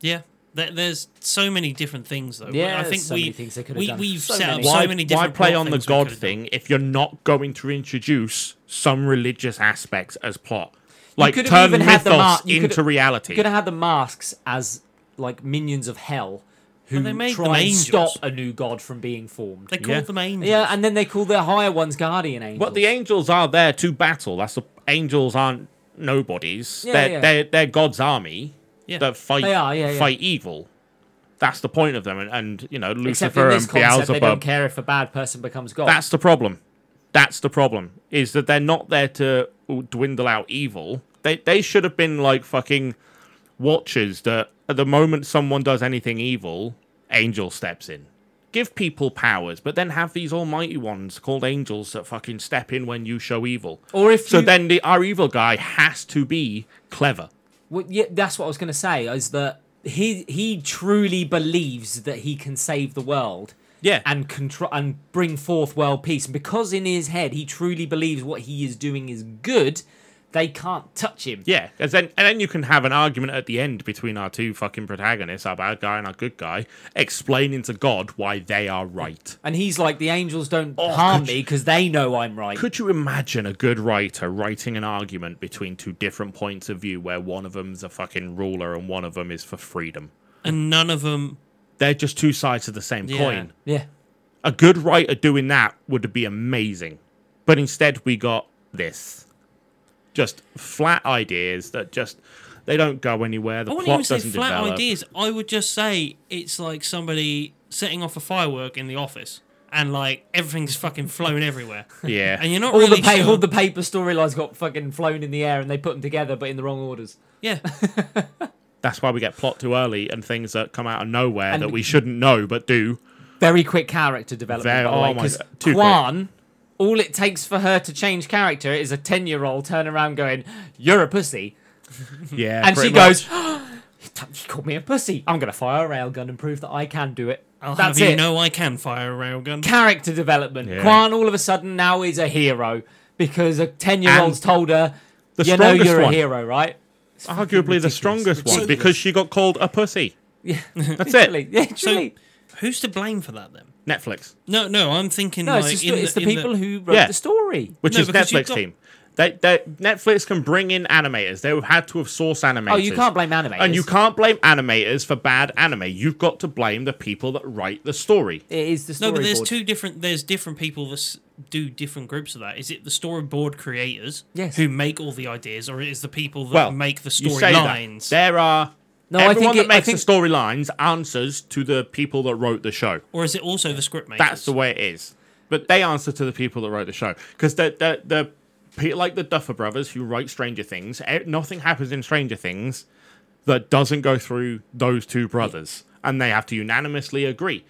Speaker 3: Yeah. There- There's so many different things though.
Speaker 1: Yeah,
Speaker 3: I
Speaker 1: there's
Speaker 3: think
Speaker 1: so
Speaker 3: we
Speaker 1: many things they could have
Speaker 3: we
Speaker 1: done.
Speaker 3: we've
Speaker 1: So
Speaker 3: set
Speaker 1: many.
Speaker 3: up so
Speaker 2: why,
Speaker 3: many
Speaker 2: why
Speaker 3: different.
Speaker 2: play
Speaker 3: plot
Speaker 2: on the
Speaker 3: things we
Speaker 2: God
Speaker 3: could've done.
Speaker 2: thing if you're not going to introduce some religious aspects as plot? Like
Speaker 1: could've
Speaker 2: turn
Speaker 1: even had
Speaker 2: mythos
Speaker 1: the mar- you
Speaker 2: into
Speaker 1: could've-
Speaker 2: reality.
Speaker 1: You could have had the masks as like minions of hell who
Speaker 3: Well, they made them
Speaker 1: try and
Speaker 3: angels.
Speaker 1: stop a new god from being formed.
Speaker 3: They called
Speaker 2: Yeah.
Speaker 3: them angels.
Speaker 1: yeah, and then they call their higher ones guardian angels.
Speaker 2: But the angels are there to battle. That's the angels aren't nobodies.
Speaker 1: Yeah,
Speaker 2: they're,
Speaker 1: yeah.
Speaker 2: they're they're God's army
Speaker 3: Yeah.
Speaker 2: that fight
Speaker 1: They are, yeah, yeah.
Speaker 2: fight evil. That's the point of them, and, and you know
Speaker 1: Except in
Speaker 2: Lucifer
Speaker 1: this
Speaker 2: and
Speaker 1: concept, they don't
Speaker 2: um, Beelzebub.
Speaker 1: care if a bad person becomes god.
Speaker 2: That's the problem. That's the problem is that they're not there to dwindle out evil. They they should have been like fucking watchers that at the moment someone does anything evil, angel steps in. Give people powers, but then have these almighty ones called angels that fucking step in when you show evil.
Speaker 1: Or if
Speaker 2: so
Speaker 1: you-
Speaker 2: then the our evil guy has to be clever.
Speaker 1: Well, yeah, that's what I was going to say. Is that he he truly believes that he can save the world.
Speaker 2: Yeah.
Speaker 1: and control and bring forth world peace. And because in his head he truly believes what he is doing is good, they can't touch him.
Speaker 2: Yeah, 'cause then and then you can have an argument at the end between our two fucking protagonists, our bad guy and our good guy, explaining to God why they are right.
Speaker 1: And he's like, the angels don't
Speaker 2: Oh,
Speaker 1: harm
Speaker 2: could
Speaker 1: me because they know I'm right.
Speaker 2: Could you imagine a good writer writing an argument between two different points of view where one of them's a fucking ruler and one of them is for freedom?
Speaker 3: and none of them.
Speaker 2: They're just two sides of the same
Speaker 3: Yeah.
Speaker 2: coin.
Speaker 1: yeah.
Speaker 2: A good writer doing that would be amazing. But instead, we got this just flat ideas that just they don't go anywhere. The
Speaker 3: I wouldn't
Speaker 2: plot
Speaker 3: even
Speaker 2: doesn't
Speaker 3: say flat
Speaker 2: develop.
Speaker 3: ideas. I would just say it's like somebody setting off a firework in the office, and like everything's fucking flown everywhere.
Speaker 2: Yeah,
Speaker 3: And you're not
Speaker 1: All
Speaker 3: really
Speaker 1: the pa-
Speaker 3: sure.
Speaker 1: all the paper storylines got fucking flown in the air and they put them together, but in the wrong orders.
Speaker 3: yeah,
Speaker 2: that's why we get plot too early and things that come out of nowhere that we shouldn't know but do.
Speaker 1: Very quick character development,
Speaker 2: Very-
Speaker 1: by the way,
Speaker 2: oh my
Speaker 1: 'cause
Speaker 2: God, too quick.
Speaker 1: Kwan, all it takes for her to change character is a ten-year-old turn around going, "You're a pussy,"
Speaker 2: Yeah,
Speaker 1: Mhm. and
Speaker 2: pretty
Speaker 1: she
Speaker 2: much.
Speaker 1: goes, "He t- "He called me a pussy. I'm gonna fire a railgun and prove that I can do it."
Speaker 3: I'll
Speaker 1: That's
Speaker 3: have
Speaker 1: it.
Speaker 3: you know I can fire a railgun.
Speaker 1: character development.
Speaker 2: Yeah.
Speaker 1: Kwan all of a sudden now is a hero because a ten-year-old's
Speaker 2: And
Speaker 1: told her,
Speaker 2: the
Speaker 1: "You know
Speaker 2: strongest
Speaker 1: you're
Speaker 2: one.
Speaker 1: a hero, right?"
Speaker 2: arguably the
Speaker 1: ridiculous.
Speaker 2: strongest one
Speaker 3: Ridiculous.
Speaker 2: because she got called a pussy.
Speaker 1: Yeah,
Speaker 2: That's it.
Speaker 1: Really? Yeah, truly.
Speaker 3: Who's to blame for that then?
Speaker 2: Netflix,
Speaker 3: No, no, I'm thinking
Speaker 1: no,
Speaker 3: like
Speaker 1: it's, just,
Speaker 3: in
Speaker 1: it's the,
Speaker 3: the, in
Speaker 1: people who wrote
Speaker 2: Yeah.
Speaker 1: the story.
Speaker 2: which
Speaker 3: No,
Speaker 2: is
Speaker 3: because you've
Speaker 2: Netflix
Speaker 3: got-
Speaker 2: team. They, they, Netflix can bring in animators. They have had to have source animators.
Speaker 1: Oh, you can't blame animators.
Speaker 2: And you can't blame animators for bad anime. You've got to blame the people that write the story.
Speaker 1: It is the storyboard.
Speaker 3: No, but there's two different. There's different people that s- do different groups of that. Is it the storyboard creators
Speaker 1: Yes.
Speaker 3: who make all the ideas, or is the people that
Speaker 2: Well,
Speaker 3: make the
Speaker 2: You say
Speaker 3: storylines?
Speaker 2: that there are
Speaker 1: No, I
Speaker 2: everyone
Speaker 1: think
Speaker 2: that
Speaker 1: it- I
Speaker 2: makes
Speaker 1: think-
Speaker 2: the storylines answers to the people that wrote the show.
Speaker 3: Or is it also the script makers?
Speaker 2: That's the way it is. But they answer to the people that wrote the show because the the the pe- like the Duffer Brothers who write Stranger Things. eh, Nothing happens in Stranger Things that doesn't go through those two brothers, and they have to unanimously agree.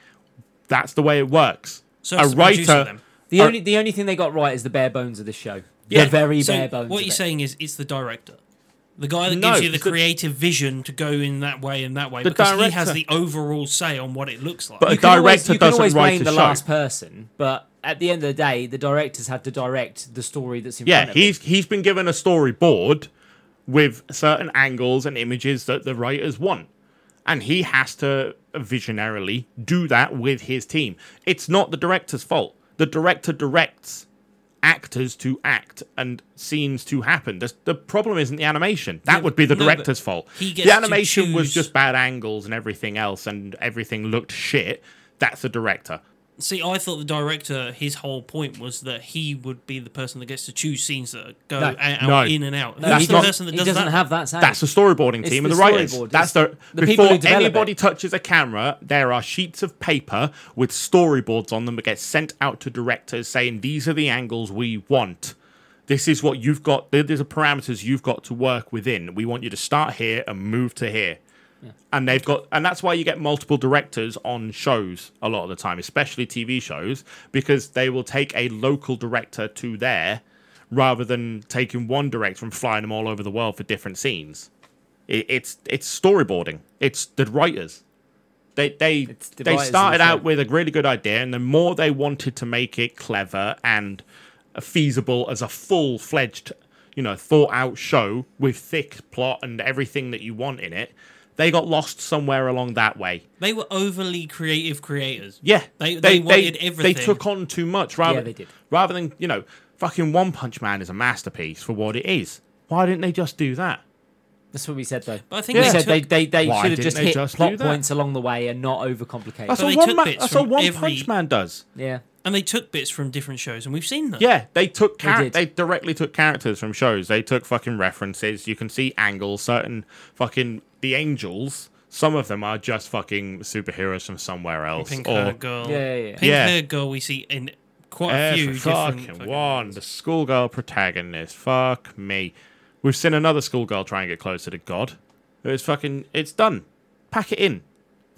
Speaker 2: That's the way it works.
Speaker 3: So
Speaker 2: a
Speaker 3: it's the producer
Speaker 2: writer,
Speaker 3: then.
Speaker 1: The
Speaker 2: Uh,
Speaker 1: only the only thing they got right is the bare bones of the show.
Speaker 2: Yeah,
Speaker 1: the very
Speaker 3: So
Speaker 1: bare bones.
Speaker 3: what
Speaker 1: of
Speaker 3: you're
Speaker 1: it.
Speaker 3: saying is it's the director, the guy that
Speaker 2: No,
Speaker 3: gives you the
Speaker 2: it's the-
Speaker 3: creative vision to go in that way and that way
Speaker 2: The
Speaker 3: because he
Speaker 2: director.
Speaker 3: has the overall say on what it looks like.
Speaker 2: But-
Speaker 1: You
Speaker 2: a
Speaker 1: can always-
Speaker 2: director
Speaker 1: you can
Speaker 2: doesn't
Speaker 1: always
Speaker 2: write
Speaker 1: blame
Speaker 2: a
Speaker 1: the
Speaker 2: show.
Speaker 1: last person, but at the end of the day, the directors have to direct the story that's in front
Speaker 2: yeah,
Speaker 1: of them.
Speaker 2: he's he's been given a storyboard with certain angles and images that the writers want. And he has to visionarily do that with his team. It's not the director's fault. The director directs actors to act and scenes to happen. The, the problem isn't the animation. That
Speaker 3: Yeah,
Speaker 2: would be the
Speaker 3: but- no, but
Speaker 2: director's fault.
Speaker 3: he gets
Speaker 2: the
Speaker 3: to
Speaker 2: animation was
Speaker 3: choose-
Speaker 2: just bad angles and everything else, and everything looked shit. That's the director.
Speaker 3: See, I thought the director, his whole point was that he would be the person that gets to choose scenes that go
Speaker 1: No.
Speaker 3: out, out-
Speaker 2: No.
Speaker 3: in and out.
Speaker 1: No,
Speaker 3: That's
Speaker 1: he
Speaker 3: the
Speaker 1: doesn't-
Speaker 3: person that
Speaker 1: he
Speaker 3: does
Speaker 1: doesn't
Speaker 3: that.
Speaker 1: have that sound.
Speaker 2: That's the storyboarding
Speaker 1: It's
Speaker 2: team
Speaker 1: the
Speaker 2: and the writers.
Speaker 1: storyboard.
Speaker 2: That's
Speaker 1: It's
Speaker 2: the,
Speaker 1: the people
Speaker 2: before
Speaker 1: who develop
Speaker 2: anybody
Speaker 1: it.
Speaker 2: touches a camera, there are sheets of paper with storyboards on them that get sent out to directors saying these are the angles we want. This is what you've got. there- There's a parameters you've got to work within. We want you to start here and move to here. And they've got, and that's why you get multiple directors on shows a lot of the time, especially TV shows, because they will take a local director to there rather than taking one director and flying them all over the world for different scenes. It, it's it's storyboarding. It's the writers. They they
Speaker 1: It's the
Speaker 2: they
Speaker 1: writers in
Speaker 2: started
Speaker 1: the
Speaker 2: out
Speaker 1: show.
Speaker 2: with a really good idea, and the more they wanted to make it clever and feasible as a full fledged, you know, thought out show with thick plot and everything that you want in it, they got lost somewhere along that way.
Speaker 3: They were overly creative creators.
Speaker 2: Yeah,
Speaker 3: They- they wanted everything.
Speaker 2: They took on too much rather
Speaker 1: Yeah, they did.
Speaker 2: rather than you know, fucking One Punch Man is a masterpiece for what it is. Why didn't they just do that?
Speaker 1: That's what we said though.
Speaker 3: But I think
Speaker 1: we
Speaker 3: they
Speaker 1: said
Speaker 3: took-
Speaker 1: they, they, they
Speaker 2: Why
Speaker 1: should have
Speaker 2: didn't
Speaker 1: just
Speaker 2: they
Speaker 1: hit
Speaker 2: just do
Speaker 1: plot
Speaker 2: that?
Speaker 1: points along the way and not overcomplicate. it.
Speaker 2: That's
Speaker 3: So
Speaker 2: what
Speaker 3: they
Speaker 2: One,
Speaker 3: took
Speaker 2: Ma-
Speaker 3: bits
Speaker 2: that's
Speaker 3: from
Speaker 2: what One
Speaker 3: every-
Speaker 2: Punch Man does.
Speaker 1: yeah.
Speaker 3: And they took bits from different shows, and we've seen that.
Speaker 2: Yeah, they took char- they,
Speaker 1: did.
Speaker 2: directly took characters from shows. They took fucking references. You can see angles. Certain fucking the angels. Some of them are just fucking superheroes from somewhere else.
Speaker 3: Pink
Speaker 2: or
Speaker 3: haired girl.
Speaker 1: Yeah, yeah, yeah.
Speaker 3: Pink
Speaker 2: Yeah.
Speaker 3: haired girl we see in quite a few
Speaker 2: every
Speaker 3: different.
Speaker 2: fucking,
Speaker 3: fucking
Speaker 2: one.
Speaker 3: ones.
Speaker 2: The schoolgirl protagonist. Fuck me. We've seen another schoolgirl try and get closer to God. It's fucking. It's done. Pack it in.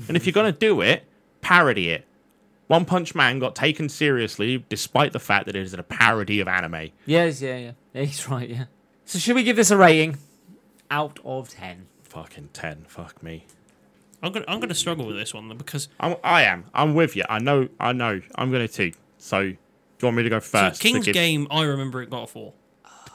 Speaker 2: And if you're gonna do it, parody it. One Punch Man got taken seriously despite the fact that it is a parody of anime.
Speaker 1: Yes, yeah, yeah. Yeah, He's right, yeah. So should we give this a rating? Out of ten.
Speaker 2: Fucking ten. Fuck me.
Speaker 3: I'm gonna I'm gonna struggle with this one though because
Speaker 2: I'm, I am. I'm with you. I know. I know. I'm going to too. So, do you want me to go
Speaker 3: so
Speaker 2: first? to
Speaker 3: King's
Speaker 2: give-
Speaker 3: game I remember it got a four,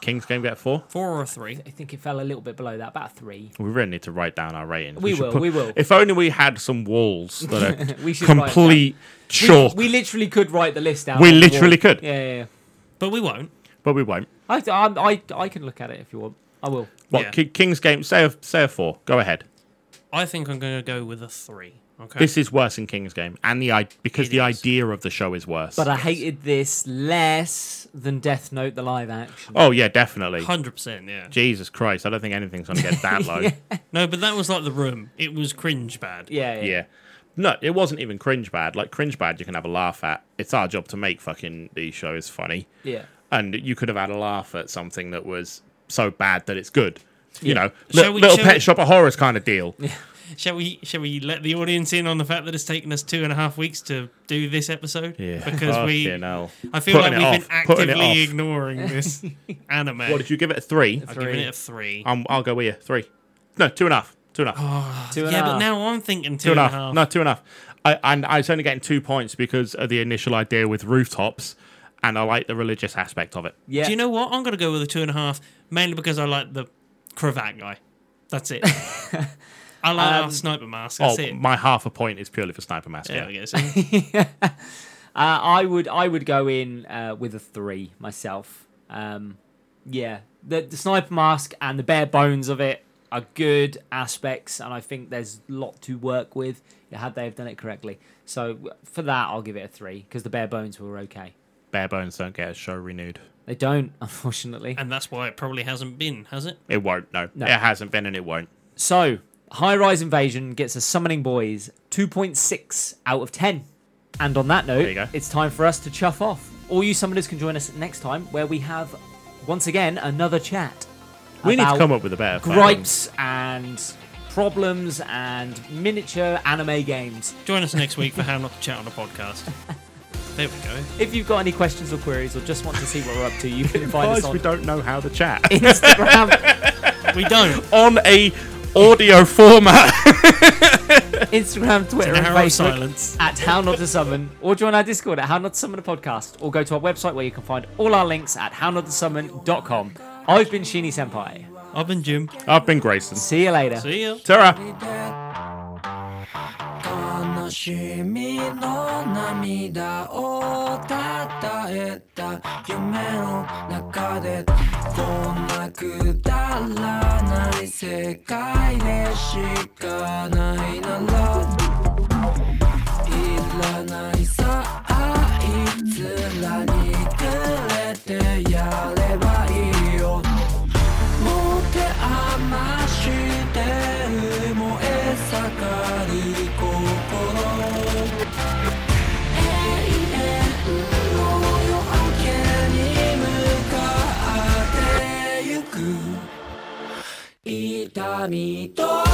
Speaker 2: King's game. Get four.
Speaker 3: four or a three.
Speaker 1: I think it fell a little bit below that, about a three.
Speaker 2: We really need to write down our ratings.
Speaker 1: We
Speaker 2: should
Speaker 1: will, we will.
Speaker 2: If only we had some walls that are
Speaker 1: We should write it down.
Speaker 2: complete
Speaker 1: We-
Speaker 2: chalk.
Speaker 1: We, literally could write the list down.
Speaker 2: We
Speaker 1: on the
Speaker 2: literally
Speaker 1: wall.
Speaker 2: could.
Speaker 1: Yeah, yeah, yeah.
Speaker 3: But we won't.
Speaker 2: but we won't.
Speaker 1: I, I, I, I can look at it if you want. I will.
Speaker 2: What
Speaker 3: Yeah.
Speaker 2: Ki- King's game? Say a, say a four. Go ahead.
Speaker 3: I think I'm gonna go with a three. Okay.
Speaker 2: This is worse than King's game, and the I- because
Speaker 3: It
Speaker 2: the
Speaker 3: is.
Speaker 2: idea of the show is worse.
Speaker 1: But I hated this less than Death Note, the live action.
Speaker 2: oh yeah, definitely.
Speaker 3: Hundred percent, yeah.
Speaker 2: Jesus Christ! I don't think anything's going to get that low.
Speaker 3: No, but that was like the room. It was cringe bad.
Speaker 1: Yeah, yeah.
Speaker 2: Yeah. No, it wasn't even cringe bad. Like cringe bad, you can have a laugh at. It's our job to make fucking these shows funny,
Speaker 1: yeah.
Speaker 2: and you could have had a laugh at something that was so bad that it's good. You know,
Speaker 3: Shall
Speaker 2: li-
Speaker 3: we-
Speaker 2: little
Speaker 3: shall
Speaker 2: pet
Speaker 3: we-
Speaker 2: shop of horrors kind of deal.
Speaker 3: Shall we shall we let the audience in on the fact that it's taken us two and a half weeks to do this episode? Because we
Speaker 2: Fucking hell.
Speaker 3: I feel
Speaker 2: Putting
Speaker 3: like we've
Speaker 2: it
Speaker 3: been
Speaker 2: off, putting it
Speaker 3: actively
Speaker 2: off.
Speaker 3: ignoring this anime.
Speaker 2: What did you give it a three?
Speaker 3: I'm
Speaker 1: Three.
Speaker 3: giving it a three.
Speaker 2: Um, I'll go with you three. No, two and a half. Two and a half.
Speaker 3: Oh,
Speaker 1: Two and a
Speaker 3: Ah, yeah, but
Speaker 1: half.
Speaker 3: now I'm thinking
Speaker 2: two and a half.
Speaker 3: half.
Speaker 2: No, two and a half. I, and I was only getting two points because of the initial idea with rooftops, and I like the religious aspect of it.
Speaker 1: Yeah.
Speaker 3: Do you know what? I'm gonna go with a two and a half, mainly because I like the cravat guy. That's it. I like our sniper mask. That's
Speaker 2: oh,
Speaker 3: it.
Speaker 2: my half a point is purely for sniper mask.
Speaker 3: There we go. So,
Speaker 1: Uh, I would I would go in uh, with a three myself. Um, yeah, the, the sniper mask and the bare bones of it are good aspects, and I think there's a lot to work with. Had they have done it correctly, so for that I'll give it a three because the bare bones were okay.
Speaker 2: Bare bones don't get a show renewed.
Speaker 1: They don't, unfortunately.
Speaker 3: and that's why it probably hasn't been, has it?
Speaker 2: It won't. No.
Speaker 1: No.
Speaker 2: it hasn't been, and it won't.
Speaker 1: So, High Rise Invasion gets a Summoning Boys 2.6 out of 10. And on that
Speaker 2: you go.
Speaker 1: note, it's time for us to chuff off. All you summoners can join us next time where we have, once again, another chat.
Speaker 2: We need to
Speaker 1: about
Speaker 2: come up with a better plan.
Speaker 1: gripes and problems and miniature anime games.
Speaker 3: Join us next week for How Not to Chat on a Podcast. There we go.
Speaker 1: If you've got any questions or queries or just want to see what we're up to, you can find us
Speaker 2: Guys, we
Speaker 1: on
Speaker 2: don't know how to chat
Speaker 1: Instagram,
Speaker 3: We don't.
Speaker 2: on a audio format.
Speaker 1: Instagram, Twitter, and
Speaker 3: An hour of
Speaker 1: Facebook.
Speaker 3: silence.
Speaker 1: at How Not to Summon, or join our Discord at How Not to Summon a Podcast, or go to our website where you can find all our links at hownotosummon.com. I've been Shini Senpai.
Speaker 3: I've been Jim.
Speaker 2: I've been Grayson.
Speaker 1: See you later.
Speaker 3: See ya.
Speaker 2: Sarah.
Speaker 4: 悲しみの涙涙をたたえた夢の中でこんなくだらない世界でしかないならいらないさあいつらにくれてやればいいよ持て余してる燃え盛る心永遠の夜明けに向かってゆく痛みと